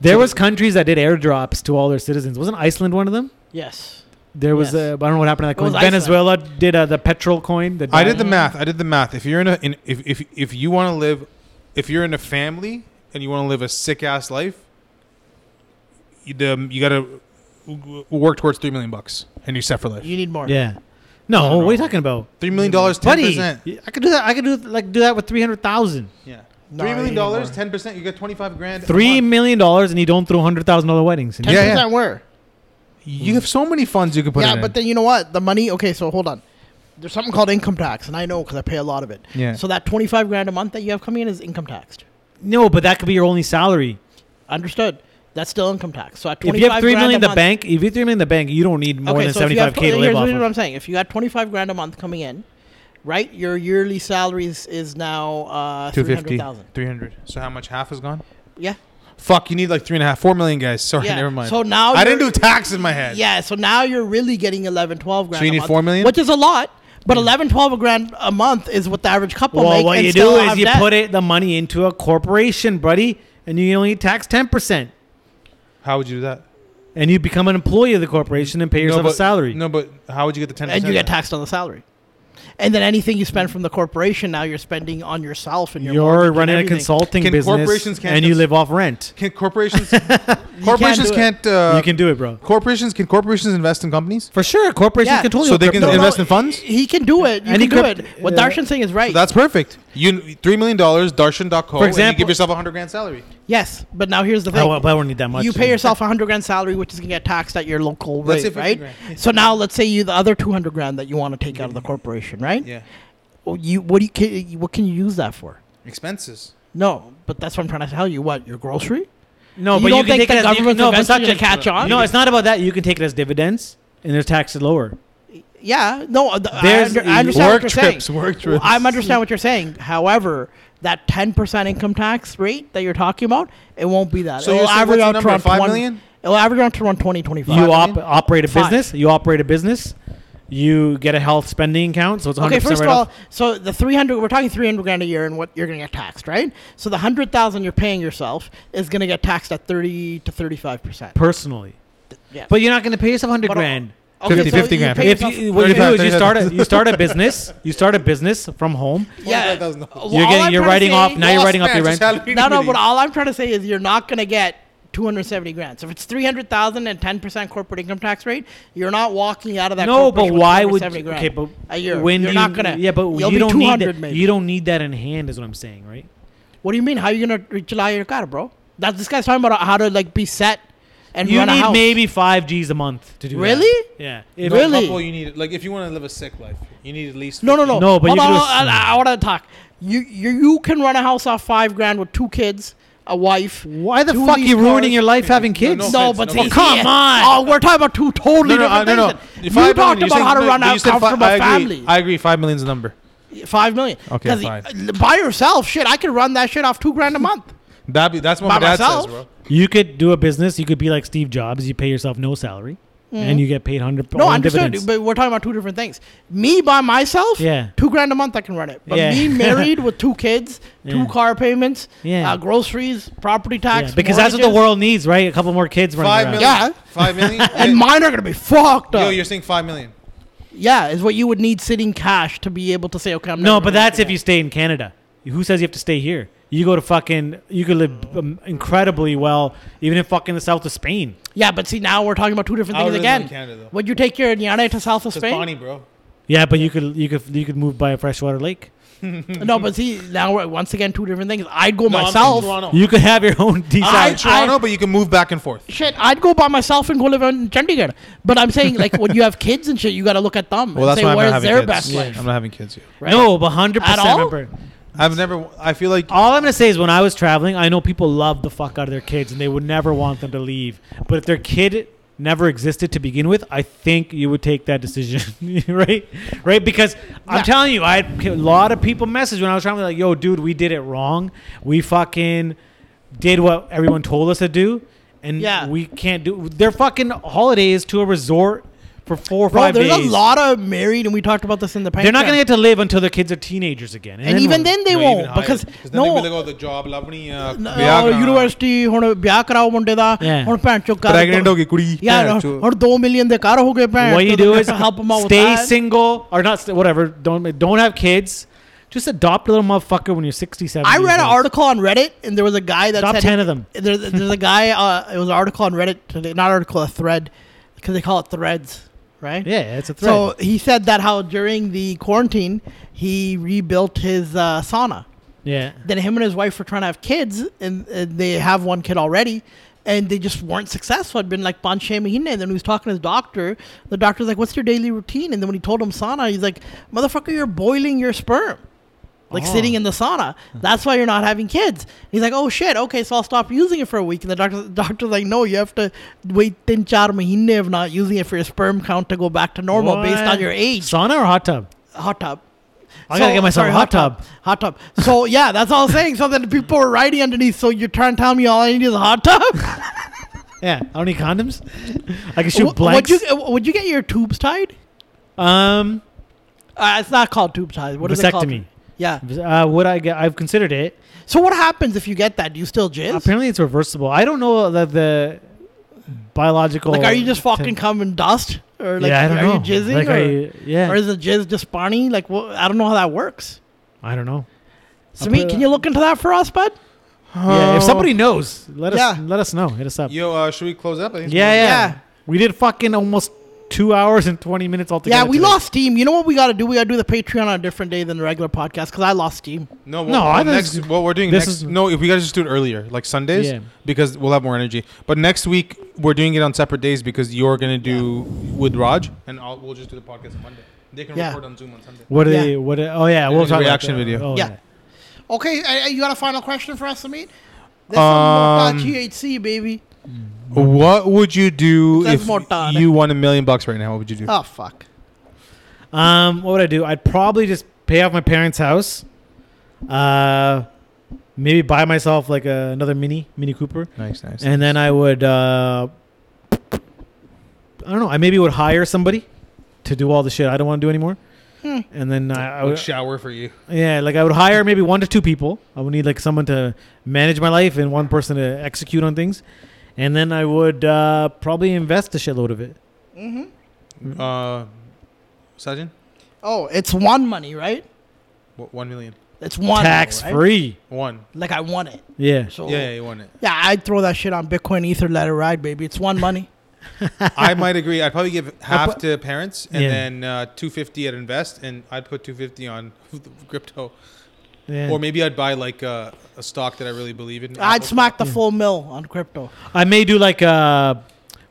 C: There was countries that did airdrops to all their citizens. Wasn't Iceland one of them?
B: Yes.
C: There was
B: Yes.
C: a, I don't know what happened to
B: It
C: that
B: was
C: coin. Venezuela did uh, the petrol coin. The
D: I did the
C: dime.
D: math. I did the math. If you're in a, in, if if if you want to live, if you're in a family and you want to live a sick ass life, you the, you gotta w- work towards three million bucks and you're set for life.
B: You need more.
C: Yeah. No,
D: don't
C: what are you
D: know.
C: talking about?
D: Three million dollars, ten
C: Buddy,
D: percent.
C: I could do that. I could do like do that with three hundred thousand.
D: Yeah,
B: No,
D: three
B: you
D: million
B: need
D: dollars,
B: more.
D: ten percent. You get twenty five grand. a
C: Three
D: month.
C: million dollars, and you don't throw hundred thousand dollar weddings. And
B: Ten
C: you-
D: Yeah, yeah.
B: percent were.
D: You have so many funds you could put.
B: yeah,
D: it in.
B: but then you know what? The money. Okay, so hold on. There's something called income tax, and I know because I pay a lot of it.
D: Yeah.
B: So that 25 grand a month that you have coming in is income taxed.
C: No, but that could be your only salary.
B: Understood. That's still income tax. So at 25
C: If you have three
B: grand
C: million in
B: a
C: the
B: month,
C: bank, if you have three million in the bank, you don't need more
B: okay,
C: than
B: so if
C: seventy
B: you have
C: five k to
B: tw-
C: live
B: here's
C: off.
B: what I'm
C: Of.
B: saying. If you got 25 grand a month coming in, right? Your yearly salary is, is now uh,
D: 250,
B: 300,000.
D: 300. So how much? Half is gone.
B: Yeah.
D: Fuck, you need like three and a half, four million guys. Sorry,
B: Yeah.
D: never mind.
B: So now
D: I didn't do
B: you're-
D: tax in my head.
B: Yeah, so now you're really getting 11, 12 grand.
D: So you
B: a
D: need
B: month,
D: 4 million?
B: which is a lot. But 11, 12 grand a month is what the average couple
C: Hmm. Well,
B: make.
C: what
B: and
C: you
B: still
C: do is
B: have
C: you
B: debt.
C: put it the money into a corporation, buddy, and you only tax ten percent,
D: How would you do that?
C: and you become an employee of the corporation and pay yourself
D: but,
C: a salary.
D: No, but how would you get the ten?
B: and you get taxed on the salary. And then anything you spend from the corporation, now you're spending on yourself and your mortgage
C: You're
B: and
C: running a
B: everything.
C: consulting
D: Can
C: business,
D: corporations can't
C: and you
D: cons-
C: live off rent.
B: [LAUGHS]
D: Can corporations? corporations
B: do it.
D: can't. uh,
C: you can do it, bro.
D: Corporations can corporations invest in companies?
C: For sure, corporations
B: Yeah.
C: control
D: So
C: your
D: they can
C: crypto.
D: invest in funds.
B: He can do it. You
C: Any
B: can do
C: crypt-
B: it. What
C: yeah.
B: Darshan saying is right.
D: That's perfect. You three million dollars, Darshan.co.
C: For
D: and you
C: example-
D: give yourself a hundred grand salary.
B: yes, but now here's the
C: I
B: thing.
C: won't, but I won't need that Oh, much.
B: you pay yourself a hundred grand salary, which is gonna get taxed at your local
D: Let's say
B: rate,
D: 50
B: right?
D: grand.
B: So now let's say you the other two hundred grand that you want to take out of
C: Mm-hmm.
B: the corporation, right?
D: Yeah,
B: Well, you what do you ca- what can you use that for?
D: expenses.
B: No, but that's what I'm trying to tell you. What your grocery?
C: No,
B: You
C: but
B: don't
C: you can
B: think
C: take
B: the
C: it as, you can,
B: government's
C: no, but it's not
B: investing
C: just
B: gonna catch on?
C: No, it's not about that. You can take it as dividends, and their tax is lower.
B: Yeah, no. th- I,
C: There's
B: under, I understand what
D: Work
B: you're saying.
D: trips. Work
B: Well,
D: trips.
B: I understand what you're saying. However, that 10% income tax rate that you're talking about, it won't be that.
D: So
B: it'll
D: you're saying
B: average
D: what's the
B: out to
D: number,
B: around
D: five
B: 20
D: million?
B: It'll average out to around 20, 25.
C: you
D: I
C: op-
D: mean?
C: operate a
B: Five.
C: business. You operate a business. You get a health spending account, so it's 100%
B: okay, first
C: right
B: of all,
C: off.
B: so the 300, we're talking 300 grand a year and what you're going to get taxed, right? So the 100,000 you're paying yourself is going to get taxed at 30 to 35%.
C: personally.
B: Yeah.
C: But you're not going to pay yourself hundred
B: But, uh,
C: grand.
B: Okay,
D: 50,
B: so
D: 50
B: you
D: grand.
B: pay
C: If
B: yourself-
C: you, what you do
D: 35,
C: is you start a,
D: 35.
C: you start a [LAUGHS] business, you start a business from home.
B: yeah,
D: $25,000.
B: Well,
C: You're
B: all I'm
C: getting you're
B: trying to
C: writing
B: say-
C: off now. You're
D: Lost
C: writing off your
D: matches,
C: rent.
D: Halloween
B: No, no.
D: committee.
B: But all I'm trying to say is you're not going to get 270 grand. So if it's 300,000 and 10 percent corporate income tax rate, you're not walking out of that.
C: No, but
B: corporation with
C: why would
B: 270 grand
C: okay? But
B: a year?
C: when
B: you're
C: you-
B: not gonna.
C: yeah, but
B: you'll
C: you
B: be
C: don't need
B: 200
C: that,
B: maybe.
C: you don't need that in hand is what I'm saying, right?
B: What do you mean? How you gonna reach out your car, bro? That's this guy's talking about how to like be set and
C: You
B: run a
C: need
B: house.
C: maybe five G's a month to do that.
B: Really?
C: Yeah.
D: If
C: If-
B: Really?
D: a couple, you need like if you want to live a sick life, you need at least
B: No, no, no.
C: No, but
B: Hold
C: you
B: on,
C: do a
B: hold on,
C: s-
B: I, want to talk. You, you, you can run a house off five grand with two kids, a wife.
C: Why the
B: two
C: fuck
B: lease
C: you ruining
B: cars.
C: your life having
D: No, no.
C: kids?
B: No,
D: offense,
B: but
D: no
B: see,
D: offense.
C: Come
B: see,
C: on.
B: Oh, we're talking about two totally
D: I-
B: different things. then. You
D: Five million,
B: talked
D: you
B: about
D: said-
B: how to
D: no,
B: run
D: you
B: a
D: said fi-
B: comfortable
D: I agree,
B: family.
D: I agree. Five million's the number.
B: Five million.
D: Okay,
B: 'Cause
D: fine.
B: y- By yourself, shit. I could run that shit off two grand a
D: [LAUGHS]
B: month.
D: That be, that's what
B: By
D: my dad
B: myself?
D: says, bro.
C: You could do a business. You could be like Steve Jobs. You pay yourself no salary, and you get paid hundred.
B: No,
C: on
B: understood.
C: dividends.
B: But we're talking about two different things. Me by myself,
C: Yeah.
B: two grand a month I can run it. But
C: Yeah. [LAUGHS]
B: me married with two kids, two
C: Yeah.
B: car payments,
C: Yeah.
B: uh, groceries, property tax.
C: Yeah, because that's what the
B: mortgages,
C: world needs, right? A couple more kids running
D: Five
C: around.
D: million.
B: Yeah.
D: [LAUGHS] Five million.
B: [LAUGHS] And mine are gonna be fucked up.
D: Yo, you're saying five million.
B: Yeah, is what you would need sitting cash to be able to say, okay, I'm
C: No,
B: never
C: but
B: gonna
C: that's
B: work
C: if you stay in Canada. Who says you have to stay here? You go to fucking. You could live um, incredibly well, even in fucking the south of Spain.
B: again. Yeah, but see, now we're talking about two different
D: I
B: things
D: would live
B: again.
D: in Canada, though.
B: Would you take your Nyane to South of
D: It's
B: Spain?
D: Bonnie, bro.
C: Yeah, but you could you could you could move by a freshwater lake.
B: No, but see, now we're once again two different things. I'd go
D: No, I'm in
B: myself.
D: Toronto.
C: You could have your own [LAUGHS] decent.
D: I'm
B: I-
D: in Toronto, but you can move back and forth.
B: Shit, I'd go by myself and go live in Chandigarh. But I'm saying, like, when you have kids and shit, you got to look at them and say, what is their best life?
D: I'm not having kids. Yet.
B: right?
C: No, but hundred percent.
B: At all?
C: Remember,
D: I've never. I feel
B: Uh,
D: like
C: all I'm gonna say is when I was traveling, I know people love the fuck out of their kids and they would never want them to leave. But if their kid never existed to begin with, I think you would take that decision, [LAUGHS] right? Right? Because
B: Yeah.
C: I'm telling you, I had a lot of people message when I was traveling like, "Yo, dude, we did it wrong. We fucking did what everyone told us to do, and
B: Yeah.
C: we can't do." Their fucking holiday is to a resort for four or
B: Bro,
C: five
B: there's
C: days.
B: a lot of married, and we talked about this in the past.
C: They're not gonna get to live until their kids are teenagers again,
B: And even
C: when-
B: then, they
D: No, even
B: won't
D: higher,
B: because
D: then
B: no,
D: they go the job lavni uh,
B: ਨਾ,
D: ਵਿਆਹ
B: ਉਹ university Oh, ਹੁਣ ਵਿਆਹ ਕਰਾਓ ਮੁੰਡੇ ਦਾ
C: Yeah.
B: ਹੁਣ ਭੈਣ ਚੋ ਘਰ
D: Pregnant ਹੋ ਗਈ ਕੁੜੀ,
B: ਯਾਰ
D: ਭੈਣ ਚੋ।
B: ਹੁਣ 2 ਮਿਲੀਅਨ ਦੇ ਘਰ ਹੋ ਗਏ ਭੈਣ
C: what
B: ਚੋ,
C: you
B: ਤੇ
C: do is
B: help them out with
C: stay
B: that.
C: single or not st- whatever don't don't have kids just adopt a little motherfucker when you're 67
B: I
C: years
B: read an
C: old.
B: article on Reddit, and there was a guy that
C: Top
B: said
C: 10 of them.
B: There's, there's a guy. Uh, it was an article on Reddit today, not article, a thread, because they call it threads, right?
C: yeah it's a threat
B: So he said that how during the quarantine he rebuilt his uh, sauna.
C: yeah
B: Then him and his wife were trying to have kids, and, and they have one kid already, and they just weren't successful. I'd been like panche mahine. Then he was talking to his doctor. The doctor's like, "What's your daily routine?" And then when he told him sauna, he's like, "Motherfucker, you're boiling your sperm." Like sitting in the sauna. That's why you're not having kids. He's like, oh shit, okay, so I'll stop using it for a week. And the doctor, the doctor's like, no, you have to wait tin char mahine of not using it for your sperm count to go back to normal based
C: What?
B: on your age
C: sauna or hot tub
B: hot tub.
C: I gotta get myself a hot tub.
B: Hot tub. So yeah, that's all I'm saying. So then people were writing underneath. So you're trying to tell me all I need is a hot
C: [LAUGHS]
B: tub?
C: yeah I don't need condoms I can shoot
B: Would- would
C: blanks
B: you would you get your tubes tied?
C: um
B: Uh, it's not called tube ties. What is it called?
C: Vasectomy.
B: Yeah.
C: uh, would I get I've considered it
B: So what happens if you get that? Do you still jizz?
C: apparently it's reversible I don't know that the biological
B: like, are you just fucking
C: ten-
B: cum and dust, or like,
C: yeah I don't
B: are
C: know
B: you jizzing,
C: like,
B: or,
C: are you, yeah
B: or is the jizz just barney? Like, well, I don't know how that works.
C: I don't know
B: So, me,
C: put-
B: can you look into that for us, bud?
C: yeah if somebody knows let us
B: Oh. Yeah.
C: let us know hit us up
D: yo uh, should we close up I think it's
C: Yeah, yeah,
B: Yeah.
C: We did fucking almost two hours and twenty minutes altogether.
B: Yeah, we
C: today.
B: lost steam. You know what we got to do? We got to do the Patreon on a different day than the regular podcast because I lost steam.
D: No,
C: No,
D: no.
C: I
D: Well,
C: think
D: next,
C: it's-
D: what we're doing
C: this
D: next?
C: is-
D: no, if we gotta just do it earlier, like Sundays,
C: Yeah.
D: because we'll have more energy. But next week we're doing it on separate days because you're gonna do with Raj, and I'll, we'll just do the podcast on Monday. They can
B: Yeah.
D: record on Zoom on Sunday.
C: What are
B: Yeah.
C: they? What? Are, oh yeah, we'll
D: was a
C: talk about
D: reaction
C: that.
D: video.
C: Oh,
B: Yeah.
C: yeah.
B: Okay, I, I- you got a final question for us, Amit? This um,
D: Um,
B: THC, baby.
D: What would you do
B: That's
D: if
B: more tonic.
D: you won a million bucks right now? What would you do?
C: Uh,
B: Oh, fuck.
C: Um, what would I do? I'd probably just pay off my parents' house. Uh, maybe buy myself like a, another mini Mini Cooper,
D: Nice, nice.
C: and then I would. Uh, I don't know. I maybe would hire somebody to do all the shit I don't want to do anymore.
B: Hmm.
C: And then I, I
D: Like
C: would
D: shower for you.
C: Yeah, like I would hire maybe one to two people. I would need like someone to manage my life and one person to execute on things. and then I would uh, probably invest a shitload of it. Mm-hmm.
D: Uh, Sajin,
B: Oh, it's one money, right?
D: what, one million.
B: It's one
C: Tax
B: right?
C: free.
D: One.
B: Like I want it.
C: Yeah.
B: So
D: Yeah, yeah, you won it.
B: Yeah, I'd throw that shit on Bitcoin, Ether, let it ride, baby. It's one
D: [LAUGHS]
B: money.
D: I might agree. I'd probably give half to parents and
C: Yeah.
D: then uh, two fifty at invest, and I'd put two fifty on [LAUGHS] crypto,
C: Yeah.
D: or maybe I'd buy like uh, a stock that I really believe in.
B: I'd
D: Apple.
B: smack the full mill on crypto.
C: I may do like uh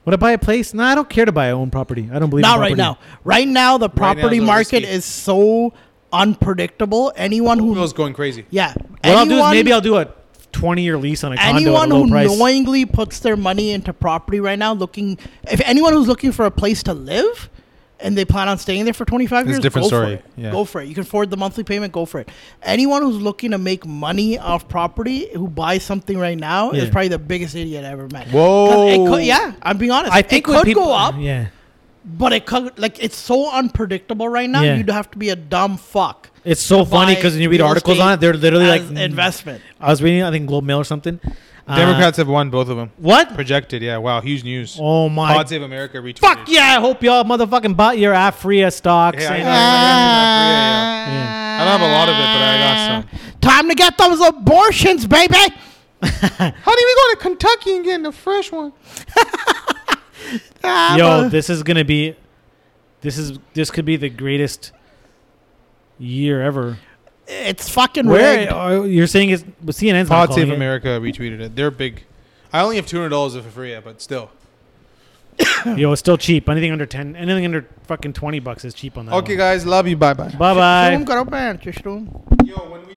C: would I buy a place? No, I don't care to buy own property. I don't believe in
B: Not right
C: property.
B: now. Right now, the
D: now,
B: property
D: it's a
B: market
D: risky.
B: is so unpredictable. Anyone who
D: Google's going crazy.
B: yeah,
C: What I'll do is
B: anyone-
C: maybe I'll do a 20 year lease on a condo
B: anyone
C: at a low
B: who
C: price.
B: knowingly puts their money into property right now, looking if anyone who's looking for a place to live and they plan on staying there for 25
D: It's a
B: years,
D: different
B: go
D: story.
B: for it.
D: Yeah.
B: Go for it. You can afford the monthly payment. Go for it. Anyone who's looking to make money off property who buys something right now is
C: Yeah.
B: probably the biggest idiot I ever met. 'Cause it
D: Whoa.
B: could- yeah, I'm being honest.
C: I think
B: it
C: when
B: could
C: people,
B: go up,
C: Yeah.
B: but it could like it's so unpredictable right now.
C: Yeah.
B: You'd have to be a dumb fuck.
C: It's so funny
B: buy
C: because when you read
B: real
C: articles on
B: estate
C: it, they're literally like mm.
B: as investment.
C: I was reading, I think Globe Mail or something. Uh,
D: Democrats have won both of them.
C: what?
D: Projected, yeah. Wow, huge news.
C: Oh my!
D: God Save America retweeted.
C: Fuck yeah! I hope y'all motherfucking bought your Afria stocks.
D: Yeah, I,
C: and-
D: know, I, remember that.
C: Yeah.
D: Yeah, yeah. I don't have a lot of it, but I got some.
B: Ah. Time to get those abortions, baby.
D: How do we go to Kentucky and get a fresh one?
B: Ah,
C: Yo,
B: but-
C: this is gonna be, this is this could be the greatest year ever.
B: It's fucking
C: Where
B: rigged.
C: are, you're saying is well, CNN's not
D: Pod
C: calling
D: Save
C: it.
D: America retweeted it. They're big. I only have two hundred dollars of Afria, but still.
C: Yo, it's still cheap. Anything under ten, anything under
D: Oh.
C: fucking twenty bucks is cheap on that.
D: Okay, guys, love you. Bye bye.
C: Bye bye.
B: Shroom karo, man. Shroom.
D: Yo, when we